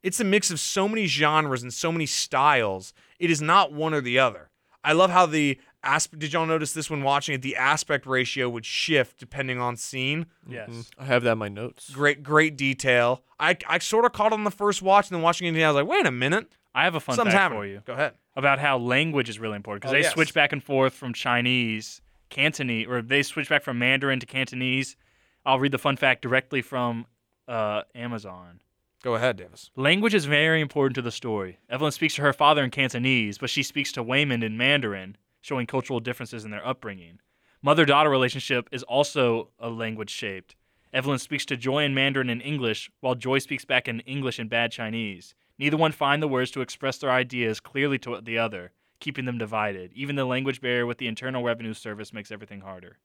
[SPEAKER 2] It's a mix of so many genres and so many styles. It is not one or the other. I love how the asp- did y'all notice this when watching it? The aspect ratio would shift depending on scene.
[SPEAKER 1] Yes.
[SPEAKER 3] Mhm. I have that in my notes.
[SPEAKER 2] Great, great detail. I, I sort of caught on the first watch and then watching it again, I was like, wait a minute,
[SPEAKER 1] I have a fun
[SPEAKER 2] something's
[SPEAKER 1] fact
[SPEAKER 2] happening.
[SPEAKER 1] for you
[SPEAKER 2] Go ahead.
[SPEAKER 1] about how language is really important because
[SPEAKER 2] Oh,
[SPEAKER 1] they
[SPEAKER 2] yes.
[SPEAKER 1] switch back and forth from Chinese, Cantonese, or they switch back from Mandarin to Cantonese. I'll read the fun fact directly from uh, Amazon.
[SPEAKER 2] Go ahead, Davis.
[SPEAKER 1] Language is very important to the story. Evelyn speaks to her father in Cantonese, but she speaks to Wayman in Mandarin, showing cultural differences in their upbringing. Mother daughter relationship is also a language shaped. Evelyn speaks to Joy in Mandarin and English, while Joy speaks back in English and bad Chinese. Neither one find the words to express their ideas clearly to the other, keeping them divided. Even the language barrier with the Internal Revenue Service makes everything harder.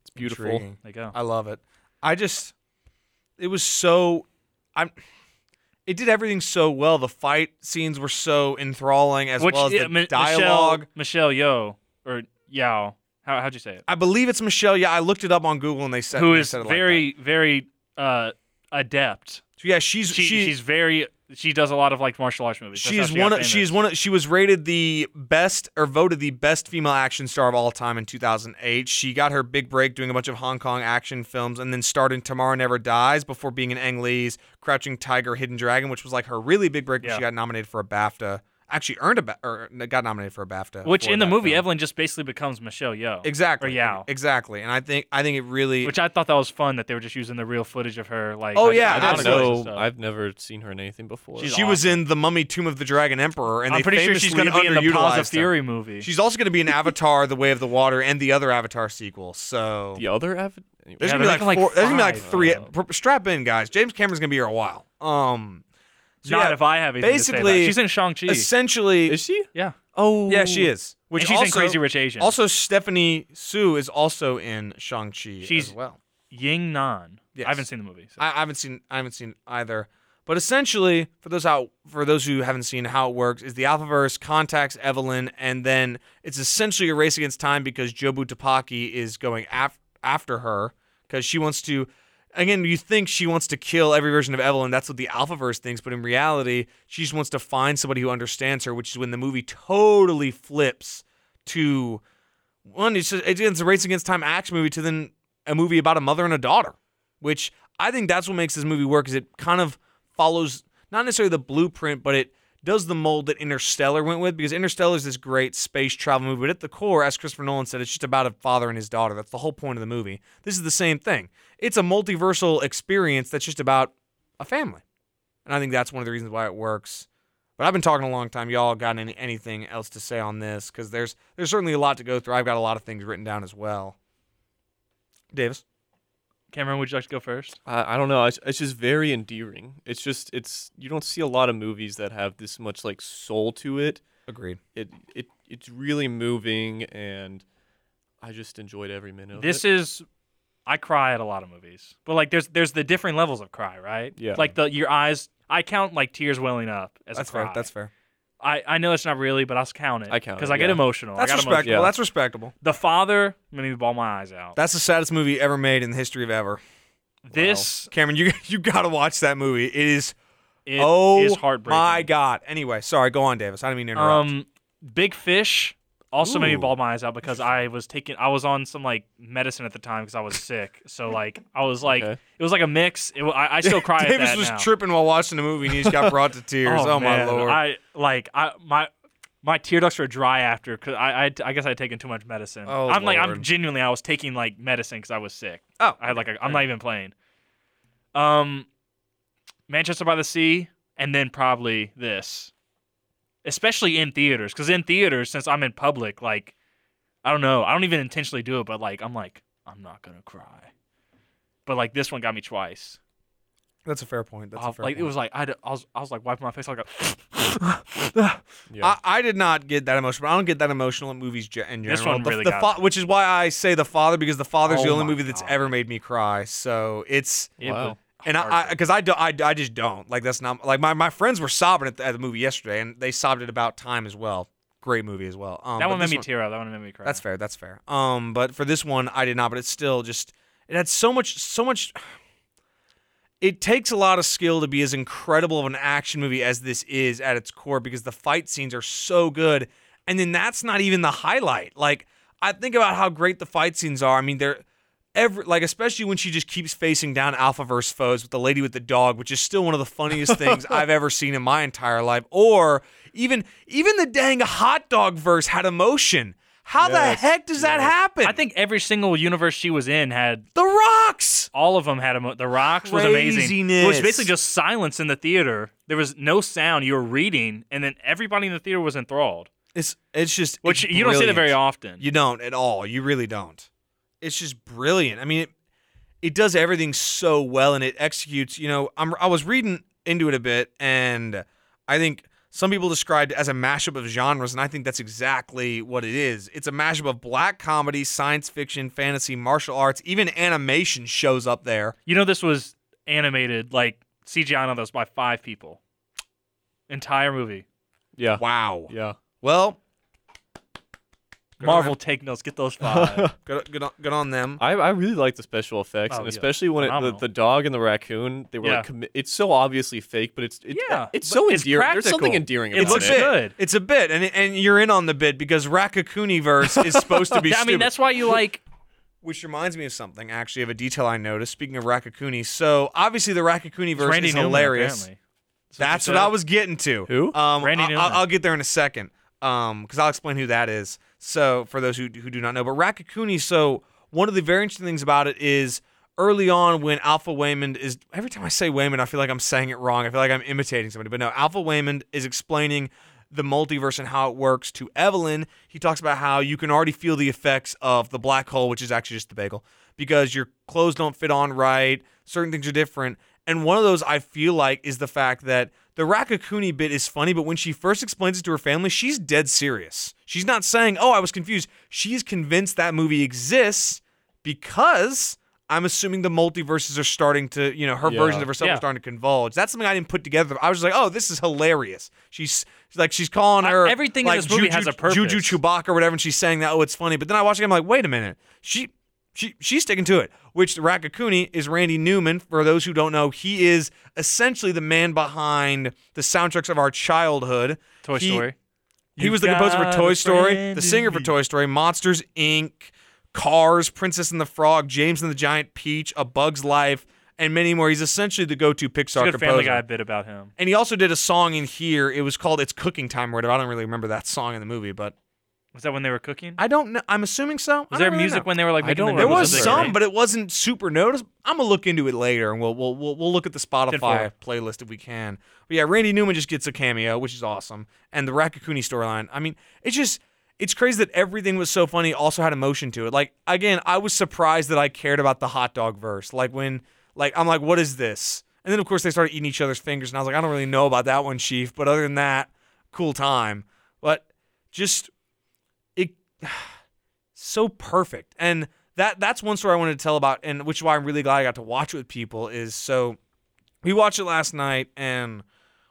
[SPEAKER 3] It's beautiful.
[SPEAKER 2] Intriguing.
[SPEAKER 1] There you go.
[SPEAKER 2] I love it. I just it was so I'm it did everything so well. The fight scenes were so enthralling as well as
[SPEAKER 1] yeah,
[SPEAKER 2] the
[SPEAKER 1] Mi-
[SPEAKER 2] dialogue.
[SPEAKER 1] Michelle, Michelle Yo, or Yao. How, how'd you say it?
[SPEAKER 2] I believe it's Michelle. Yeah, I looked it up on Google and they said
[SPEAKER 1] who
[SPEAKER 2] they
[SPEAKER 1] is
[SPEAKER 2] said it like
[SPEAKER 1] very very uh adept
[SPEAKER 2] that. So yeah, she's
[SPEAKER 1] she,
[SPEAKER 2] she-
[SPEAKER 1] she's very she does a lot of like martial arts movies That's how
[SPEAKER 2] she's
[SPEAKER 1] she got
[SPEAKER 2] one of
[SPEAKER 1] famous.
[SPEAKER 2] she's one of she was rated the best or voted the best female action star of all time in 2008. She got her big break doing a bunch of Hong Kong action films and then starred in Tomorrow Never Dies before being in Ang Lee's Crouching Tiger, Hidden Dragon, which was like her really big break. when
[SPEAKER 1] Yeah.
[SPEAKER 2] She got nominated for a BAFTA. Actually, earned a ba- or got nominated for a BAFTA.
[SPEAKER 1] which
[SPEAKER 2] for
[SPEAKER 1] in the
[SPEAKER 2] that
[SPEAKER 1] movie
[SPEAKER 2] film.
[SPEAKER 1] evelyn just basically becomes michelle yo
[SPEAKER 2] exactly
[SPEAKER 1] or Yao.
[SPEAKER 2] exactly, and I think I think it really
[SPEAKER 1] which i thought that was fun that they were just using the real footage of her like
[SPEAKER 2] Oh,
[SPEAKER 1] like,
[SPEAKER 2] yeah,
[SPEAKER 3] I
[SPEAKER 1] out
[SPEAKER 3] don't
[SPEAKER 1] of
[SPEAKER 2] absolutely.
[SPEAKER 1] clothes and
[SPEAKER 3] know.
[SPEAKER 1] stuff.
[SPEAKER 3] I've never seen her in anything before.
[SPEAKER 1] She's
[SPEAKER 2] she
[SPEAKER 1] awesome.
[SPEAKER 2] was in the Mummy Tomb of the Dragon Emperor, and
[SPEAKER 1] i'm
[SPEAKER 2] they
[SPEAKER 1] pretty sure she's
[SPEAKER 2] going to
[SPEAKER 1] be in the Paws of Fury movie
[SPEAKER 2] She's also going to be in Avatar: The Way of the Water and the other Avatar sequel. So
[SPEAKER 3] the other av- anyway,
[SPEAKER 2] there's
[SPEAKER 1] Yeah,
[SPEAKER 2] going to
[SPEAKER 1] they're
[SPEAKER 2] be
[SPEAKER 1] making
[SPEAKER 2] like,
[SPEAKER 1] like
[SPEAKER 2] four, there's going to be like
[SPEAKER 1] five,
[SPEAKER 2] three.
[SPEAKER 3] uh,
[SPEAKER 2] pr- strap in, guys. James Cameron's going to be here a while. Um, so
[SPEAKER 1] not
[SPEAKER 2] yeah,
[SPEAKER 1] if i have anything to say about
[SPEAKER 2] basically-
[SPEAKER 1] it. she's in shang-chi
[SPEAKER 2] essentially,
[SPEAKER 3] is she?
[SPEAKER 1] yeah
[SPEAKER 3] Oh,
[SPEAKER 2] yeah, she is. Which
[SPEAKER 1] and she's
[SPEAKER 2] also,
[SPEAKER 1] in crazy rich asian
[SPEAKER 2] Also, Stephanie Sue is also in Shang Chi as
[SPEAKER 1] She's-
[SPEAKER 2] well.
[SPEAKER 1] ying nan
[SPEAKER 2] Yes.
[SPEAKER 1] i haven't seen the movie so.
[SPEAKER 2] I, I haven't seen I haven't seen either. But essentially, for those out for those who haven't seen how it works, is the Alphaverse contacts Evelyn, and then it's essentially a race against time because Jobu Tapaki is going af- after her because she wants to. Again, you think she wants to kill every version of Evelyn. That's what the Alphaverse thinks, but in reality, she just wants to find somebody who understands her, which is when the movie totally flips to one. It's just, it's a race against time action movie to then a movie about a mother and a daughter which I think that's what makes this movie work. Is it kind of follows not necessarily the blueprint, but it does the mold that Interstellar went with because Interstellar is this great space travel movie, but at the core, as Christopher Nolan said, it's just about a father and his daughter. That's the whole point of the movie. This is the same thing. It's a multiversal experience that's just about a family, and I think that's one of the reasons why it works. But I've been talking a long time. Y'all got any, anything else to say on this? Because there's there's certainly a lot to go through. I've got a lot of things written down as well. Davis,
[SPEAKER 1] cameron would you like to go first
[SPEAKER 3] I, I don't know. It's, it's just very endearing. It's just it's you don't see a lot of movies that have this much like soul to it.
[SPEAKER 2] agreed.
[SPEAKER 3] It it it's really moving, and I just enjoyed every minute. Of
[SPEAKER 1] This
[SPEAKER 3] it.
[SPEAKER 1] is I cry at a lot of movies. But like there's there's the differing levels of cry, right?
[SPEAKER 3] Yeah.
[SPEAKER 1] Like the your eyes I count like tears welling up as
[SPEAKER 2] That's
[SPEAKER 1] a cry.
[SPEAKER 2] fair. That's fair.
[SPEAKER 1] I, I know it's not really, but I'll count it.
[SPEAKER 3] I count
[SPEAKER 1] Because
[SPEAKER 3] it,
[SPEAKER 1] I get
[SPEAKER 3] yeah.
[SPEAKER 1] emotional.
[SPEAKER 2] That's
[SPEAKER 1] I got
[SPEAKER 2] respectable.
[SPEAKER 1] emotional.
[SPEAKER 3] yeah.
[SPEAKER 2] That's respectable.
[SPEAKER 1] The father made me ball my eyes out.
[SPEAKER 2] That's the saddest movie ever made in the history of ever.
[SPEAKER 1] this
[SPEAKER 2] Cameron, you you gotta watch that movie. It is
[SPEAKER 1] it is
[SPEAKER 2] oh
[SPEAKER 1] heartbreaking.
[SPEAKER 2] my god. Anyway, sorry. Go on, Davis. I didn't mean to interrupt.
[SPEAKER 1] Um Big Fish also made me
[SPEAKER 2] Ooh.
[SPEAKER 1] ball my eyes out because I was taking I was on some like medicine at the time because I was sick. So like I was like
[SPEAKER 3] Okay.
[SPEAKER 1] it was like a mix. It, wa- I, I still cry at
[SPEAKER 2] Davis
[SPEAKER 1] that
[SPEAKER 2] was
[SPEAKER 1] now.
[SPEAKER 2] tripping while watching the movie and he just got brought to tears. oh, my
[SPEAKER 1] man.
[SPEAKER 2] lord.
[SPEAKER 1] I like I my my tear ducts were dry after because I, I I guess I had taken too much medicine.
[SPEAKER 2] Oh,
[SPEAKER 1] I'm like
[SPEAKER 2] Lord.
[SPEAKER 1] I'm genuinely I was taking like medicine because I was sick.
[SPEAKER 2] oh,
[SPEAKER 1] I had like a, I'm not even playing. Um, Manchester by the Sea, and then probably this, especially in theaters. Because in theaters, since I'm in public, like I don't know, I don't even intentionally do it, but like I'm like I'm not gonna cry. But like this one got me twice.
[SPEAKER 2] That's a fair point. That's a
[SPEAKER 1] Off-
[SPEAKER 2] fair
[SPEAKER 1] like
[SPEAKER 2] point.
[SPEAKER 1] it was like I, had- I was I was like wiping my face. I got
[SPEAKER 3] Yeah.
[SPEAKER 2] I, I did not get that emotional. I don't get that emotional in movies ge- in general.
[SPEAKER 1] This one
[SPEAKER 2] The-
[SPEAKER 1] really
[SPEAKER 2] the
[SPEAKER 1] got
[SPEAKER 2] fa- which is why I say the father because the father's the
[SPEAKER 1] Oh
[SPEAKER 2] only
[SPEAKER 1] my
[SPEAKER 2] movie that's
[SPEAKER 1] God.
[SPEAKER 2] ever made me cry. So it's
[SPEAKER 3] Wow.
[SPEAKER 2] and I because I, do I I just don't like that's not like my, my friends were sobbing at the, at the movie yesterday and they sobbed at about time as well. Great movie as well. Um,
[SPEAKER 1] that
[SPEAKER 2] but
[SPEAKER 1] one made
[SPEAKER 2] this
[SPEAKER 1] me tear up. That one made me cry.
[SPEAKER 2] That's fair. That's fair. Um, but for this one, I did not. But it's still just it had so much, so much. It takes a lot of skill to be as incredible of an action movie as this is at its core because the fight scenes are so good, and then that's not even the highlight. Like I think about how great the fight scenes are. I mean, they're every like especially when she just keeps facing down alphaverse foes with the lady with the dog which is still one of the funniest things i've ever seen in my entire life or even even the dang hot dog verse had emotion how
[SPEAKER 3] Yes,
[SPEAKER 2] the heck does that happen
[SPEAKER 1] I think every single universe she was in had
[SPEAKER 2] the rocks
[SPEAKER 1] all of them had a mo- the rocks was amazing it was
[SPEAKER 2] Craziness.
[SPEAKER 1] basically just silence in the theater there was no sound you were reading and then everybody in the theater was enthralled
[SPEAKER 2] it's it's just
[SPEAKER 1] which
[SPEAKER 2] it's
[SPEAKER 1] you don't see that very
[SPEAKER 2] brilliant.
[SPEAKER 1] often
[SPEAKER 2] You don't at all. You really don't. It's just brilliant. I mean, it, it does everything so well and it executes. You know, I'm, I was reading into it a bit, and I think some people described it as a mashup of genres, and I think that's exactly what it is. It's a mashup of black comedy, science fiction, fantasy, martial arts, even animation shows up there.
[SPEAKER 1] you know this was animated like cgi on those by five people entire movie
[SPEAKER 3] yeah.
[SPEAKER 2] Wow.
[SPEAKER 3] Yeah.
[SPEAKER 2] Well, Good on
[SPEAKER 1] marvel take notes get those five
[SPEAKER 2] good, good, on, good on them.
[SPEAKER 3] I, I really like the special effects,
[SPEAKER 1] Oh,
[SPEAKER 3] and
[SPEAKER 1] yeah.
[SPEAKER 3] especially when it, the,
[SPEAKER 1] Phenomenal.
[SPEAKER 3] the dog and the raccoon, they were like, commi- it's so obviously fake, but it's it,
[SPEAKER 1] Yeah,
[SPEAKER 3] it's
[SPEAKER 1] but
[SPEAKER 3] so
[SPEAKER 1] it's
[SPEAKER 3] endearing. There's something
[SPEAKER 1] practical.
[SPEAKER 3] endearing
[SPEAKER 1] It
[SPEAKER 3] about
[SPEAKER 1] looks
[SPEAKER 3] it.
[SPEAKER 1] good.
[SPEAKER 2] It's a bit, and and you're in on the bid because Rakakuniverse is supposed to be.
[SPEAKER 1] i mean
[SPEAKER 2] stupid.
[SPEAKER 1] that's why you like
[SPEAKER 2] Which reminds me of something, actually, of a detail I noticed. Speaking of Rakakuni, so obviously the Rakakuni verse
[SPEAKER 1] randy
[SPEAKER 2] is
[SPEAKER 1] Newman,
[SPEAKER 2] hilarious.
[SPEAKER 1] apparently.
[SPEAKER 2] That's
[SPEAKER 1] you
[SPEAKER 2] what
[SPEAKER 1] said?
[SPEAKER 2] I was getting to.
[SPEAKER 3] Who?
[SPEAKER 2] Um,
[SPEAKER 1] Randy
[SPEAKER 2] I- I-
[SPEAKER 1] Newman.
[SPEAKER 2] I'll get there in a second, um, because I'll explain who that is. So for those who who do not know, but Rakakuni. So one of the very interesting things about it is early on when Alpha Waymond is. Every time I say Waymond, I feel like I'm saying it wrong. I feel like I'm imitating somebody. But no, Alpha Waymond is explaining the multiverse and how it works to Evelyn. He talks about how you can already feel the effects of the black hole, which is actually just the bagel, because your clothes don't fit on right, certain things are different. And one of those I feel like is the fact that the Rakakuni bit is funny, but when she first explains it to her family, she's dead serious. She's not saying, oh, I was confused. She's convinced that movie exists because I'm assuming the multiverses are starting to, you know, her
[SPEAKER 3] Yeah.
[SPEAKER 2] version of herself
[SPEAKER 1] Yeah.
[SPEAKER 2] is starting to convulge. That's something I didn't put together. I was just like, oh, this is hilarious. She's she's like, she's calling
[SPEAKER 1] I-
[SPEAKER 2] her.
[SPEAKER 1] everything in
[SPEAKER 2] like,
[SPEAKER 1] this movie
[SPEAKER 2] Juju,
[SPEAKER 1] has a purpose.
[SPEAKER 2] Juju Chewbacca or whatever, and she's saying that, oh, it's funny. But then I watch it, I'm like, wait a minute. She she she's sticking to it. Which Rakakuni is Randy Newman. For those who don't know, he is essentially the man behind the soundtracks of our childhood.
[SPEAKER 1] toy
[SPEAKER 2] He-
[SPEAKER 1] story
[SPEAKER 2] He
[SPEAKER 1] You
[SPEAKER 2] was the composer for
[SPEAKER 1] got
[SPEAKER 2] Toy
[SPEAKER 1] a
[SPEAKER 2] Story,
[SPEAKER 1] friend in
[SPEAKER 2] the singer for
[SPEAKER 1] me.
[SPEAKER 2] Toy Story, Monsters Inc., Cars, Princess and the Frog, James and the Giant Peach, A Bug's Life, and many more. He's essentially the go-to Pixar
[SPEAKER 1] It's a good
[SPEAKER 2] composer.
[SPEAKER 1] family guy bit about him
[SPEAKER 2] And he also did a song in here. It was called "It's Cooking Time" or whatever. I don't really remember that song in the movie, but
[SPEAKER 1] was that when they were cooking
[SPEAKER 2] I don't know. I'm assuming so. I
[SPEAKER 1] was
[SPEAKER 2] don't
[SPEAKER 1] there
[SPEAKER 2] really
[SPEAKER 1] music
[SPEAKER 2] know.
[SPEAKER 1] when they were like
[SPEAKER 3] I
[SPEAKER 1] making the
[SPEAKER 3] don't
[SPEAKER 2] There
[SPEAKER 3] There
[SPEAKER 2] was
[SPEAKER 3] was
[SPEAKER 1] noodles?
[SPEAKER 3] there,
[SPEAKER 2] some,
[SPEAKER 1] Right?
[SPEAKER 2] but it wasn't super noticeable. I'm gonna look into it later, and we'll we'll we'll, we'll look at the Spotify
[SPEAKER 1] Tinfoil.
[SPEAKER 2] playlist if we can. But yeah, Randy Newman just gets a cameo, which is awesome, and the Rakakuni storyline. I mean, it's just it's crazy that everything was so funny. Also had emotion to it. Like again, I was surprised that I cared about the hot dog verse. Like when like I'm like, what is this? And then of course they started eating each other's fingers, and I was like, I don't really know about that one, Chief. But other than that, cool time. But just it so perfect. And that that's one story I wanted to tell about, and which is why I'm really glad I got to watch it with people. Is so we watched it last night, and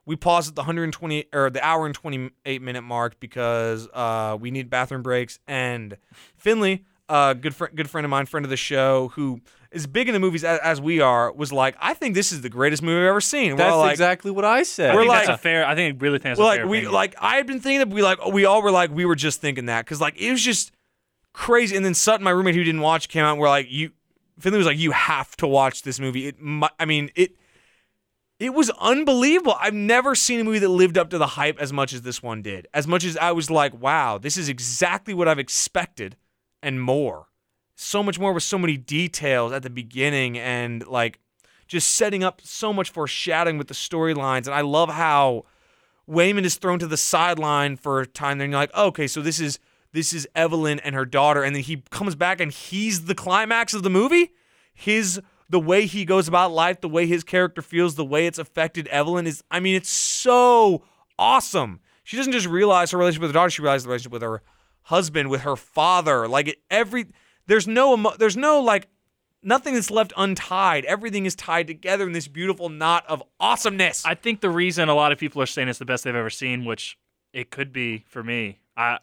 [SPEAKER 2] we paused at the 120 or the hour and 28 minute mark because uh, we need bathroom breaks. And Finley, uh, good friend, good friend of mine, friend of the show, who is big into movies as, as we are, was like, I think this is the greatest movie I've ever seen. And we're
[SPEAKER 3] That's
[SPEAKER 2] all like,
[SPEAKER 3] exactly what I said.
[SPEAKER 1] I
[SPEAKER 2] We're
[SPEAKER 1] think
[SPEAKER 2] like-
[SPEAKER 1] that's a fair. I think really think that's a
[SPEAKER 2] well, like
[SPEAKER 1] fair
[SPEAKER 2] we
[SPEAKER 1] opinion.
[SPEAKER 2] like I had been thinking that we like we all were like we were just thinking that because like it was just crazy. And then Sutton, my roommate who didn't watch, came out and we're like you. Finley was like, you have to watch this movie. It, mu- I mean it. It was unbelievable. I've never seen a movie that lived up to the hype as much as this one did. As much as I was like, wow, this is exactly what I've expected and more. So much more with so many details at the beginning and like just setting up so much foreshadowing with the storylines. And I love how Wayman is thrown to the sideline for a time there, and you're like, oh, okay, so this is this is Evelyn and her daughter, and then he comes back and he's the climax of the movie. His the way he goes about life, the way his character feels, the way it's affected Evelyn is I mean, it's so awesome. She doesn't just realize her relationship with her daughter, she realizes the relationship with her husband, with her father. Like it- every there's no emo- there's no like nothing that's left untied. Everything is tied together in this beautiful knot of awesomeness.
[SPEAKER 1] I think the reason a lot of people are saying it's the best they've ever seen, which it could be for me, I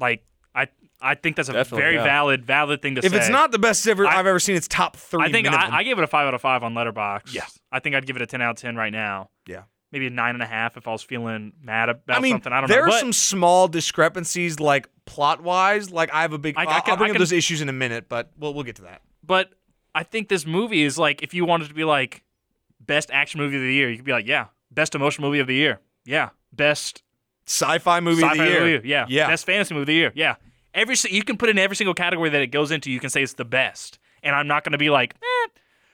[SPEAKER 1] like I I think that's a
[SPEAKER 3] Definitely,
[SPEAKER 1] very
[SPEAKER 3] yeah.
[SPEAKER 1] valid valid thing to
[SPEAKER 2] if
[SPEAKER 1] say.
[SPEAKER 2] it's not the best ever
[SPEAKER 1] I-
[SPEAKER 2] I've ever seen, it's top three.
[SPEAKER 1] I think
[SPEAKER 2] minimum.
[SPEAKER 1] I, I gave it a five out of five on Letterbox.
[SPEAKER 2] Yeah.
[SPEAKER 1] I think I'd give it a ten out of ten right now.
[SPEAKER 2] Yeah.
[SPEAKER 1] maybe a nine and a half if I was feeling mad about
[SPEAKER 2] I mean,
[SPEAKER 1] something. I don't
[SPEAKER 2] there
[SPEAKER 1] know.
[SPEAKER 2] are
[SPEAKER 1] But
[SPEAKER 2] some small discrepancies, like plot wise. Like I have a big.
[SPEAKER 1] I- I
[SPEAKER 2] I, will
[SPEAKER 1] can-
[SPEAKER 2] bring
[SPEAKER 1] I
[SPEAKER 2] up
[SPEAKER 1] can-
[SPEAKER 2] those issues in a minute, but we'll we'll get to that.
[SPEAKER 1] but I think this movie is like if you wanted to be like best action movie of the year, you could be like, yeah, best emotional movie of the year, yeah, best
[SPEAKER 2] Sci-fi movie of the
[SPEAKER 1] sci-fi
[SPEAKER 2] year.
[SPEAKER 1] movie of the year, yeah,
[SPEAKER 2] yeah.
[SPEAKER 1] best fantasy movie of the year, yeah. Every si- you can put in every single category that it goes into, you can say it's the best, and I'm not going to be like, eh.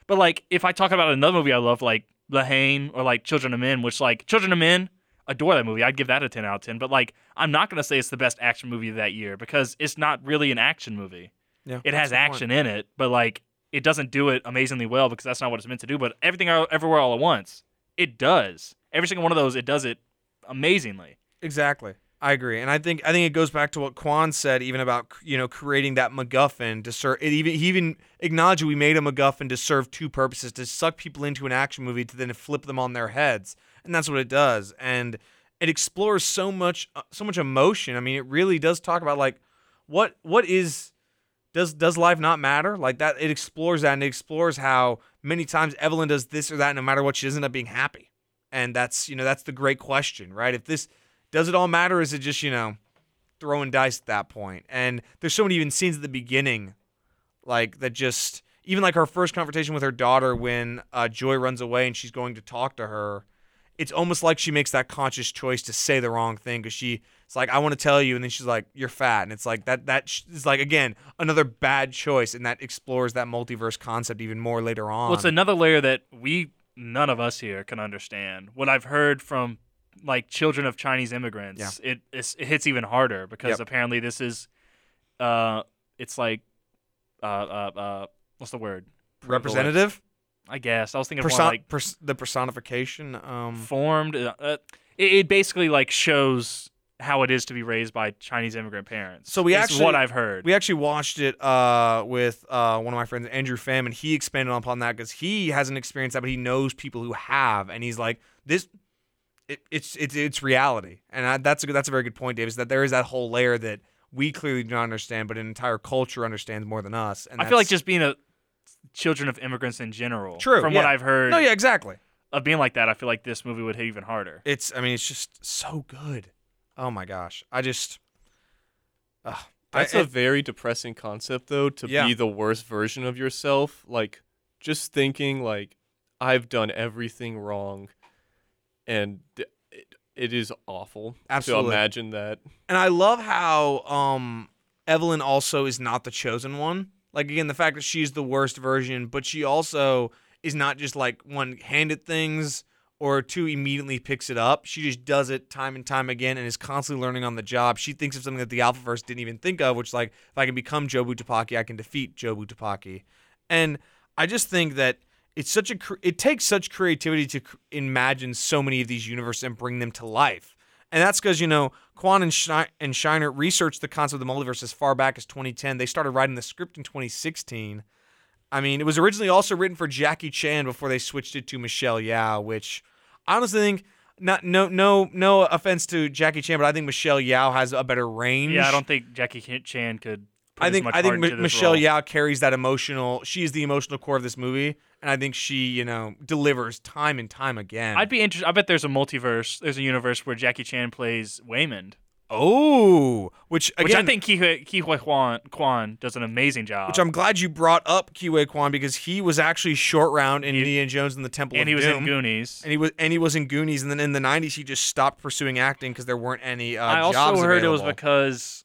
[SPEAKER 1] but like if I talk about another movie I love, like Lahane or like Children of Men, which like Children of Men. Adore that movie. I'd give that a 10 out of 10. But, like, I'm not going to say it's the best action movie of that year because it's not really an action movie
[SPEAKER 2] Yeah,
[SPEAKER 1] it has
[SPEAKER 2] that's the point.
[SPEAKER 1] action in it, but like it doesn't do it amazingly well because that's not what it's meant to do. But everything All- everywhere all at once, it does. Every single one of those, it does it amazingly.
[SPEAKER 2] Exactly. I agree, and I think I think it goes back to what Quan said, even about you know creating that MacGuffin to serve. It even he even acknowledged we made a MacGuffin to serve two purposes: to suck people into an action movie, to then flip them on their heads, and that's what it does. And it explores so much, uh, so much emotion. I mean, it really does talk about like what what is does does life not matter like that? It explores that, and it explores how many times Evelyn does this or that, and no matter what, she doesn't end up being happy. And that's you know that's the great question, right? If this does it all matter? or Is it just you know throwing dice at that point? And there's so many even scenes at the beginning, like that just even like her first confrontation with her daughter when uh, Joy runs away and she's going to talk to her. It's almost like she makes that conscious choice to say the wrong thing because she it's like I want to tell you, and then she's like you're fat, and it's like that that sh- is like again another bad choice, and that explores that multiverse concept even more later on.
[SPEAKER 1] Well, it's another layer that we none of us here can understand. What I've heard from like children of Chinese immigrants, it it's, it hits even harder because
[SPEAKER 2] Yep.
[SPEAKER 1] apparently this is, uh, it's like, uh, uh, uh, what's the word?
[SPEAKER 2] representative
[SPEAKER 1] I guess I was thinking of more
[SPEAKER 2] Person-
[SPEAKER 1] like
[SPEAKER 2] pers- the personification. Um,
[SPEAKER 1] formed. Uh, uh, it, it basically like shows how it is to be raised by Chinese immigrant parents.
[SPEAKER 2] So we
[SPEAKER 1] is
[SPEAKER 2] actually-
[SPEAKER 1] what I've heard.
[SPEAKER 2] We actually watched it uh, with uh, one of my friends, Andrew Pham, and he expanded upon that because he hasn't experienced that, but he knows people who have, and he's like, this, it, it's it's it's reality, and I, that's a good, that's a very good point, Dave, is that there is that whole layer that we clearly do not understand, but an entire culture understands more than us. And
[SPEAKER 1] I feel like
[SPEAKER 2] that's-
[SPEAKER 1] just being a children of immigrants in general.
[SPEAKER 2] True,
[SPEAKER 1] From what
[SPEAKER 2] yeah.
[SPEAKER 1] I've heard
[SPEAKER 2] no, yeah, exactly.
[SPEAKER 1] of being like that, I feel like this movie would hit even harder.
[SPEAKER 2] It's I mean, it's just so good. Oh my gosh, I just. Uh,
[SPEAKER 3] That's
[SPEAKER 2] I,
[SPEAKER 3] a very depressing concept, though, to
[SPEAKER 2] Yeah.
[SPEAKER 3] be the worst version of yourself. Like, just thinking, like, I've done everything wrong, and th- it, it is awful
[SPEAKER 2] Absolutely.
[SPEAKER 3] to imagine that.
[SPEAKER 2] And I love how um Evelyn also is not the chosen one. Like again, the fact that she's the worst version, but she also is not just like one handed things or two immediately picks it up. She just does it time and time again and is constantly learning on the job. She thinks of something that the Alphaverse didn't even think of, which is like if I can become Jobu Tupaki, I can defeat Jobu Tupaki. And I just think that it's such a cr- it takes such creativity to cr- imagine so many of these universes and bring them to life. And that's because, you know, Quan and, Shi- and Shiner researched the concept of the multiverse as far back as 2010. They started writing the script in 2016. I mean, it was originally also written for Jackie Chan before they switched it to Michelle Yao, which I honestly think not no no no offense to Jackie Chan, but I think Michelle Yao has a better range.
[SPEAKER 1] Yeah, I don't think Jackie Chan could. Put
[SPEAKER 2] I think
[SPEAKER 1] as much
[SPEAKER 2] I think
[SPEAKER 1] heart into this
[SPEAKER 2] Mi- Michelle
[SPEAKER 1] role.
[SPEAKER 2] Yao carries that emotional. She is the emotional core of this movie, and I think she, you know, delivers time and time again.
[SPEAKER 1] I'd be interested. I bet there's a multiverse. There's a universe where Jackie Chan plays Waymond,
[SPEAKER 2] oh, which again,
[SPEAKER 1] which I think Ki Ki Hui Kwan, Kwan does an amazing job.
[SPEAKER 2] Which I'm glad you brought up Kiwe Kwan because he was actually short round in
[SPEAKER 1] He-
[SPEAKER 2] Indiana Jones and the Temple
[SPEAKER 1] and
[SPEAKER 2] of
[SPEAKER 1] he was
[SPEAKER 2] Doom.
[SPEAKER 1] in Goonies.
[SPEAKER 2] and he was and he was in Goonies, and then in the '90s he just stopped pursuing acting because there weren't any. Uh,
[SPEAKER 1] I also
[SPEAKER 2] jobs
[SPEAKER 1] heard it was
[SPEAKER 2] available.
[SPEAKER 1] because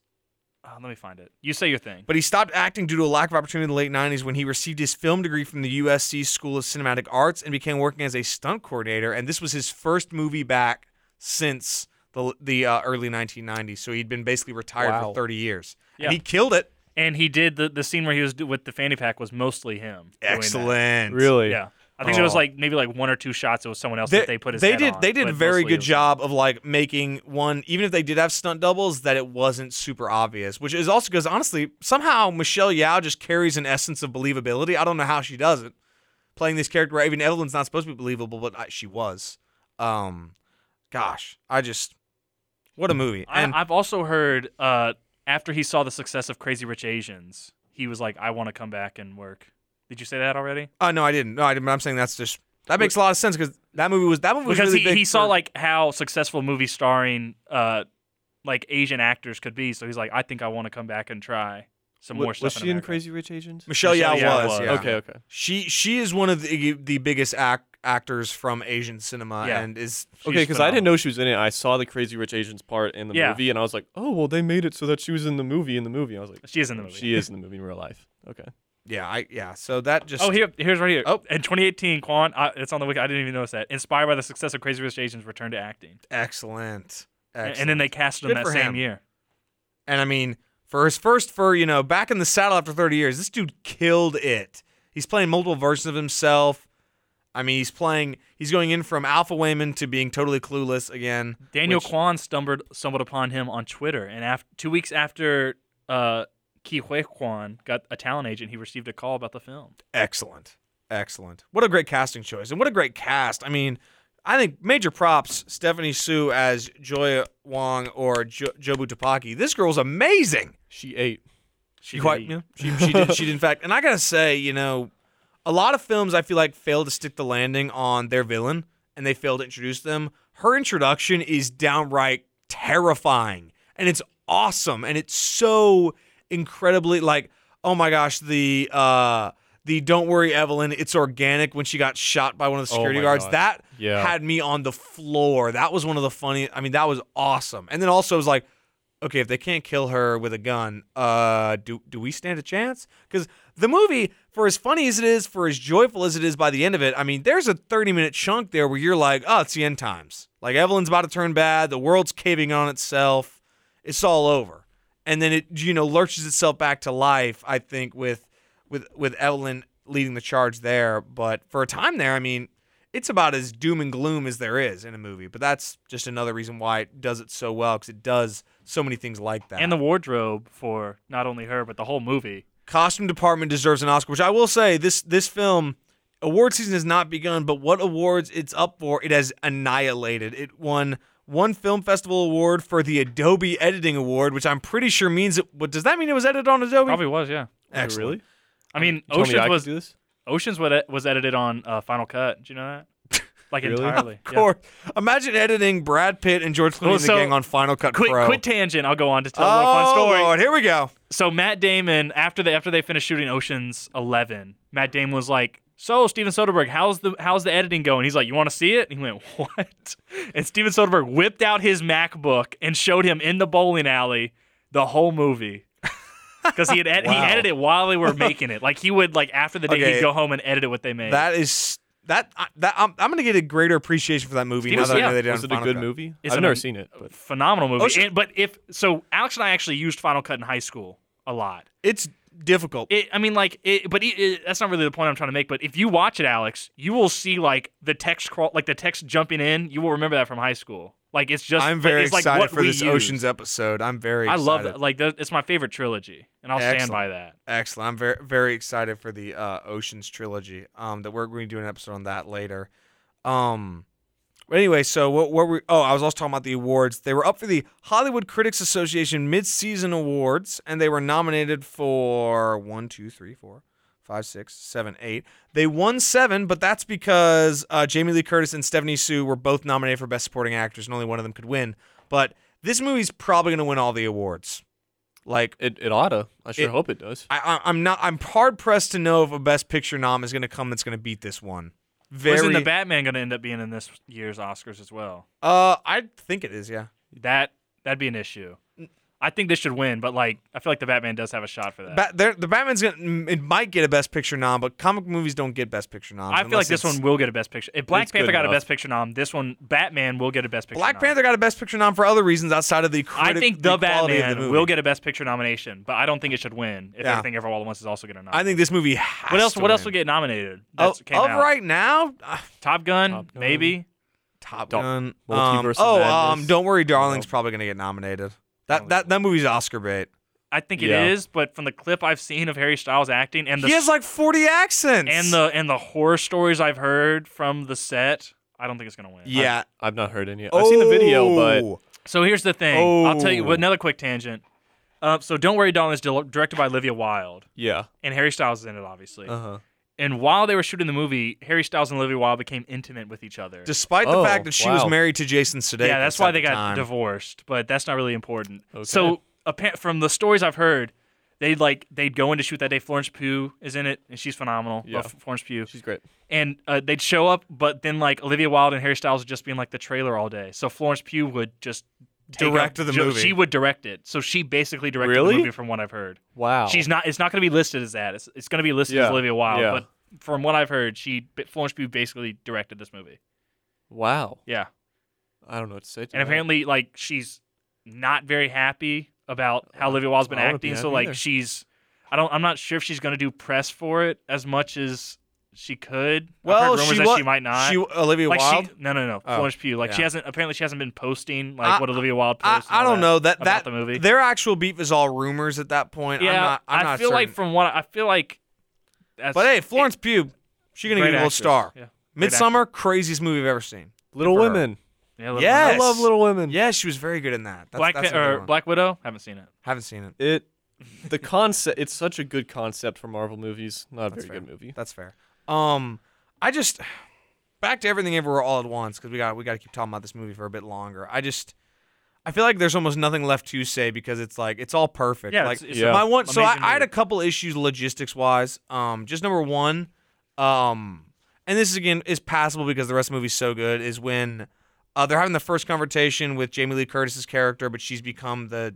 [SPEAKER 1] oh, let me find it. You say your thing.
[SPEAKER 2] But he stopped acting due to a lack of opportunity in the late 90s when he received his film degree from the USC School of Cinematic Arts and began working as a stunt coordinator. And this was his first movie back since the, the uh, early 1990s. So he'd been basically retired
[SPEAKER 4] Wow.
[SPEAKER 2] for 30 years.
[SPEAKER 1] Yeah.
[SPEAKER 2] And he killed it.
[SPEAKER 1] And he did the, the scene where he was do- with the fanny pack was mostly him. doing that.
[SPEAKER 2] Excellent.
[SPEAKER 4] Really?
[SPEAKER 1] Yeah. I think there was
[SPEAKER 2] Oh.
[SPEAKER 1] like maybe like one or two shots. It was someone else that they put his head
[SPEAKER 2] did
[SPEAKER 1] on,
[SPEAKER 2] they did a
[SPEAKER 1] but mostly
[SPEAKER 2] very
[SPEAKER 1] it
[SPEAKER 2] good
[SPEAKER 1] was-
[SPEAKER 2] job of like making one even if they did have stunt doubles that it wasn't super obvious which is also because honestly somehow michelle yao just carries an essence of believability i don't know how she does it playing this character where even evelyn's not supposed to be believable but I, she was um gosh i just what a movie and
[SPEAKER 1] I, I've also heard uh, after he saw the success of Crazy Rich Asians, he was like, "I want to come back and work." Did you say that already?
[SPEAKER 2] uh, no i didn't no i didn't but i'm saying that's just that makes a lot of sense because that movie was that movie was
[SPEAKER 1] Because
[SPEAKER 2] really
[SPEAKER 1] he,
[SPEAKER 2] big
[SPEAKER 1] he saw
[SPEAKER 2] for-
[SPEAKER 1] like how successful movies starring uh, like Asian actors could be, so he's like, "I think I want to come back and try some more
[SPEAKER 3] Wa-
[SPEAKER 1] stuff."
[SPEAKER 3] was she in
[SPEAKER 1] America."
[SPEAKER 3] Crazy Rich Asians?
[SPEAKER 2] michelle,
[SPEAKER 1] Michelle
[SPEAKER 2] yao
[SPEAKER 1] Yeoh was.
[SPEAKER 2] was, yeah.
[SPEAKER 3] Okay, okay.
[SPEAKER 2] She she is one of the the biggest ac actors from Asian cinema
[SPEAKER 1] Yeah. Oh.
[SPEAKER 2] and is
[SPEAKER 1] She's
[SPEAKER 3] Okay, because I didn't
[SPEAKER 1] phenomenal.
[SPEAKER 3] know she was in it. I saw the Crazy Rich Asians part in the
[SPEAKER 1] Yeah.
[SPEAKER 3] movie, and I was like, "Oh, well, they made it so that she was in the movie." In the movie, I was like,
[SPEAKER 1] she is in the
[SPEAKER 3] "Oh,
[SPEAKER 1] movie.
[SPEAKER 3] She is in the movie in real life." Okay,
[SPEAKER 2] yeah I yeah so that just
[SPEAKER 1] Oh, here, here's right here.
[SPEAKER 2] Oh.
[SPEAKER 1] in 2018, Quan, I, it's on the wiki. I didn't even notice that. Inspired by the success of Crazy Rich Asians, returned to acting,
[SPEAKER 2] excellent,
[SPEAKER 1] A-
[SPEAKER 2] excellent
[SPEAKER 1] and then they cast him
[SPEAKER 2] Good
[SPEAKER 1] that
[SPEAKER 2] for
[SPEAKER 1] same
[SPEAKER 2] him.
[SPEAKER 1] year.
[SPEAKER 2] and I mean for his first for you know back in the saddle after 30 years this dude killed it he's playing multiple versions of himself I mean he's playing he's going in from Alpha Wayman to being totally clueless again
[SPEAKER 1] Daniel
[SPEAKER 2] which-
[SPEAKER 1] Kwan stumbled stumbled upon him on Twitter, and after two weeks after uh, Ki Hui Kwan got a talent agent, he received a call about the film.
[SPEAKER 2] excellent excellent what a great casting choice and what a great cast i mean i think major props stephanie sue as joya wong or jo- jobu tapaki this girl's amazing
[SPEAKER 3] she ate. Oh,
[SPEAKER 1] She
[SPEAKER 2] You quite, yeah, she, she did she did in fact and i gotta say you know a lot of films i feel like fail to stick the landing on their villain and they fail to introduce them her introduction is downright terrifying and it's awesome and it's so incredibly like oh my gosh the uh the don't worry evelyn it's organic when she got shot by one of the
[SPEAKER 3] Oh
[SPEAKER 2] security
[SPEAKER 3] my
[SPEAKER 2] guards
[SPEAKER 3] God.
[SPEAKER 2] that
[SPEAKER 3] Yeah.
[SPEAKER 2] had me on the floor that was one of the funny i mean that was awesome and then also it was like okay, if they can't kill her with a gun, uh, do do we stand a chance? Because the movie, for as funny as it is, for as joyful as it is, by the end of it, I mean, there's a 30 minute chunk there where you're like, oh, it's the end times. Like Evelyn's about to turn bad, the world's caving on itself, it's all over, and then it you know lurches itself back to life. I think with with with Evelyn leading the charge there, but for a time there, I mean. It's about as doom and gloom as there is in a movie, but that's just another reason why it does it so well because it does so many things like that.
[SPEAKER 1] And the wardrobe for not only her but the whole movie.
[SPEAKER 2] costume department deserves an Oscar, which I will say this this film award season has not begun, but what awards it's up for, it has annihilated. It won one film festival award for the Adobe Editing Award, which I'm pretty sure means it. What does that mean? It was edited on Adobe.
[SPEAKER 1] Probably was, yeah.
[SPEAKER 3] Wait,
[SPEAKER 2] Excellent.
[SPEAKER 3] really?
[SPEAKER 1] I mean,
[SPEAKER 3] You told me
[SPEAKER 1] Oceans
[SPEAKER 3] I could
[SPEAKER 1] was
[SPEAKER 3] do this.
[SPEAKER 1] Oceans was was edited on uh, Final Cut. Did you know that? Like
[SPEAKER 3] Really?
[SPEAKER 1] entirely. yeah.
[SPEAKER 2] Of course. Imagine editing Brad Pitt and George Clooney
[SPEAKER 1] Well,
[SPEAKER 2] and the
[SPEAKER 1] so-
[SPEAKER 2] gang on Final Cut
[SPEAKER 1] Quick,
[SPEAKER 2] Pro.
[SPEAKER 1] quick tangent. I'll go on to tell a
[SPEAKER 2] oh
[SPEAKER 1] little fun story.
[SPEAKER 2] Lord, here we go.
[SPEAKER 1] so Matt Damon after they after they finished shooting Ocean's Eleven, Matt Damon was like, "So Steven Soderbergh, how's the how's the editing going?" He's like, "You want to see it?" And he went, "What?" And Steven Soderbergh whipped out his MacBook and showed him in the bowling alley the whole movie. Because he had ed- he
[SPEAKER 2] Wow.
[SPEAKER 1] edited it while they were making it. Like he would like after the day
[SPEAKER 2] Okay.
[SPEAKER 1] he'd go home and edit what they made.
[SPEAKER 2] That is that I- that I'm, I'm gonna get a greater appreciation for that movie
[SPEAKER 1] Steven-
[SPEAKER 2] now that I
[SPEAKER 1] yeah.
[SPEAKER 2] know they did
[SPEAKER 3] Was
[SPEAKER 2] on
[SPEAKER 3] it a
[SPEAKER 2] Final
[SPEAKER 3] good
[SPEAKER 2] Cut.
[SPEAKER 3] movie?
[SPEAKER 1] It's
[SPEAKER 3] I've
[SPEAKER 1] an- Oh.
[SPEAKER 3] never seen it, but
[SPEAKER 1] phenomenal movie.
[SPEAKER 2] Ocean-
[SPEAKER 1] And, but if so, Alex and I actually used Final Cut in high school a lot.
[SPEAKER 2] It's difficult.
[SPEAKER 1] It, I mean, like, it, but e, it, it- that's not really the point I'm trying to make. But if you watch it, Alex, you will see like the text crawl, like the text jumping in. You will remember that from high school. Like it's just.
[SPEAKER 2] I'm very
[SPEAKER 1] it's like
[SPEAKER 2] excited
[SPEAKER 1] what
[SPEAKER 2] for
[SPEAKER 1] we
[SPEAKER 2] this
[SPEAKER 1] use.
[SPEAKER 2] Oceans episode. I'm very
[SPEAKER 1] I
[SPEAKER 2] excited.
[SPEAKER 1] love that. Like th- it's my favorite trilogy, and I'll stand
[SPEAKER 2] Excellent.
[SPEAKER 1] by that.
[SPEAKER 2] Excellent. I'm very very excited for the uh, Oceans trilogy. Um, that we're going to do an episode on that later. Um, but anyway, so what were we? Oh, I was also talking about the awards. They were up for the Hollywood Critics Association Mid-Season Awards, and they were nominated for one, two, three, four, five, six, seven, eight. They won seven, but that's because uh, Jamie Lee Curtis and Stephanie Sue were both nominated for Best Supporting Actors, and only one of them could win. But this movie's probably going to win all the awards. Like
[SPEAKER 3] it it oughta. I sure
[SPEAKER 2] It-
[SPEAKER 3] hope it does.
[SPEAKER 2] I, I, I'm not. I'm hard pressed to know if a Best Picture nom is going to come that's going to beat this one. Very.
[SPEAKER 1] Wasn't the Batman going to end up being in this year's Oscars as well?
[SPEAKER 2] uh, I think it is. Yeah.
[SPEAKER 1] That that'd be an issue. I think this should win, but like I feel like the Batman does have a shot for that.
[SPEAKER 2] Ba- there- the Batman's gonna mm, it might get a Best Picture nom, but comic movies don't get Best Picture noms.
[SPEAKER 1] I feel like
[SPEAKER 2] unless
[SPEAKER 1] this
[SPEAKER 2] it's-
[SPEAKER 1] one will get a Best Picture. If Black
[SPEAKER 3] It's good
[SPEAKER 1] Panther got a
[SPEAKER 3] enough.
[SPEAKER 1] Best Picture nom, this one Batman will get a Best Picture.
[SPEAKER 2] Black
[SPEAKER 1] nom.
[SPEAKER 2] Panther got a Best Picture nom for other reasons outside of the.
[SPEAKER 1] I
[SPEAKER 2] Criti-
[SPEAKER 1] think the
[SPEAKER 2] quality of
[SPEAKER 1] Batman
[SPEAKER 2] the movie.
[SPEAKER 1] will get a Best Picture nomination, but I don't think it should win. If
[SPEAKER 2] Yeah.
[SPEAKER 1] everything ever all at once is also going to nominate.
[SPEAKER 2] I think this movie. Has
[SPEAKER 1] what else?
[SPEAKER 2] To
[SPEAKER 1] What else
[SPEAKER 2] win.
[SPEAKER 1] will get nominated?
[SPEAKER 2] Of,
[SPEAKER 1] That's came
[SPEAKER 2] of
[SPEAKER 1] out.
[SPEAKER 2] right now, Ah,
[SPEAKER 1] Top Gun,
[SPEAKER 3] Top Gun.
[SPEAKER 1] maybe.
[SPEAKER 2] Top
[SPEAKER 3] Dol-
[SPEAKER 2] Gun. Um,
[SPEAKER 3] Multiverse of
[SPEAKER 2] oh, um,
[SPEAKER 3] Madness.
[SPEAKER 2] don't worry, darling's
[SPEAKER 3] Nope.
[SPEAKER 2] probably gonna get nominated. That that that movie's Oscar bait.
[SPEAKER 1] I think
[SPEAKER 3] Yeah.
[SPEAKER 1] it is, but from the clip I've seen of Harry Styles acting and the
[SPEAKER 2] He has like forty accents.
[SPEAKER 1] and the and the horror stories I've heard from the set, I don't think it's going to win.
[SPEAKER 2] yeah.
[SPEAKER 3] I've not heard any. I've seen the video, but
[SPEAKER 2] Oh.
[SPEAKER 1] So here's the thing. I'll tell you
[SPEAKER 2] Oh.
[SPEAKER 1] another quick tangent. Uh, so Don't Worry, Darling is dil- directed by Olivia Wilde,
[SPEAKER 3] yeah.
[SPEAKER 1] and Harry Styles is in it, obviously.
[SPEAKER 3] Uh
[SPEAKER 2] Uh-huh.
[SPEAKER 3] huh.
[SPEAKER 1] And while they were shooting the movie, Harry Styles and Olivia Wilde became intimate with each other.
[SPEAKER 2] despite the
[SPEAKER 3] Oh,
[SPEAKER 2] fact that she was
[SPEAKER 3] wow.
[SPEAKER 2] married to Jason Sudeikis.
[SPEAKER 1] yeah, that's why
[SPEAKER 2] at
[SPEAKER 1] they
[SPEAKER 2] the
[SPEAKER 1] got
[SPEAKER 2] time.
[SPEAKER 1] divorced, but that's not really important.
[SPEAKER 3] Okay.
[SPEAKER 1] So appa- from the stories I've heard, they'd like they'd go in to shoot that day. Florence Pugh is in it, and she's phenomenal.
[SPEAKER 3] Yeah.
[SPEAKER 1] Love Florence Pugh.
[SPEAKER 3] She's great.
[SPEAKER 1] and uh, they'd show up, but then like Olivia Wilde and Harry Styles would just be in like the trailer all day. So Florence Pugh would just take
[SPEAKER 2] Direct
[SPEAKER 1] up-
[SPEAKER 2] the
[SPEAKER 1] ju-
[SPEAKER 2] movie.
[SPEAKER 1] She would direct it. So she basically directed
[SPEAKER 3] Really?
[SPEAKER 1] the movie, from what I've heard.
[SPEAKER 3] Wow.
[SPEAKER 1] She's not. It's not going to be listed as that. It's, it's going to be listed as
[SPEAKER 3] Yeah,
[SPEAKER 1] Olivia Wilde.
[SPEAKER 3] yeah.
[SPEAKER 1] But from what I've heard, she Florence Pugh basically directed this movie.
[SPEAKER 3] Wow.
[SPEAKER 1] Yeah,
[SPEAKER 3] I don't know what to say. To
[SPEAKER 1] and
[SPEAKER 3] that.
[SPEAKER 1] apparently like she's not very happy about how Olivia Wilde's been
[SPEAKER 3] I wouldn't be
[SPEAKER 1] acting. so
[SPEAKER 3] happy
[SPEAKER 1] like
[SPEAKER 3] either.
[SPEAKER 1] she's, I don't. I'm not sure if she's going to do press for it as much as she could. I've
[SPEAKER 2] Well,
[SPEAKER 1] heard rumors
[SPEAKER 2] she
[SPEAKER 1] that
[SPEAKER 2] wa-
[SPEAKER 1] she might not.
[SPEAKER 2] She Olivia
[SPEAKER 1] like
[SPEAKER 2] Wilde.
[SPEAKER 1] she no no no
[SPEAKER 2] Oh,
[SPEAKER 1] Florence Pugh like she
[SPEAKER 2] yeah.
[SPEAKER 1] hasn't apparently she hasn't been posting like
[SPEAKER 2] I-
[SPEAKER 1] what Olivia Wilde
[SPEAKER 2] I,
[SPEAKER 1] posts. and
[SPEAKER 2] I
[SPEAKER 1] all
[SPEAKER 2] don't know that
[SPEAKER 1] about
[SPEAKER 2] that
[SPEAKER 1] the movie.
[SPEAKER 2] their actual beef is all rumors at that point.
[SPEAKER 1] yeah,
[SPEAKER 2] I'm not, I'm
[SPEAKER 1] I
[SPEAKER 2] not
[SPEAKER 1] feel like
[SPEAKER 2] certain.
[SPEAKER 1] from what I I feel like. That's,
[SPEAKER 2] but hey, Florence Pugh, she gonna
[SPEAKER 1] great
[SPEAKER 2] get a little
[SPEAKER 1] actress.
[SPEAKER 2] star.
[SPEAKER 1] Yeah, Great actress.
[SPEAKER 2] Midsummer, craziest movie I've ever seen.
[SPEAKER 3] Little
[SPEAKER 2] for her.
[SPEAKER 3] Women.
[SPEAKER 1] yeah Olivia
[SPEAKER 2] Yes.
[SPEAKER 1] Wilde.
[SPEAKER 3] I love Little Women.
[SPEAKER 2] Yeah, she was very good in that. That's,
[SPEAKER 1] Black
[SPEAKER 2] that's
[SPEAKER 1] Pan-
[SPEAKER 2] another
[SPEAKER 1] or
[SPEAKER 2] one.
[SPEAKER 1] Black Widow. Haven't seen it.
[SPEAKER 2] Haven't seen it.
[SPEAKER 3] It. The concept. It's such a good concept for Marvel movies. Not a
[SPEAKER 2] That's
[SPEAKER 3] very
[SPEAKER 2] fair.
[SPEAKER 3] good movie.
[SPEAKER 2] That's fair. Um, I just back to everything everywhere all at once because we got we got to keep talking about this movie for a bit longer. I just I feel like there's almost nothing left to say because it's like it's all perfect.
[SPEAKER 1] Yeah,
[SPEAKER 2] like
[SPEAKER 1] it's- it's
[SPEAKER 3] Yeah.
[SPEAKER 2] my one. So I,
[SPEAKER 1] amazing
[SPEAKER 2] I had
[SPEAKER 1] movie.
[SPEAKER 2] a couple issues logistics wise. Um, just number one, um, and this is again is passable because the rest of the movie's so good. Is when uh, they're having the first conversation with Jamie Lee Curtis's character, but she's become the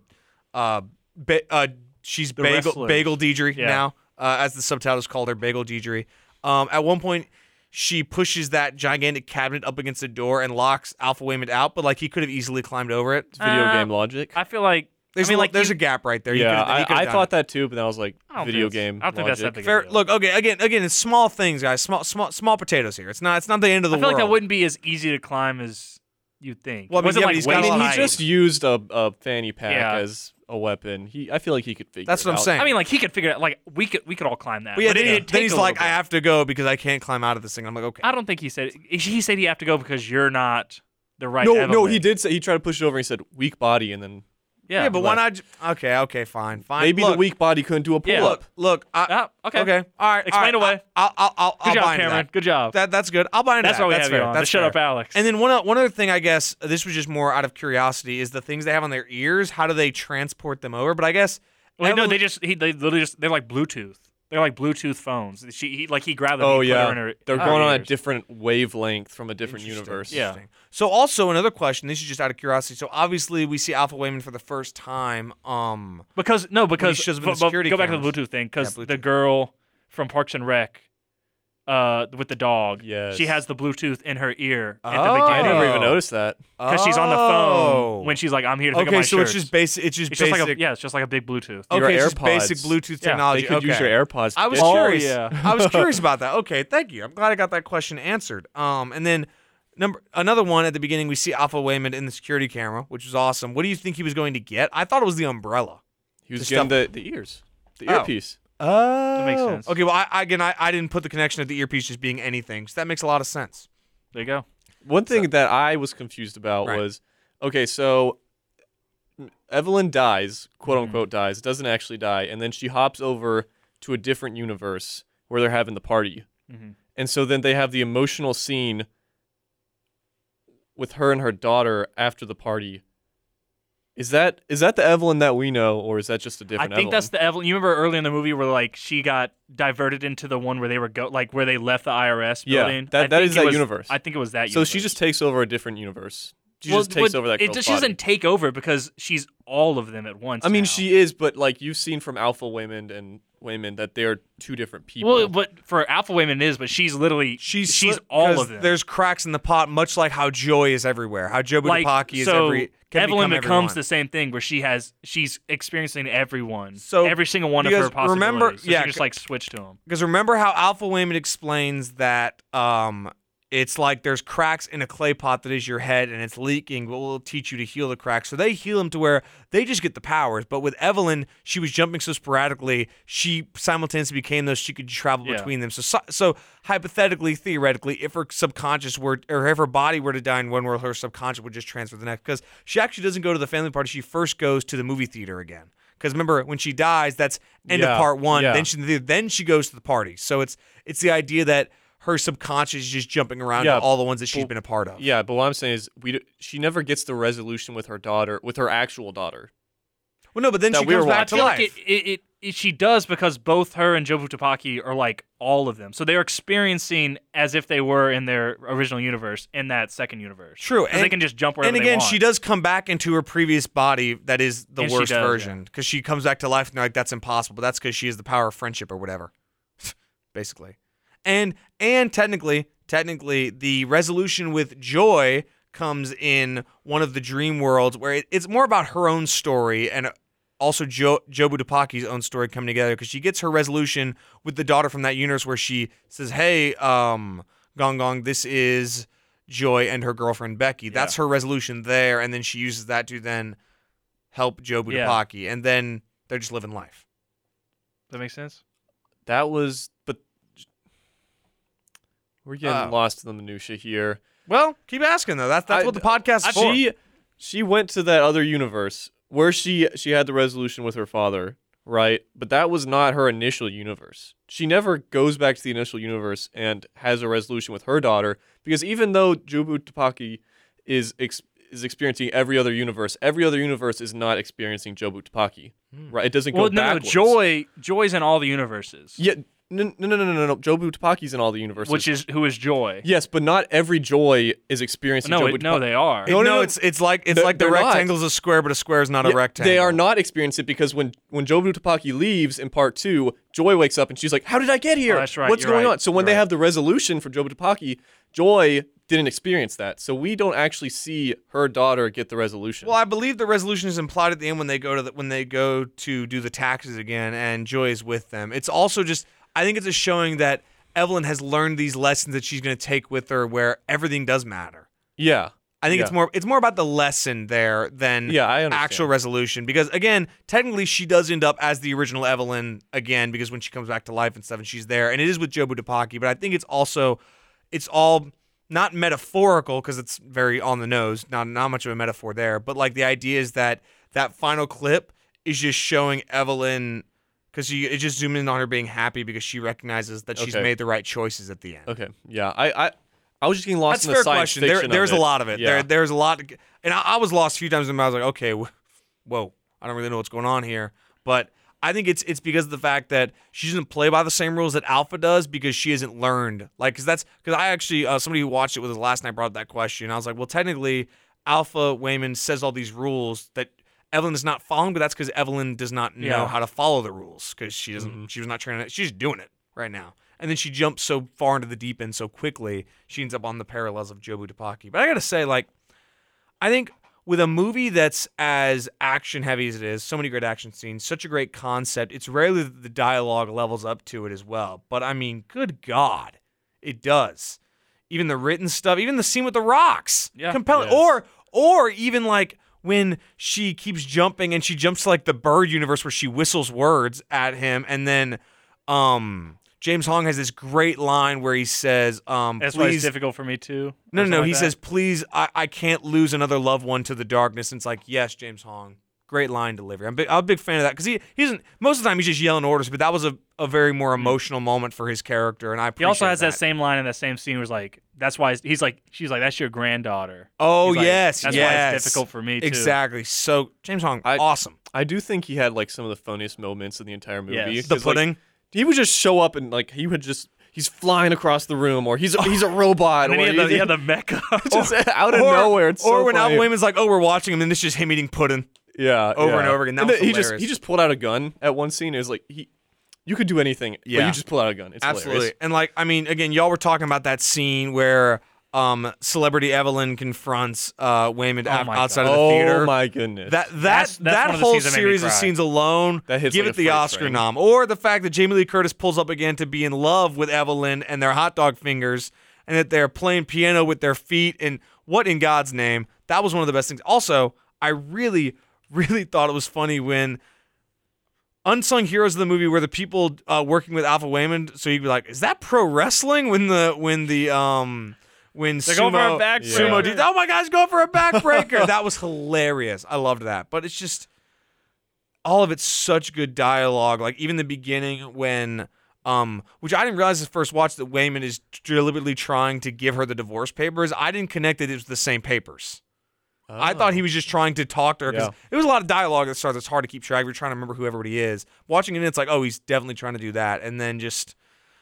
[SPEAKER 2] uh, ba- uh she's bagel
[SPEAKER 1] wrestler.
[SPEAKER 2] bagel Deidre
[SPEAKER 1] Yeah.
[SPEAKER 2] now, uh, as the subtitles called her bagel Deidre. Um, at one point. She pushes that gigantic cabinet up against the door and locks Alpha Waymond out, but like he could have easily climbed over it.
[SPEAKER 3] It's video
[SPEAKER 1] Uh,
[SPEAKER 3] game logic.
[SPEAKER 1] I feel like
[SPEAKER 2] There's
[SPEAKER 1] I mean
[SPEAKER 2] a,
[SPEAKER 1] like
[SPEAKER 2] there's
[SPEAKER 1] you-
[SPEAKER 2] a gap right there. You
[SPEAKER 3] yeah,
[SPEAKER 2] could've- you could've
[SPEAKER 3] I, I
[SPEAKER 2] done it.
[SPEAKER 3] thought that too, but then I was like,
[SPEAKER 1] I don't think
[SPEAKER 3] video
[SPEAKER 1] it's-
[SPEAKER 3] game.
[SPEAKER 1] I don't think that's
[SPEAKER 3] logic.
[SPEAKER 1] that big.
[SPEAKER 2] Fair,
[SPEAKER 1] deal.
[SPEAKER 2] look, okay, again, again, it's small things, guys. Small, small, small potatoes here. It's not, it's not the end of
[SPEAKER 1] I
[SPEAKER 2] the
[SPEAKER 1] feel
[SPEAKER 2] world.
[SPEAKER 1] like that wouldn't be as easy to climb as you'd think.
[SPEAKER 2] Well, I
[SPEAKER 1] It
[SPEAKER 2] mean,
[SPEAKER 1] wasn't
[SPEAKER 2] yeah, but
[SPEAKER 1] like
[SPEAKER 2] he's got
[SPEAKER 3] I
[SPEAKER 2] a
[SPEAKER 1] waist
[SPEAKER 2] lot
[SPEAKER 3] mean,
[SPEAKER 2] of
[SPEAKER 1] height.
[SPEAKER 3] he just used a, a fanny pack
[SPEAKER 1] Yeah.
[SPEAKER 3] as a weapon. He, I feel like he could figure.
[SPEAKER 2] That's
[SPEAKER 3] it
[SPEAKER 2] what I'm
[SPEAKER 3] out.
[SPEAKER 2] saying.
[SPEAKER 1] I mean, like he could figure it out. Like we could we could all climb that.
[SPEAKER 2] But yeah,
[SPEAKER 1] but
[SPEAKER 2] then,
[SPEAKER 1] it'd
[SPEAKER 2] he-
[SPEAKER 1] take
[SPEAKER 2] then
[SPEAKER 1] a
[SPEAKER 2] he's
[SPEAKER 1] little
[SPEAKER 2] like,
[SPEAKER 1] bit.
[SPEAKER 2] I have to go because I can't climb out of this thing. I'm like, okay.
[SPEAKER 1] I don't think he said he said he have to go because you're not the right.
[SPEAKER 3] no, no,
[SPEAKER 1] element.
[SPEAKER 3] he did say he tried to push it over. and He said weak body, and then
[SPEAKER 1] Yeah,
[SPEAKER 2] yeah, but why not? j- Okay, okay, fine, fine.
[SPEAKER 3] maybe
[SPEAKER 2] look,
[SPEAKER 3] the weak body couldn't do a pull
[SPEAKER 1] Yeah.
[SPEAKER 3] up.
[SPEAKER 2] Look, look. I,
[SPEAKER 1] Ah, okay.
[SPEAKER 2] okay. All right.
[SPEAKER 1] Explain
[SPEAKER 2] all right,
[SPEAKER 1] away.
[SPEAKER 2] I, I'll, I'll, I'll,
[SPEAKER 1] Good
[SPEAKER 2] I'll
[SPEAKER 1] job,
[SPEAKER 2] buy into
[SPEAKER 1] Cameron.
[SPEAKER 2] That.
[SPEAKER 1] Good job.
[SPEAKER 2] That, that's good. I'll buy into
[SPEAKER 1] that's
[SPEAKER 2] that.
[SPEAKER 1] why we
[SPEAKER 2] that's
[SPEAKER 1] have
[SPEAKER 2] fair.
[SPEAKER 1] you on.
[SPEAKER 2] That's
[SPEAKER 1] Shut
[SPEAKER 2] fair.
[SPEAKER 1] up, Alex.
[SPEAKER 2] And then one, o- one other thing, I guess uh, this was just more out of curiosity, is the things they have on their ears. How do they transport them over? But I guess
[SPEAKER 1] Well, no,
[SPEAKER 2] evolu-
[SPEAKER 1] they just he, they literally just they're like Bluetooth. They're like Bluetooth phones. She he, like he grabbed them.
[SPEAKER 3] Oh
[SPEAKER 1] he put her
[SPEAKER 3] yeah,
[SPEAKER 1] in her,
[SPEAKER 3] they're
[SPEAKER 1] her
[SPEAKER 3] going on a
[SPEAKER 1] ears.
[SPEAKER 3] different wavelength from a different
[SPEAKER 2] Interesting,
[SPEAKER 3] universe.
[SPEAKER 1] Yeah.
[SPEAKER 2] interesting. So also another question. This is just out of curiosity. So obviously we see Alpha Wayman for the first time. Um,
[SPEAKER 1] because no because
[SPEAKER 2] shows up in the
[SPEAKER 1] but- but
[SPEAKER 2] security
[SPEAKER 1] go back
[SPEAKER 2] cameras.
[SPEAKER 1] to the Bluetooth thing because
[SPEAKER 2] Yeah,
[SPEAKER 1] the
[SPEAKER 2] Bluetooth.
[SPEAKER 1] girl from Parks and Rec, uh, with the dog,
[SPEAKER 3] Yes.
[SPEAKER 1] she has the Bluetooth in her ear at
[SPEAKER 2] Oh.
[SPEAKER 1] the
[SPEAKER 3] I
[SPEAKER 1] beginning
[SPEAKER 3] never
[SPEAKER 2] Oh.
[SPEAKER 3] even noticed that.
[SPEAKER 1] because she's on the
[SPEAKER 2] Oh.
[SPEAKER 1] phone when she's like, "I'm here to pick up
[SPEAKER 2] okay,
[SPEAKER 1] my
[SPEAKER 2] so
[SPEAKER 1] shirts."
[SPEAKER 2] it's just basic. It's just
[SPEAKER 1] it's
[SPEAKER 2] basic.
[SPEAKER 1] just like a, Oh. yeah, it's just like a big Bluetooth.
[SPEAKER 3] Your
[SPEAKER 2] okay, it's just
[SPEAKER 3] AirPods.
[SPEAKER 2] basic Bluetooth
[SPEAKER 1] Yeah,
[SPEAKER 2] technology.
[SPEAKER 3] They could
[SPEAKER 2] okay.
[SPEAKER 3] use your AirPods. to
[SPEAKER 2] I was
[SPEAKER 3] get-
[SPEAKER 2] curious.
[SPEAKER 1] Oh, yeah.
[SPEAKER 2] I was curious about that. Okay, thank you. I'm glad I got that question answered. Um, and then number another one at the beginning, we see Alpha Wayman in the security camera, which was awesome. What do you think he was going to get? I thought it was the umbrella.
[SPEAKER 3] He was
[SPEAKER 2] Just
[SPEAKER 3] getting the, the ears, the
[SPEAKER 2] Oh.
[SPEAKER 3] earpiece.
[SPEAKER 2] Oh,
[SPEAKER 1] That makes sense.
[SPEAKER 2] Okay, well, I, I- again, I, I didn't put the connection of the earpiece just being anything, so that makes a lot of sense.
[SPEAKER 1] There you go.
[SPEAKER 3] One thing that I was confused about
[SPEAKER 2] Right.
[SPEAKER 3] was okay, so Evelyn dies, quote
[SPEAKER 1] Mm-hmm.
[SPEAKER 3] unquote dies, doesn't actually die, and then she hops over to a different universe where they're having the party.
[SPEAKER 1] Mhm.
[SPEAKER 3] And so then they have the emotional scene with her and her daughter after the party. Is that is that the Evelyn that we know, or is that just a
[SPEAKER 1] I
[SPEAKER 3] different
[SPEAKER 1] think that's the Evelyn. You remember early in the movie where like she got diverted into the one where they were go like where they left the IRS
[SPEAKER 3] Yeah,
[SPEAKER 1] building.
[SPEAKER 3] that-
[SPEAKER 1] I
[SPEAKER 3] that
[SPEAKER 1] think
[SPEAKER 3] is
[SPEAKER 1] it
[SPEAKER 3] that
[SPEAKER 1] was-
[SPEAKER 3] universe.
[SPEAKER 1] I think it was that.
[SPEAKER 3] so she
[SPEAKER 1] universe.
[SPEAKER 3] just takes over a different universe She
[SPEAKER 1] Well,
[SPEAKER 3] just takes
[SPEAKER 1] what-
[SPEAKER 3] over that
[SPEAKER 1] It
[SPEAKER 3] girl's
[SPEAKER 1] just
[SPEAKER 3] body.
[SPEAKER 1] doesn't take over because she's all of them at once.
[SPEAKER 3] I mean,
[SPEAKER 1] now.
[SPEAKER 3] she is, but like you've seen from Alpha Waymond and Waymond that they are two different people.
[SPEAKER 1] Well, but for Alpha Women it is, but she's literally
[SPEAKER 2] She's
[SPEAKER 1] she's
[SPEAKER 2] sli-
[SPEAKER 1] all
[SPEAKER 2] 'cause
[SPEAKER 1] of them.
[SPEAKER 2] There's cracks in the pot, much like how Joy is everywhere. How Joe
[SPEAKER 1] like
[SPEAKER 2] Budapaki is
[SPEAKER 1] so
[SPEAKER 2] every. Can
[SPEAKER 1] Evelyn
[SPEAKER 2] become
[SPEAKER 1] becomes
[SPEAKER 2] everyone.
[SPEAKER 1] the same thing where she has she's experiencing everyone,
[SPEAKER 2] So,
[SPEAKER 1] every single one of
[SPEAKER 2] because
[SPEAKER 1] her possibilities.
[SPEAKER 2] remember-
[SPEAKER 1] so
[SPEAKER 2] yeah,
[SPEAKER 1] she just like switched to them.
[SPEAKER 2] Because remember how Alpha Wayman explains that um, it's like there's cracks in a clay pot that is your head and it's leaking, but we'll teach you to heal the cracks. So they heal them to where they just get the powers. But with Evelyn, she was jumping so sporadically, she simultaneously became those, she could travel
[SPEAKER 1] Yeah.
[SPEAKER 2] between them. So, so, so hypothetically, theoretically, if her subconscious were, or if her body were to die in one world, her subconscious would just transfer to the next. Because she actually doesn't go to the family party, she first goes to the movie theater again. Because remember, when she dies, that's end
[SPEAKER 3] Yeah,
[SPEAKER 2] of part one.
[SPEAKER 3] yeah.
[SPEAKER 2] Then she then she goes to the party. So it's it's the idea that her subconscious is just jumping around
[SPEAKER 3] Yeah,
[SPEAKER 2] to all the ones that she's
[SPEAKER 3] well,
[SPEAKER 2] been a part of.
[SPEAKER 3] yeah, but what I'm saying is we d- she never gets the resolution with her daughter, with her actual daughter.
[SPEAKER 2] Well, no, but then
[SPEAKER 3] That
[SPEAKER 2] she
[SPEAKER 3] we
[SPEAKER 2] comes
[SPEAKER 3] were
[SPEAKER 2] back to
[SPEAKER 3] watching.
[SPEAKER 2] life.
[SPEAKER 1] Like it, it, it, it, she does because both her and Joe Butapaki are like all of them, so they're experiencing as if they were in their original universe in that second universe.
[SPEAKER 2] True,
[SPEAKER 1] 'Cause they
[SPEAKER 2] and-
[SPEAKER 1] can just jump wherever
[SPEAKER 2] and
[SPEAKER 1] they
[SPEAKER 2] again,
[SPEAKER 1] want.
[SPEAKER 2] she does come back into her previous body that is the
[SPEAKER 1] And she
[SPEAKER 2] worst
[SPEAKER 1] does,
[SPEAKER 2] version because she comes back to life and they're like that's impossible, but that's because she has the power of friendship or whatever, basically. And and technically, technically, the resolution with joy comes in one of the dream worlds where it, it's more about her own story and also jo- Jobu Dupaki's own story coming together because she gets her resolution with the daughter from that universe where she says, "Hey, um, Gong Gong, this is." Joy and her girlfriend Becky. That's her resolution there, and then she uses that to then help Joe
[SPEAKER 1] Yeah.
[SPEAKER 2] Budapaki, and then they're just living life.
[SPEAKER 1] That makes sense.
[SPEAKER 3] That was, but we're getting
[SPEAKER 2] Oh.
[SPEAKER 3] lost in the minutia here.
[SPEAKER 2] Well, keep asking though. That's that's
[SPEAKER 3] I-
[SPEAKER 2] what the podcast is for.
[SPEAKER 3] she she went to that other universe where she she had the resolution with her father, right? But that was not her initial universe. She never goes back to the initial universe and has a resolution with her daughter because even though Jubu Topaki is ex- is experiencing every other universe, every other universe is not experiencing Jobu Topaki, right? It doesn't
[SPEAKER 1] Hmm. Well,
[SPEAKER 3] go
[SPEAKER 1] no, no,
[SPEAKER 3] backwards.
[SPEAKER 1] Joy, Joy's in all the universes,
[SPEAKER 3] Yeah, no, no, no, no, no, no. Jobu Topaki's in all the universes.
[SPEAKER 1] which is who is Joy.
[SPEAKER 3] yes, but not every joy is experiencing.
[SPEAKER 1] no,
[SPEAKER 3] Jobu
[SPEAKER 1] it, no,
[SPEAKER 3] Topaki.
[SPEAKER 1] they are.
[SPEAKER 2] no,
[SPEAKER 3] No, no, no.
[SPEAKER 2] it's it's like it's
[SPEAKER 3] They're-
[SPEAKER 2] like the
[SPEAKER 3] they're not.
[SPEAKER 2] rectangle's a square, but a square is not a
[SPEAKER 3] Yeah,
[SPEAKER 2] rectangle.
[SPEAKER 3] They are not experiencing it because when when Jobu Topaki leaves in part two, Joy wakes up and she's like, "How did I get here?
[SPEAKER 1] Oh, that's right,
[SPEAKER 3] What's
[SPEAKER 1] you're
[SPEAKER 3] going
[SPEAKER 1] right,
[SPEAKER 3] on?" So when
[SPEAKER 1] you're
[SPEAKER 3] they
[SPEAKER 1] right.
[SPEAKER 3] have the resolution for Jobu Topaki, Joy didn't experience that, so we don't actually see her daughter get the resolution.
[SPEAKER 2] Well, I believe the resolution is implied at the end when they go to the, when they go to do the taxes again, and Joy is with them. It's also just I think it's a showing that Evelyn has learned these lessons that she's going to take with her, where everything does matter.
[SPEAKER 3] yeah,
[SPEAKER 2] I think
[SPEAKER 3] Yeah.
[SPEAKER 2] it's more it's more about the lesson there than
[SPEAKER 3] Yeah, I understand.
[SPEAKER 2] actual resolution because again, technically she does end up as the original Evelyn again because when she comes back to life and stuff and she's there and it is with Jobu Dupaki, but I think it's also it's all not metaphorical because it's very on the nose, not not much of a metaphor there, but like the idea is that that final clip is just showing Evelyn because she it just zoomed in on her being happy because she recognizes that she's
[SPEAKER 3] Okay.
[SPEAKER 2] made the right choices at the end.
[SPEAKER 3] okay, yeah. I I, I was just getting lost
[SPEAKER 2] That's
[SPEAKER 3] in
[SPEAKER 2] a
[SPEAKER 3] the
[SPEAKER 2] fair
[SPEAKER 3] science
[SPEAKER 2] question. There,
[SPEAKER 3] fiction
[SPEAKER 2] there's
[SPEAKER 3] of
[SPEAKER 2] a lot of it.
[SPEAKER 3] Yeah.
[SPEAKER 2] There, there's a lot, and I, I was lost a few times, and I was like, okay, wh- whoa, I don't really know what's going on here. But I think it's it's because of the fact that she doesn't play by the same rules that Alpha does because she hasn't learned. Like, because that's because I actually uh, somebody who watched it with us last night brought up that question. I was like, well, technically, Alpha Wayman says all these rules that. Evelyn is not following, but that's because Evelyn does not know
[SPEAKER 1] Yeah.
[SPEAKER 2] how to follow the rules because she doesn't. She was not trying to. She's just doing it right now. And then she jumps so far into the deep end so quickly, she ends up on the parallels of Jobu Topaki. But I gotta say, like, I think with a movie that's as action heavy as it is, so many great action scenes, such a great concept, it's rarely that the dialogue levels up to it as well. But I mean, good God, it does. Even the written stuff, even the scene with the rocks,
[SPEAKER 1] Yeah.
[SPEAKER 2] compelling.
[SPEAKER 3] Yes.
[SPEAKER 2] Or or even like when she keeps jumping and she jumps to like the bird universe where she whistles words at him, and then um James Hong has this great line where he says, um,
[SPEAKER 1] That's why it's
[SPEAKER 2] please
[SPEAKER 1] difficult for me too.
[SPEAKER 2] no,
[SPEAKER 1] or
[SPEAKER 2] no, no.
[SPEAKER 1] something
[SPEAKER 2] he
[SPEAKER 1] like that.
[SPEAKER 2] says, please, I, I can't lose another loved one to the darkness. And it's like, yes, James Hong. Great line delivery. I'm, big, I'm a big fan of that because he, he doesn't, most of the time he's just yelling orders, but that was a, a very more emotional moment for his character. And I
[SPEAKER 1] Mm. He
[SPEAKER 2] appreciate
[SPEAKER 1] also has that.
[SPEAKER 2] that.
[SPEAKER 1] same line in that same scene. Where he's like, "That's why he's- he's like, she's like, that's your granddaughter."
[SPEAKER 2] Oh,
[SPEAKER 1] He's like,
[SPEAKER 2] yes.
[SPEAKER 1] that's
[SPEAKER 2] yes.
[SPEAKER 1] why it's difficult for me too.
[SPEAKER 2] Exactly. So, James Hong,
[SPEAKER 3] I-
[SPEAKER 2] awesome.
[SPEAKER 3] I do think he had like some of the funniest moments in the entire movie.
[SPEAKER 1] Yes.
[SPEAKER 2] The
[SPEAKER 3] 'cause, like,
[SPEAKER 2] pudding.
[SPEAKER 3] he would just show up and like he would just he's flying across the room, or he's a, he's a robot,
[SPEAKER 1] And then
[SPEAKER 3] or
[SPEAKER 1] he had the,
[SPEAKER 3] he's-
[SPEAKER 1] he had the mecha.
[SPEAKER 2] Oh,
[SPEAKER 3] just out of
[SPEAKER 2] or,
[SPEAKER 3] nowhere. It's
[SPEAKER 2] or
[SPEAKER 3] so
[SPEAKER 2] when
[SPEAKER 3] funny.
[SPEAKER 2] Al Wayman's like, "Oh, we're watching him," and it's just him eating pudding.
[SPEAKER 3] yeah,
[SPEAKER 2] over
[SPEAKER 3] yeah.
[SPEAKER 2] and over again. That was
[SPEAKER 3] then he just
[SPEAKER 2] hilarious.
[SPEAKER 3] he just pulled out a gun at one scene. It was like he, you could do anything, but
[SPEAKER 2] Yeah.
[SPEAKER 3] you just pull out a gun. It's
[SPEAKER 2] Absolutely.
[SPEAKER 3] hilarious.
[SPEAKER 2] And like, I mean, again, y'all were talking about that scene where um celebrity Evelyn confronts uh Waymond
[SPEAKER 1] Oh
[SPEAKER 2] out-
[SPEAKER 1] my
[SPEAKER 2] outside of the
[SPEAKER 3] Oh
[SPEAKER 2] theater.
[SPEAKER 3] my goodness.
[SPEAKER 2] That that
[SPEAKER 1] That's- that's
[SPEAKER 2] that
[SPEAKER 1] one of the
[SPEAKER 2] whole
[SPEAKER 1] scenes that made me
[SPEAKER 2] series of
[SPEAKER 1] cry.
[SPEAKER 2] scenes alone
[SPEAKER 3] That hits
[SPEAKER 2] give
[SPEAKER 3] like
[SPEAKER 2] it
[SPEAKER 3] a
[SPEAKER 2] the
[SPEAKER 3] freight
[SPEAKER 2] Oscar
[SPEAKER 3] train.
[SPEAKER 2] nom, or the fact that Jamie Lee Curtis pulls up again to be in love with Evelyn and their hot dog fingers, and that they're playing piano with their feet. And what in God's name? That was one of the best things. Also, I really, really thought it was funny when unsung heroes of the movie were the people uh, working with Alpha Wayman. So you'd be like, "Is that pro wrestling?" When the when the um when
[SPEAKER 1] They're
[SPEAKER 2] sumo
[SPEAKER 1] going for a back
[SPEAKER 2] sumo
[SPEAKER 1] breaker.
[SPEAKER 2] dudes, oh my gosh, going for a backbreaker. that was hilarious. I loved that. But it's just all of it's such good dialogue. Like even the beginning when. Um, which I didn't realize at first watch that Wayman is deliberately trying to give her the divorce papers. I didn't connect that it was the same papers. I thought he was just trying to talk to her because
[SPEAKER 3] Yeah.
[SPEAKER 2] there was a lot of dialogue that starts. It's hard to keep track. You're trying to remember who everybody is. Watching it, it's like, oh, he's definitely trying to do that. And then just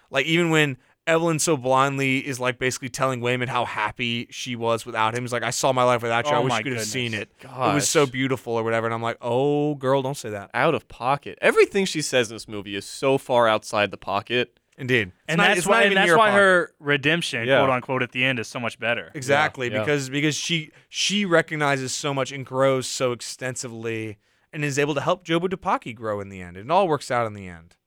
[SPEAKER 2] like even when Evelyn so blindly is like basically telling Wayman how happy she was without him. He's like, I saw my life without you. I
[SPEAKER 1] Oh
[SPEAKER 2] wish
[SPEAKER 1] my
[SPEAKER 2] you could have seen it.
[SPEAKER 1] goodness.
[SPEAKER 2] It was so
[SPEAKER 3] Gosh.
[SPEAKER 2] beautiful or whatever. And I'm like, oh, girl, don't say that.
[SPEAKER 3] out of pocket. Everything she says in this movie is so far outside the pocket.
[SPEAKER 2] Indeed. It's
[SPEAKER 1] and
[SPEAKER 2] not-
[SPEAKER 1] that's
[SPEAKER 2] it's not
[SPEAKER 1] why,
[SPEAKER 2] even
[SPEAKER 1] and that's
[SPEAKER 2] near
[SPEAKER 1] why
[SPEAKER 2] pocket.
[SPEAKER 1] her redemption,
[SPEAKER 3] Yeah.
[SPEAKER 1] quote unquote, at the end is so much better.
[SPEAKER 2] Exactly,
[SPEAKER 3] yeah.
[SPEAKER 2] because because she she recognizes so much and grows so extensively and is able to help Jobu Dupaki grow in the end. It all works out in the end.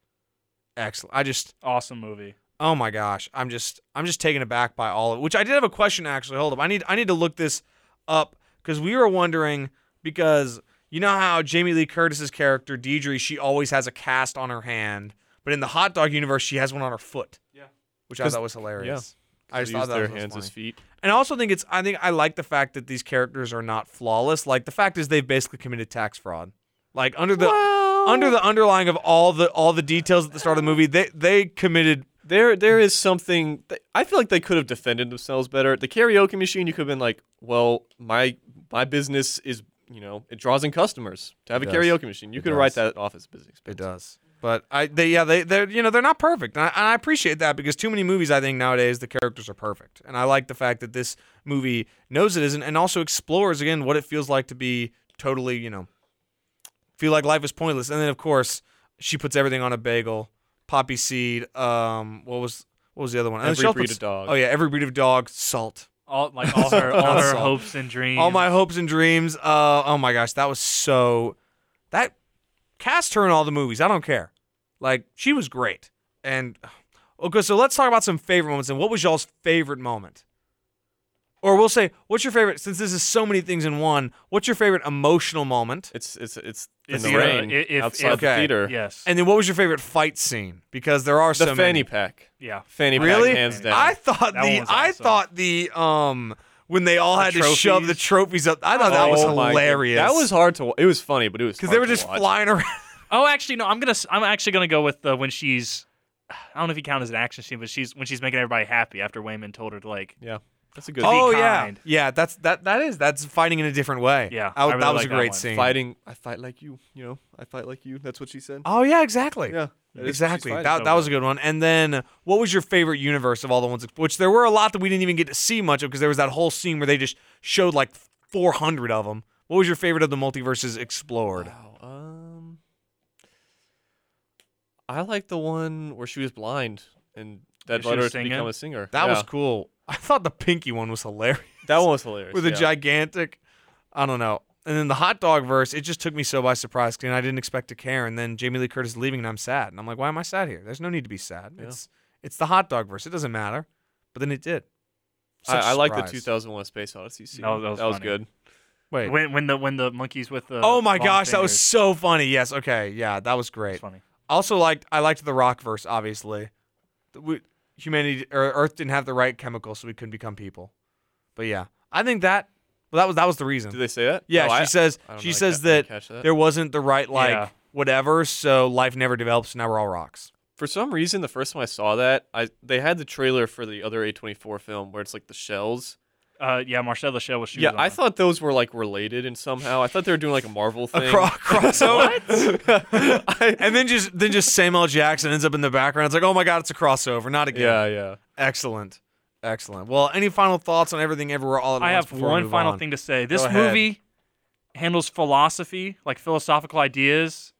[SPEAKER 2] Excellent. I just
[SPEAKER 1] Awesome movie.
[SPEAKER 2] oh my gosh. I'm just I'm just taken aback by all of it. Which I did have a question actually. Hold up. I need I need to look this up because we were wondering because you know how Jamie Lee Curtis's character, Deidre, she always has a cast on her hand, but in the hot dog universe she has one on her foot.
[SPEAKER 3] Yeah.
[SPEAKER 2] Which I
[SPEAKER 3] 'Cause-
[SPEAKER 2] thought was hilarious. I just
[SPEAKER 3] They use
[SPEAKER 2] thought that
[SPEAKER 3] their
[SPEAKER 2] was
[SPEAKER 3] hands
[SPEAKER 2] funny.
[SPEAKER 3] as feet.
[SPEAKER 2] And I also think it's I think I like the fact that these characters are not flawless. Like the fact is they've basically committed tax fraud. Like under the under the underlying of all the all the details at the start of the movie, they they committed
[SPEAKER 3] There, there is something. Th- I feel like they could have defended themselves better. The karaoke machine, you could have been like, "Well, my my business is, you know, it draws in customers to have
[SPEAKER 2] It
[SPEAKER 3] a
[SPEAKER 2] does.
[SPEAKER 3] karaoke machine." You
[SPEAKER 2] It
[SPEAKER 3] could write
[SPEAKER 2] does.
[SPEAKER 3] that off as a business expense.
[SPEAKER 2] It does. But I they yeah, they they're you know, they're not perfect. And I, and I appreciate that because too many movies I think nowadays the characters are perfect. And I like the fact that this movie knows it isn't and also explores again what it feels like to be totally, you know, feel like life is pointless. And then of course, she puts everything on a bagel, poppy seed, um what was what was the other one? And
[SPEAKER 3] Every
[SPEAKER 2] she also
[SPEAKER 3] breed
[SPEAKER 2] puts-
[SPEAKER 3] of dog.
[SPEAKER 2] Oh yeah, every breed of dog, salt.
[SPEAKER 1] All like all her all
[SPEAKER 2] Not
[SPEAKER 1] her
[SPEAKER 2] Saw.
[SPEAKER 1] hopes and dreams.
[SPEAKER 2] All my hopes and dreams. Uh, oh my gosh, that was so. That cast her in all the movies. I don't care. Like she was great. And okay, so let's talk about some favorite moments. And what was y'all's favorite moment? Or we'll say, what's your favorite? Since this is so many things in one, what's your favorite emotional moment?
[SPEAKER 3] It's it's it's
[SPEAKER 1] It's
[SPEAKER 3] in
[SPEAKER 1] the-
[SPEAKER 3] the rain
[SPEAKER 1] i- if-
[SPEAKER 3] outside
[SPEAKER 2] uh, if-
[SPEAKER 3] the theater.
[SPEAKER 1] yes.
[SPEAKER 2] And then what was your favorite fight scene? Because there are so
[SPEAKER 3] The fanny
[SPEAKER 2] many.
[SPEAKER 3] pack.
[SPEAKER 1] yeah.
[SPEAKER 3] Fanny
[SPEAKER 2] Really?
[SPEAKER 3] pack, hands down.
[SPEAKER 2] I thought
[SPEAKER 1] That one
[SPEAKER 2] the
[SPEAKER 1] was
[SPEAKER 2] I
[SPEAKER 1] awesome.
[SPEAKER 2] thought the um when they all
[SPEAKER 1] The
[SPEAKER 2] had to shove the
[SPEAKER 1] trophies.
[SPEAKER 2] trophies up. I thought that was
[SPEAKER 3] Oh my God.
[SPEAKER 2] hilarious.
[SPEAKER 3] That was hard to. wa- It was funny, but it was
[SPEAKER 2] because
[SPEAKER 3] because
[SPEAKER 2] they were just flying around.
[SPEAKER 1] Oh, actually, no. I'm gonna. s- I'm actually gonna go with uh, when she's. I don't know if you count as an action scene, but she's when she's making everybody happy after Wayman told her to like.
[SPEAKER 3] Yeah, that's a good.
[SPEAKER 1] be
[SPEAKER 2] oh
[SPEAKER 1] kind.
[SPEAKER 2] yeah, yeah. That's that. That is that's fighting in a different way.
[SPEAKER 1] Yeah,
[SPEAKER 2] I-
[SPEAKER 1] I really
[SPEAKER 2] that was
[SPEAKER 1] like
[SPEAKER 2] a
[SPEAKER 1] that
[SPEAKER 2] great
[SPEAKER 1] one.
[SPEAKER 2] scene.
[SPEAKER 3] fighting. I fight like you. You know, I fight like you. That's what she said.
[SPEAKER 2] Oh yeah, exactly.
[SPEAKER 3] Yeah, that is- she's
[SPEAKER 2] exactly.
[SPEAKER 3] fighting.
[SPEAKER 2] That, that was a good one. And then, what was your favorite universe of all the ones? Which there were a lot that we didn't even get to see much of because there was that whole scene where they just showed like 400 of them. What was your favorite of the multiverses explored?
[SPEAKER 3] Wow. Um, I like the one where she was blind and that
[SPEAKER 1] she
[SPEAKER 3] led her
[SPEAKER 1] was
[SPEAKER 3] to become
[SPEAKER 1] singing?
[SPEAKER 3] a singer.
[SPEAKER 2] That was
[SPEAKER 3] Yeah,
[SPEAKER 2] cool. I thought the pinky one was hilarious.
[SPEAKER 3] that one was hilarious.
[SPEAKER 2] with a
[SPEAKER 3] yeah.
[SPEAKER 2] gigantic, I don't know. And then the hot dog verse, it just took me so by surprise, and I didn't expect to care. And then Jamie Lee Curtis leaving, and I'm sad. And I'm like, why am I sad here? There's no need to be sad.
[SPEAKER 3] Yeah.
[SPEAKER 2] It's it's the hot dog verse. It doesn't matter. But then it did. Such a
[SPEAKER 3] I, I like the
[SPEAKER 2] surprise.
[SPEAKER 3] 2001 Space Odyssey scene.
[SPEAKER 1] No, that was funny.
[SPEAKER 3] good.
[SPEAKER 2] Wait.
[SPEAKER 1] When when the when the monkeys with the.
[SPEAKER 2] oh my
[SPEAKER 1] long
[SPEAKER 2] gosh, that was
[SPEAKER 1] fingers.
[SPEAKER 2] so funny. Yes. Okay. Yeah, that was
[SPEAKER 1] It's
[SPEAKER 2] great.
[SPEAKER 1] funny.
[SPEAKER 2] Also liked I liked the rock verse. Obviously, The- we, humanity or Earth didn't have the right chemicals, so we couldn't become people. But yeah, I think that. Well, that was that was the reason.
[SPEAKER 3] Did they say that?
[SPEAKER 2] Yeah,
[SPEAKER 3] No,
[SPEAKER 2] she
[SPEAKER 3] Oh, I-
[SPEAKER 2] says
[SPEAKER 3] I don't
[SPEAKER 2] she
[SPEAKER 3] know, I
[SPEAKER 2] says
[SPEAKER 3] ca- I
[SPEAKER 2] that,
[SPEAKER 3] didn't catch that.
[SPEAKER 2] there wasn't the right like
[SPEAKER 1] Yeah.
[SPEAKER 2] whatever, so life never develops. Now we're all rocks.
[SPEAKER 3] For some reason, the first time I saw that, I they had the trailer for the other A24 film where it's like the shells,
[SPEAKER 1] Uh, yeah, Marcel Lachey was shoes
[SPEAKER 3] yeah,
[SPEAKER 1] on.
[SPEAKER 3] I thought those were like related and somehow. I thought they were doing like a Marvel thing.
[SPEAKER 2] A cro- crossover,
[SPEAKER 3] I-
[SPEAKER 2] and then just then just Samuel Jackson ends up in the background. It's like, oh my god, it's a crossover, not again.
[SPEAKER 3] yeah, yeah.
[SPEAKER 2] Excellent, excellent. Well, any final thoughts on everything, everywhere, all at
[SPEAKER 1] I
[SPEAKER 2] once?
[SPEAKER 1] have
[SPEAKER 2] before we
[SPEAKER 1] one
[SPEAKER 2] move
[SPEAKER 1] final
[SPEAKER 2] on?
[SPEAKER 1] thing to say. This
[SPEAKER 2] ahead.
[SPEAKER 1] movie handles philosophy, like philosophical ideas,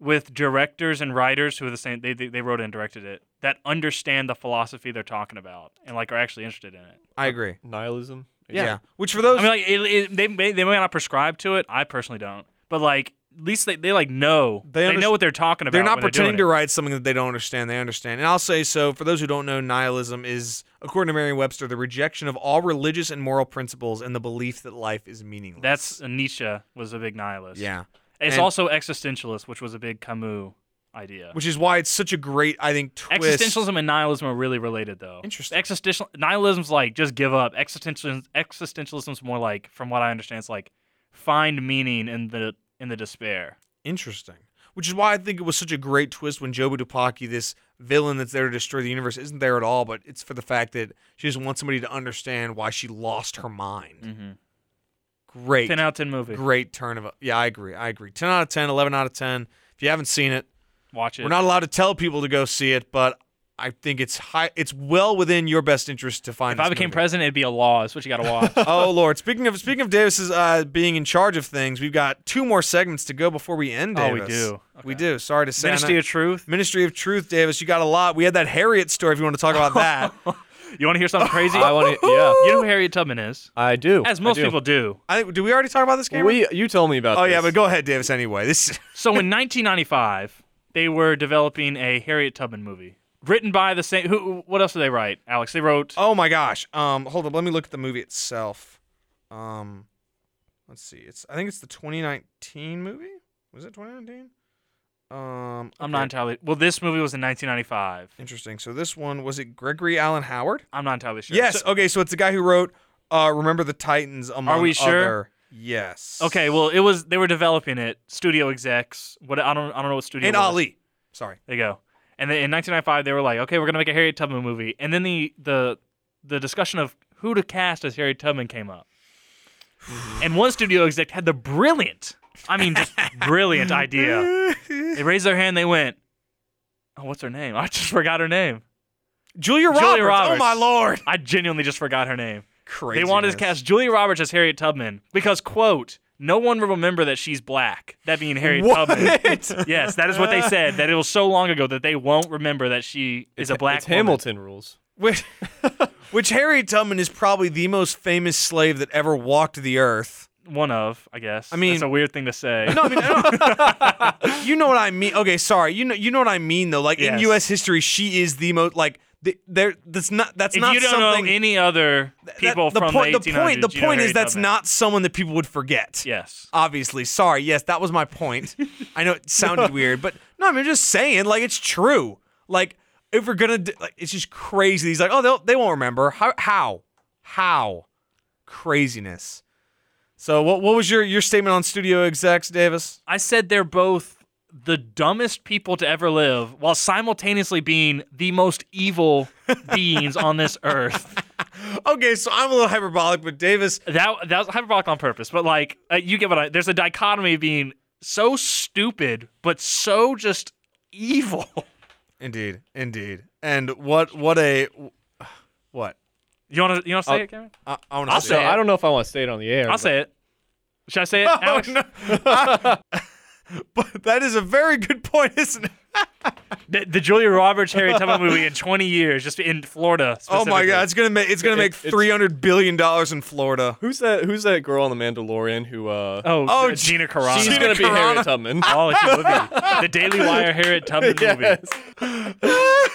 [SPEAKER 1] with directors and writers who are the same. They they, they wrote and directed it that understand the philosophy they're talking about and like are actually interested in it.
[SPEAKER 2] I agree.
[SPEAKER 3] Nihilism.
[SPEAKER 2] Yeah. Which for those,
[SPEAKER 1] I mean, like it, it, they may, they may not prescribe to it. I personally don't, but like at least they, they like know
[SPEAKER 2] They
[SPEAKER 1] they,
[SPEAKER 2] underst-
[SPEAKER 1] know what they're talking about.
[SPEAKER 2] they're not
[SPEAKER 1] when
[SPEAKER 2] pretending to
[SPEAKER 1] doing
[SPEAKER 2] write something that they don't understand. They understand. And I'll say so. For those who don't know, nihilism is, according to Merriam-Webster, the rejection of all religious and moral principles and the belief that life is meaningless.
[SPEAKER 1] it. That's Nietzsche was a big nihilist.
[SPEAKER 2] yeah.
[SPEAKER 1] it's
[SPEAKER 2] and-
[SPEAKER 1] also existentialist, which was a big Camus idea.
[SPEAKER 2] Which is why it's such a great, I think, twist.
[SPEAKER 1] Existentialism and nihilism are really related, though.
[SPEAKER 2] Interesting.
[SPEAKER 1] Existential nihilism's like just give up. Existential existentialism's more like, from what I understand, it's like find meaning in the in the despair.
[SPEAKER 2] Interesting. Which is why I think it was such a great twist when Jobu Dupaki, this villain that's there to destroy the universe, isn't there at all, but it's for the fact that she just wants somebody to understand why she lost her mind. Great.
[SPEAKER 1] Mm. Ten out of ten movie.
[SPEAKER 2] Mm-hmm. Great turn of. Yeah, I agree. I agree. 10 out of 10, 11 out of 10. If you haven't seen it,
[SPEAKER 1] Watch it.
[SPEAKER 2] we're not allowed to tell people to go see it, but I think it's high. It's well within your best interest to find.
[SPEAKER 1] if I
[SPEAKER 2] this
[SPEAKER 1] became
[SPEAKER 2] movie.
[SPEAKER 1] president, it'd be a law. That's what you got to watch.
[SPEAKER 2] oh Lord! Speaking of speaking of Davis's uh, being in charge of things, we've got two more segments to go before we end.
[SPEAKER 1] Oh, we
[SPEAKER 2] Davis.
[SPEAKER 1] do.
[SPEAKER 2] We
[SPEAKER 1] Okay.
[SPEAKER 2] do. Sorry to say. and I-
[SPEAKER 1] Ministry of Truth.
[SPEAKER 2] Ministry of Truth, Davis. You got a lot. We had that Harriet story. If you want to talk about that,
[SPEAKER 1] You want to hear something crazy?
[SPEAKER 3] I want to. Yeah,
[SPEAKER 1] You know who Harriet Tubman is?
[SPEAKER 3] I do.
[SPEAKER 1] As
[SPEAKER 3] I
[SPEAKER 1] most
[SPEAKER 3] do.
[SPEAKER 1] people do.
[SPEAKER 2] I think. Did we already talk about this game?
[SPEAKER 3] We you told me about.
[SPEAKER 2] Oh yeah,
[SPEAKER 3] this.
[SPEAKER 2] but go ahead, Davis. Anyway, this.
[SPEAKER 1] So in 1995, they were developing a Harriet Tubman movie written by the same. Who? What else did they write? Alex, they wrote.
[SPEAKER 2] Oh my gosh. Um, hold up. Let me look at the movie itself. Um, let's see. It's. I think it's the 2019 movie. Was it 2019? Um,
[SPEAKER 1] I'm
[SPEAKER 2] okay.
[SPEAKER 1] not entirely. Well, this movie was in 1995.
[SPEAKER 2] Interesting. So this one was it Gregory Allen Howard?
[SPEAKER 1] I'm not entirely sure.
[SPEAKER 2] Yes.
[SPEAKER 1] So-
[SPEAKER 2] okay, so it's the guy who wrote uh, "Remember the Titans." Among
[SPEAKER 1] Are we sure?
[SPEAKER 2] other- Yes.
[SPEAKER 1] okay. Well, it was they were developing it. Studio execs. What I don't I don't know what studio.
[SPEAKER 2] and
[SPEAKER 1] it was.
[SPEAKER 2] Ali. Sorry.
[SPEAKER 1] There you go. And then in 1995, they were like, okay, we're gonna make a Harriet Tubman movie. And then the the the discussion of who to cast as Harriet Tubman came up. and one studio exec had the brilliant, I mean, just brilliant idea. They raised their hand. They went, oh, what's her name? I just forgot her name.
[SPEAKER 2] Julia Roberts.
[SPEAKER 1] Julia
[SPEAKER 2] Oh
[SPEAKER 1] Roberts.
[SPEAKER 2] my lord.
[SPEAKER 1] I genuinely just forgot her name.
[SPEAKER 2] Crazy.
[SPEAKER 1] They wanted to cast Julia Roberts as Harriet Tubman because, quote, no one will remember that she's black. That being Harriet Tubman.
[SPEAKER 2] What?
[SPEAKER 1] Yes, that is what they said. That it was so long ago that they won't remember that she is a black
[SPEAKER 3] It's
[SPEAKER 1] woman.
[SPEAKER 3] Hamilton rules.
[SPEAKER 2] which, which Harriet Tubman is probably the most famous slave that ever walked the earth.
[SPEAKER 1] One of, I guess.
[SPEAKER 2] I mean-
[SPEAKER 1] it's a weird thing to say.
[SPEAKER 2] No, I mean, I don't- you know what I mean. Okay, sorry. You know, you know what I mean though. Like in
[SPEAKER 1] Yes.
[SPEAKER 2] U.S. history, she is the most like. th- There, that's not. That's
[SPEAKER 1] if
[SPEAKER 2] not
[SPEAKER 1] you don't
[SPEAKER 2] something.
[SPEAKER 1] know any other
[SPEAKER 2] that-
[SPEAKER 1] people
[SPEAKER 2] the
[SPEAKER 1] from
[SPEAKER 2] point,
[SPEAKER 1] the
[SPEAKER 2] the point.
[SPEAKER 1] 1800s,
[SPEAKER 2] The
[SPEAKER 1] you know
[SPEAKER 2] point is
[SPEAKER 1] Harriet
[SPEAKER 2] that's
[SPEAKER 1] Tubman.
[SPEAKER 2] not someone that people would forget.
[SPEAKER 1] Yes.
[SPEAKER 2] Obviously, sorry. Yes, that was my point. I know it sounded weird, but no, I mean, I'm just saying. Like it's true. Like if we're gonna, d- like it's just crazy. He's like, oh, they'll, they won't remember. How? How? How? Craziness. So what? What was your your statement on studio execs, Davis?
[SPEAKER 1] I said they're both the dumbest people to ever live while simultaneously being the most evil beings on this earth.
[SPEAKER 2] Okay, so I'm a little hyperbolic, but Davis,
[SPEAKER 1] that that was hyperbolic on purpose, but like uh, you get what I. There's a dichotomy of being so stupid, but so just evil.
[SPEAKER 2] indeed, indeed, and what what a what
[SPEAKER 1] You want to you
[SPEAKER 2] Oh.
[SPEAKER 1] want to say it, Cameron?
[SPEAKER 2] I, I want
[SPEAKER 1] I'll
[SPEAKER 2] to
[SPEAKER 1] say
[SPEAKER 3] So
[SPEAKER 1] it.
[SPEAKER 3] I don't know if I want to say it on the air.
[SPEAKER 1] I'll
[SPEAKER 3] but-
[SPEAKER 1] say it. Should I say it?
[SPEAKER 2] Oh,
[SPEAKER 1] Alex?
[SPEAKER 2] no. but that is a very good point, isn't it?
[SPEAKER 1] The, the Julia Roberts Harry Tubman movie in 20 years, just in Florida.
[SPEAKER 2] Oh my
[SPEAKER 1] specifically.
[SPEAKER 2] god, it's gonna make it's gonna make
[SPEAKER 3] It's- it's-
[SPEAKER 2] three hundred billion dollars in Florida.
[SPEAKER 3] Who's that? Who's that girl on the Mandalorian who? uh
[SPEAKER 1] Oh,
[SPEAKER 2] Oh,
[SPEAKER 1] oh Gina Carano.
[SPEAKER 3] She's
[SPEAKER 2] Gina
[SPEAKER 3] gonna be
[SPEAKER 2] Carano.
[SPEAKER 3] Harriet Tubman.
[SPEAKER 1] Oh, it's a movie. The Daily Wire Harriet Tubman movie.
[SPEAKER 3] yes.
[SPEAKER 1] It's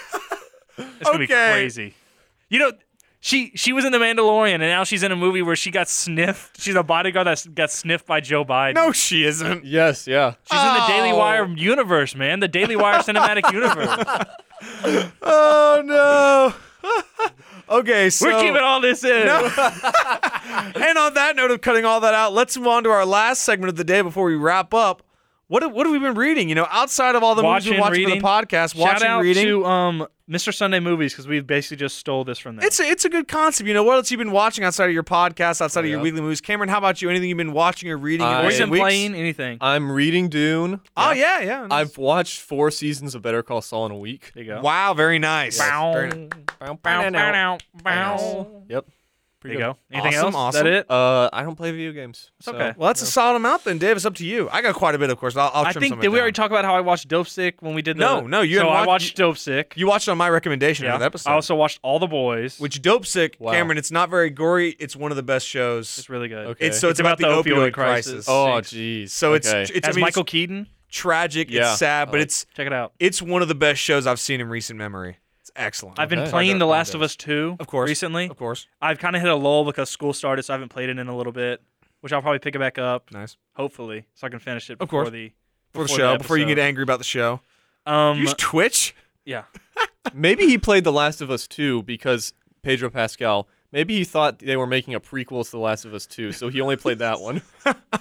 [SPEAKER 1] gonna be
[SPEAKER 2] Okay.
[SPEAKER 1] crazy. You know, she she was in The Mandalorian, and now she's in a movie where she got sniffed. She's a bodyguard that s- got sniffed by Joe Biden.
[SPEAKER 2] No, she isn't.
[SPEAKER 3] Yes. Yeah.
[SPEAKER 1] she's in the Daily
[SPEAKER 2] Oh.
[SPEAKER 1] Wire universe, man. The Daily Wire cinematic universe.
[SPEAKER 2] Oh no. okay, so
[SPEAKER 1] We're keeping all this in.
[SPEAKER 2] and on that note of cutting all that out, let's move on to our last segment of the day before we wrap up. What have, what have we been reading? You know, outside of all the movies
[SPEAKER 1] Watching,
[SPEAKER 2] we're watching
[SPEAKER 1] reading.
[SPEAKER 2] for the podcast,
[SPEAKER 1] Shout
[SPEAKER 2] watching,
[SPEAKER 1] out
[SPEAKER 2] reading.
[SPEAKER 1] to um, Mr. Sunday Movies because we basically just stole this from them.
[SPEAKER 2] it's a, it's a good concept. You know, what else you've been watching outside of your podcast, outside
[SPEAKER 1] Oh,
[SPEAKER 2] of your
[SPEAKER 3] Yeah.
[SPEAKER 2] weekly movies? Cameron, how about you? Anything you've been watching or reading? in
[SPEAKER 3] I-
[SPEAKER 1] or
[SPEAKER 3] We've
[SPEAKER 2] recent
[SPEAKER 1] even
[SPEAKER 2] weeks? Uh,
[SPEAKER 1] playing anything.
[SPEAKER 3] I'm reading Dune.
[SPEAKER 2] Oh yeah, yeah.
[SPEAKER 3] I've watched four seasons of Better Call Saul in a week.
[SPEAKER 1] There you go.
[SPEAKER 2] wow, very nice.
[SPEAKER 1] Bow,
[SPEAKER 2] Very nice.
[SPEAKER 3] Bow,
[SPEAKER 1] bow,
[SPEAKER 3] bow, bow.
[SPEAKER 1] bow, bow.
[SPEAKER 3] Yep.
[SPEAKER 1] There you go. Anything
[SPEAKER 2] Awesome,
[SPEAKER 1] else?
[SPEAKER 2] awesome.
[SPEAKER 1] Is that it?
[SPEAKER 3] Uh, I don't play video games.
[SPEAKER 1] It's okay.
[SPEAKER 2] Well, that's a solid amount then, Dave. It's up to you. I got quite a bit, of course. I'll, I'll
[SPEAKER 1] I
[SPEAKER 2] trim some
[SPEAKER 1] think
[SPEAKER 2] of
[SPEAKER 1] did
[SPEAKER 2] it
[SPEAKER 1] we already
[SPEAKER 2] down.
[SPEAKER 1] talk about how I watched Dope Sick when we did the
[SPEAKER 2] No, no, you
[SPEAKER 1] so
[SPEAKER 2] hadn't
[SPEAKER 1] I
[SPEAKER 2] watched-
[SPEAKER 1] watched Dope Sick.
[SPEAKER 2] You watched on my recommendation
[SPEAKER 1] yeah.
[SPEAKER 2] for that episode.
[SPEAKER 1] I also watched All the Boys,
[SPEAKER 2] which dope sick,
[SPEAKER 3] Wow.
[SPEAKER 2] Cameron. It's not very gory. It's one of the best shows.
[SPEAKER 1] is really good.
[SPEAKER 3] Okay.
[SPEAKER 2] It's so it's, about, the opioid, crisis.
[SPEAKER 3] Oh, jeez.
[SPEAKER 2] so it's
[SPEAKER 3] Okay.
[SPEAKER 2] it's I
[SPEAKER 1] As
[SPEAKER 2] mean,
[SPEAKER 1] Michael
[SPEAKER 2] it's
[SPEAKER 1] Keaton.
[SPEAKER 2] tragic.
[SPEAKER 3] Yeah,
[SPEAKER 2] It's sad,
[SPEAKER 3] I
[SPEAKER 2] but
[SPEAKER 3] like-
[SPEAKER 2] it's
[SPEAKER 1] Check it out.
[SPEAKER 2] it's one of the best shows I've seen in recent memory. It's excellent.
[SPEAKER 1] I've been
[SPEAKER 3] Okay.
[SPEAKER 1] playing
[SPEAKER 2] Hard
[SPEAKER 1] The
[SPEAKER 2] to
[SPEAKER 1] Last of
[SPEAKER 2] find
[SPEAKER 1] Us 2
[SPEAKER 2] Of course.
[SPEAKER 1] recently.
[SPEAKER 2] of course.
[SPEAKER 1] I've kind of hit a lull because school started, so I haven't played it in a little bit, which I'll probably pick it back up
[SPEAKER 2] Nice.
[SPEAKER 1] hopefully, so I can finish it
[SPEAKER 2] Of
[SPEAKER 1] before
[SPEAKER 2] course.
[SPEAKER 1] the
[SPEAKER 2] For the
[SPEAKER 1] Before
[SPEAKER 2] show,
[SPEAKER 1] the
[SPEAKER 2] before you
[SPEAKER 1] episode.
[SPEAKER 2] get angry about the show,
[SPEAKER 1] um
[SPEAKER 2] you use Twitch.
[SPEAKER 1] yeah.
[SPEAKER 3] Maybe he played The Last of Us 2 because Pedro Pascal. Maybe he thought they were making a prequel to The Last of Us 2, so he only played that one.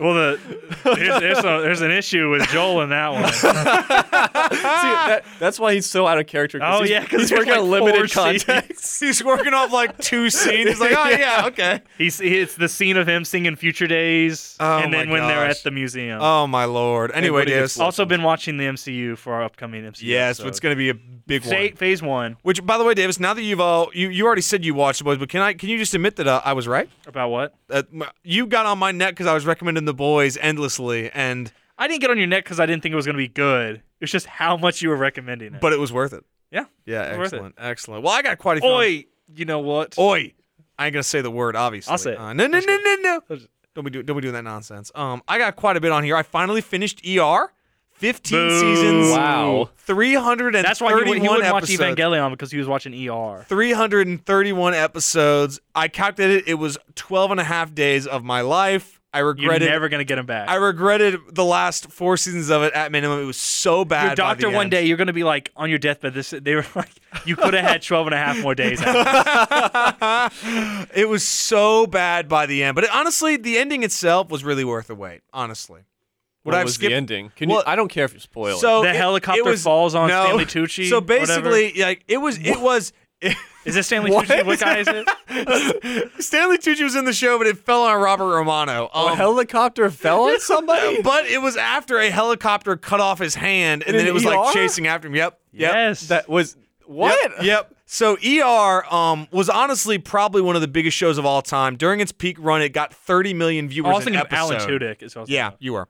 [SPEAKER 1] Well, the there's, there's, a, there's an issue with Joel in that one.
[SPEAKER 3] See,
[SPEAKER 2] Ah!
[SPEAKER 3] that, that's why he's so out of character.
[SPEAKER 1] Oh,
[SPEAKER 3] he's,
[SPEAKER 1] yeah, 'cause
[SPEAKER 3] he's
[SPEAKER 1] there's
[SPEAKER 3] working on
[SPEAKER 1] like four
[SPEAKER 3] limited
[SPEAKER 1] scenes.
[SPEAKER 3] content.
[SPEAKER 2] He's working off like two scenes. He's like, oh yeah, okay.
[SPEAKER 1] He's it's the scene of him singing Future Days,
[SPEAKER 2] Oh,
[SPEAKER 1] and then
[SPEAKER 2] my
[SPEAKER 1] when they're
[SPEAKER 2] gosh.
[SPEAKER 1] at the museum.
[SPEAKER 2] Oh my lord. Anyway,
[SPEAKER 3] what do you
[SPEAKER 2] Dave.
[SPEAKER 3] get-
[SPEAKER 1] also, been watching the MCU for our upcoming MCU.
[SPEAKER 2] Yes,
[SPEAKER 1] episode.
[SPEAKER 2] it's going to be a big
[SPEAKER 1] Fa-
[SPEAKER 2] one.
[SPEAKER 1] phase one
[SPEAKER 2] Which, by the way, Davis, now that you've all you, you already said you watched the boys, but can I can you just admit that uh, I was right?
[SPEAKER 1] about what?
[SPEAKER 2] Uh, m- you got on my neck because I was recommending the boys endlessly, and
[SPEAKER 1] I didn't get on your neck because I didn't think it was going to be good. It's just how much you were recommending it.
[SPEAKER 2] but it was worth it.
[SPEAKER 1] yeah,
[SPEAKER 2] Yeah,
[SPEAKER 1] It was worth it.
[SPEAKER 2] excellent, excellent. Well, I got quite a few.
[SPEAKER 1] oi, you know what?
[SPEAKER 2] oi! I ain't gonna say the word, obviously.
[SPEAKER 1] I'll say it.
[SPEAKER 2] Uh, no, no, no, no, no.
[SPEAKER 1] Let's-
[SPEAKER 2] Don't be doing don't be doing that nonsense. Um, I got quite a bit on here. I finally finished ER, fifteen
[SPEAKER 1] Boo.
[SPEAKER 2] seasons,
[SPEAKER 3] Wow.
[SPEAKER 2] three hundred and
[SPEAKER 1] That's why he, would, he
[SPEAKER 2] thirty-one
[SPEAKER 1] wouldn't watch
[SPEAKER 2] episodes.
[SPEAKER 1] Evangelion because he was watching ER.
[SPEAKER 2] 331 episodes. I calculated it was 12 and a half days of my life. I
[SPEAKER 1] You're
[SPEAKER 2] regretted
[SPEAKER 1] never going to get him back.
[SPEAKER 2] I regretted the last 4 seasons of it at minimum. It was so bad.
[SPEAKER 1] your doctor
[SPEAKER 2] by the
[SPEAKER 1] one
[SPEAKER 2] end.
[SPEAKER 1] day you're going to be like on your deathbed this they were like you could have had 12 and a half more days out.
[SPEAKER 2] it was so bad by the end, but it, honestly, the ending itself was really worth the wait, honestly. Would
[SPEAKER 3] what
[SPEAKER 2] I have
[SPEAKER 3] was
[SPEAKER 2] skipped
[SPEAKER 3] the ending? Can
[SPEAKER 2] Well-
[SPEAKER 3] you? I don't care if you spoil it.
[SPEAKER 2] So
[SPEAKER 1] The
[SPEAKER 2] it-
[SPEAKER 1] helicopter
[SPEAKER 2] it was-
[SPEAKER 1] falls on
[SPEAKER 2] no.
[SPEAKER 1] Stanley Tucci,
[SPEAKER 2] So
[SPEAKER 1] whatever.
[SPEAKER 2] basically, like it was, it was.
[SPEAKER 1] is this stanley
[SPEAKER 3] What?
[SPEAKER 1] tucci what guy is it
[SPEAKER 2] Stanley Tucci was in the show, but it fell on Robert Romano.
[SPEAKER 3] a
[SPEAKER 1] Oh,
[SPEAKER 2] Um,
[SPEAKER 3] helicopter fell on somebody.
[SPEAKER 2] but it was after a helicopter cut off his hand, and
[SPEAKER 3] In
[SPEAKER 2] then
[SPEAKER 3] an
[SPEAKER 2] it was like
[SPEAKER 3] ER?
[SPEAKER 2] chasing after him. Yep. Yep.
[SPEAKER 1] yes
[SPEAKER 3] that was
[SPEAKER 2] Yep,
[SPEAKER 3] what?
[SPEAKER 2] Yep. So ER um, was honestly probably one of the biggest shows of all time. During its peak run, it got 30 million
[SPEAKER 1] I
[SPEAKER 2] viewers
[SPEAKER 1] was
[SPEAKER 2] an
[SPEAKER 1] thinking of
[SPEAKER 2] episode.
[SPEAKER 1] alan tudyk is what I was thinking
[SPEAKER 2] Yeah,
[SPEAKER 1] of.
[SPEAKER 2] you were.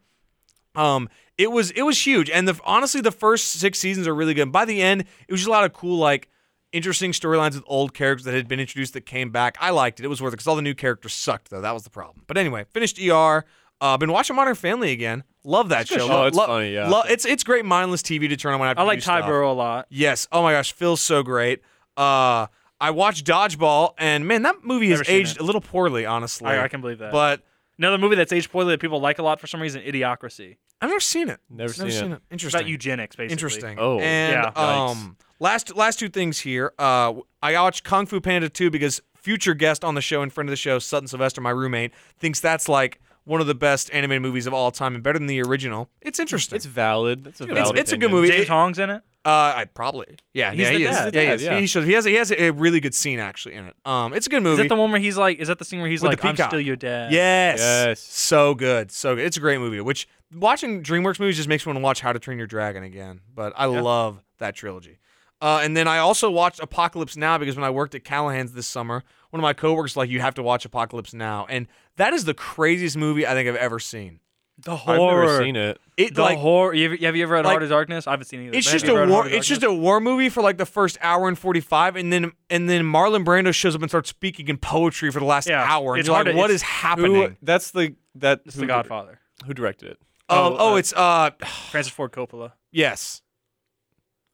[SPEAKER 2] Um, it was it was huge, and the honestly the first six seasons are really good. And by the end, it was just a lot of cool like interesting storylines with old characters that had been introduced that came back. I liked it. It was worth it because all the new characters sucked though. That was the problem. But anyway, finished ER. Uh, been watching Modern Family again. Love that show.
[SPEAKER 3] show.
[SPEAKER 2] Lo-
[SPEAKER 3] Oh, it's
[SPEAKER 2] lo-
[SPEAKER 3] funny, yeah.
[SPEAKER 2] lo- it's it's great mindless TV to turn on when I have
[SPEAKER 1] i
[SPEAKER 2] to
[SPEAKER 1] like
[SPEAKER 2] do
[SPEAKER 1] ty
[SPEAKER 2] stuff.
[SPEAKER 1] burrow a lot
[SPEAKER 2] Yes. Oh my gosh, Phil's so great. Uh, I watched Dodgeball, and man, that movie
[SPEAKER 1] Never
[SPEAKER 2] has
[SPEAKER 1] seen
[SPEAKER 2] aged
[SPEAKER 1] it.
[SPEAKER 2] a little poorly, honestly.
[SPEAKER 1] I, I can believe that
[SPEAKER 2] But
[SPEAKER 1] another movie that's aged poorly that people like a lot for some reason idiocracy
[SPEAKER 2] I've never seen it.
[SPEAKER 3] Never
[SPEAKER 2] Never
[SPEAKER 3] seen
[SPEAKER 2] seen
[SPEAKER 3] it.
[SPEAKER 2] it. Interesting.
[SPEAKER 1] about eugenics basically
[SPEAKER 2] Interesting.
[SPEAKER 3] Oh.
[SPEAKER 2] and
[SPEAKER 1] Yeah.
[SPEAKER 2] um, last last two things here. Uh, I watched Kung Fu Panda 2 because future guest on the show and friend of the show, Sutton Sylvester, my roommate, thinks that's like one of the best animated movies of all time and better than the original. It's interesting.
[SPEAKER 3] It's valid. That's a
[SPEAKER 2] it's-
[SPEAKER 3] valid.
[SPEAKER 2] it's a good
[SPEAKER 3] opinion.
[SPEAKER 2] movie.
[SPEAKER 1] james
[SPEAKER 2] It-
[SPEAKER 1] hong's in it
[SPEAKER 2] uh, I probably yeah
[SPEAKER 1] He's
[SPEAKER 2] yeah
[SPEAKER 1] the dad.
[SPEAKER 2] he is yeah, he
[SPEAKER 3] Yeah,
[SPEAKER 2] is.
[SPEAKER 3] yeah.
[SPEAKER 2] He, shows, he has a, he has a really good scene actually in it. Um, it's a good
[SPEAKER 1] is
[SPEAKER 2] movie.
[SPEAKER 1] that the one where he's like is that the scene where he's
[SPEAKER 2] With the
[SPEAKER 1] like i'm
[SPEAKER 2] peacock.
[SPEAKER 1] still your dad
[SPEAKER 2] Yes.
[SPEAKER 3] Yes.
[SPEAKER 2] So good. So good. It's a great movie. Which watching DreamWorks movies just makes me want to watch How to Train Your Dragon again. But I love that trilogy. Uh, and then I also watched Apocalypse Now because when I worked at Callahan's this summer, one of my coworkers was like, "You have to watch Apocalypse Now," and that is the craziest movie I think I've ever seen.
[SPEAKER 1] the
[SPEAKER 3] I've
[SPEAKER 1] horror
[SPEAKER 3] never seen it.
[SPEAKER 2] It
[SPEAKER 1] the
[SPEAKER 2] like
[SPEAKER 1] horror you ever- have you ever read
[SPEAKER 2] like-
[SPEAKER 1] heart of darkness i haven't seen either
[SPEAKER 2] it's
[SPEAKER 1] but have
[SPEAKER 2] just
[SPEAKER 1] you
[SPEAKER 2] a
[SPEAKER 1] read Heart
[SPEAKER 2] war.
[SPEAKER 1] of
[SPEAKER 2] It's
[SPEAKER 1] Darkness?
[SPEAKER 2] just a war movie for like the first hour and forty five, and then and then Marlon Brando shows up and starts speaking in poetry for the last
[SPEAKER 1] Yeah.
[SPEAKER 2] hour, and
[SPEAKER 1] It's
[SPEAKER 2] you're
[SPEAKER 1] hard
[SPEAKER 2] like,
[SPEAKER 1] to-
[SPEAKER 2] "What
[SPEAKER 1] it's-
[SPEAKER 2] is
[SPEAKER 3] Who?
[SPEAKER 2] happening?"
[SPEAKER 3] That's the that.
[SPEAKER 1] it's
[SPEAKER 3] who
[SPEAKER 1] the
[SPEAKER 3] dir-
[SPEAKER 1] godfather
[SPEAKER 3] Who directed it?
[SPEAKER 2] um,
[SPEAKER 3] oh,
[SPEAKER 2] oh,
[SPEAKER 3] uh,
[SPEAKER 2] it's uh,
[SPEAKER 1] francis ford coppola
[SPEAKER 2] yes.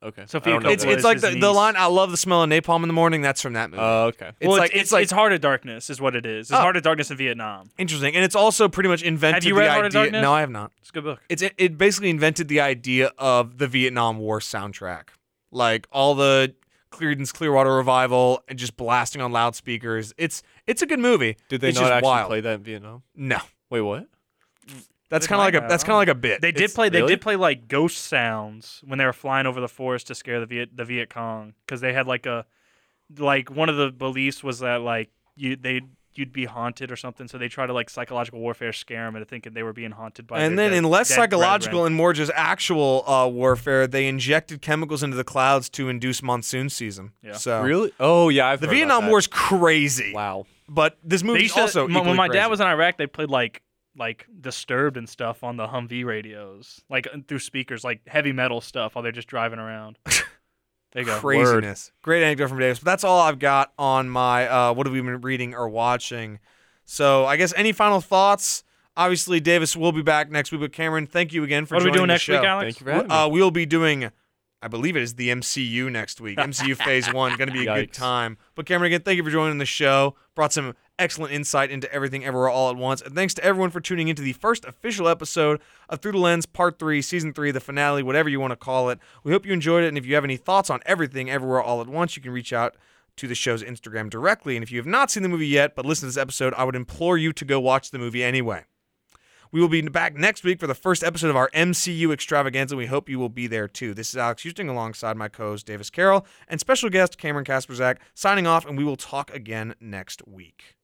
[SPEAKER 3] Okay.
[SPEAKER 1] Sophia
[SPEAKER 3] I don't know
[SPEAKER 2] It's
[SPEAKER 1] Coppola.
[SPEAKER 3] that.
[SPEAKER 2] it's like
[SPEAKER 1] his
[SPEAKER 2] the, the
[SPEAKER 1] niece.
[SPEAKER 2] line "I love the smell of napalm in the morning." That's from that movie.
[SPEAKER 3] Oh, okay.
[SPEAKER 2] it's
[SPEAKER 1] Uh, well,
[SPEAKER 2] like
[SPEAKER 1] it's,
[SPEAKER 2] it's, like
[SPEAKER 1] it's Heart of Darkness is what it is. It's
[SPEAKER 2] Oh.
[SPEAKER 1] Heart of Darkness in Vietnam.
[SPEAKER 2] interesting, and it's also pretty much invented
[SPEAKER 1] you
[SPEAKER 2] the
[SPEAKER 1] read
[SPEAKER 2] idea.
[SPEAKER 1] Heart of Darkness?
[SPEAKER 2] No, I have not.
[SPEAKER 1] It's a good book.
[SPEAKER 2] It's it, it basically invented the idea of the Vietnam War soundtrack, like all the Creedence Clearwater Revival and just blasting on loudspeakers. It's it's a good movie.
[SPEAKER 3] Did they
[SPEAKER 2] it's
[SPEAKER 3] not
[SPEAKER 2] just
[SPEAKER 3] actually
[SPEAKER 2] wild.
[SPEAKER 3] play that in Vietnam?
[SPEAKER 2] No,
[SPEAKER 3] Wait, what?
[SPEAKER 2] That's
[SPEAKER 3] They
[SPEAKER 2] kind of
[SPEAKER 3] might
[SPEAKER 2] like a
[SPEAKER 3] have,
[SPEAKER 2] that's
[SPEAKER 3] I
[SPEAKER 2] kind of
[SPEAKER 3] don't
[SPEAKER 2] like a bit.
[SPEAKER 1] They did
[SPEAKER 2] It's-
[SPEAKER 1] play. They
[SPEAKER 3] really?
[SPEAKER 1] did play like ghost sounds when they were flying over the forest to scare the Viet the Viet Cong because they had like a like one of the beliefs was that like you they you'd be haunted or something. So they try to like psychological warfare scare them into thinking they were being haunted by.
[SPEAKER 2] And
[SPEAKER 1] their
[SPEAKER 2] then,
[SPEAKER 1] dead-
[SPEAKER 2] in less
[SPEAKER 1] dead
[SPEAKER 2] psychological
[SPEAKER 1] brethren.
[SPEAKER 2] and more just actual uh, warfare, they injected chemicals into the clouds to induce monsoon season.
[SPEAKER 1] Yeah.
[SPEAKER 2] So
[SPEAKER 3] Really? Oh yeah, I've
[SPEAKER 2] the
[SPEAKER 3] heard about
[SPEAKER 2] Vietnam
[SPEAKER 3] that.
[SPEAKER 2] War's crazy.
[SPEAKER 3] Wow.
[SPEAKER 2] But this
[SPEAKER 1] They
[SPEAKER 2] movie's
[SPEAKER 1] used to-
[SPEAKER 2] also
[SPEAKER 1] m-
[SPEAKER 2] equally
[SPEAKER 1] when my
[SPEAKER 2] crazy.
[SPEAKER 1] dad was in Iraq, they played like like disturbed and stuff on the Humvee radios, like and through speakers, like heavy metal stuff while they're just driving around. there you go.
[SPEAKER 2] craziness. Great anecdote from Davis. But that's all I've got on my uh, what have we been reading or watching. So I guess any final thoughts? Obviously, Davis will be back next week. But Cameron, thank you again for
[SPEAKER 1] What are we
[SPEAKER 2] joining
[SPEAKER 1] doing
[SPEAKER 2] the
[SPEAKER 1] next
[SPEAKER 2] show.
[SPEAKER 1] week, Alex?
[SPEAKER 3] Thank you for having me.
[SPEAKER 2] Uh, we'll be doing, I believe it is the MCU next week. MCU Phase One, going to be a good
[SPEAKER 3] Yikes.
[SPEAKER 2] time. But Cameron, again, thank you for joining the show. Brought some excellent insight into everything, everywhere, all at once. And thanks to everyone for tuning into the first official episode of Through the Lens Part Three, Season Three, the finale, whatever you want to call it. We hope you enjoyed it. And if you have any thoughts on everything, everywhere, all at once, you can reach out. To the show's Instagram directly. And if you have not seen the movie yet, but listen to this episode, I would implore you to go watch the movie anyway. We will be back next week for the first episode of our MCU extravaganza. and We hope you will be there too. This is Alex Houston alongside my co host Davis Carroll and special guest Cameron Kasperzak signing off, and we will talk again next week.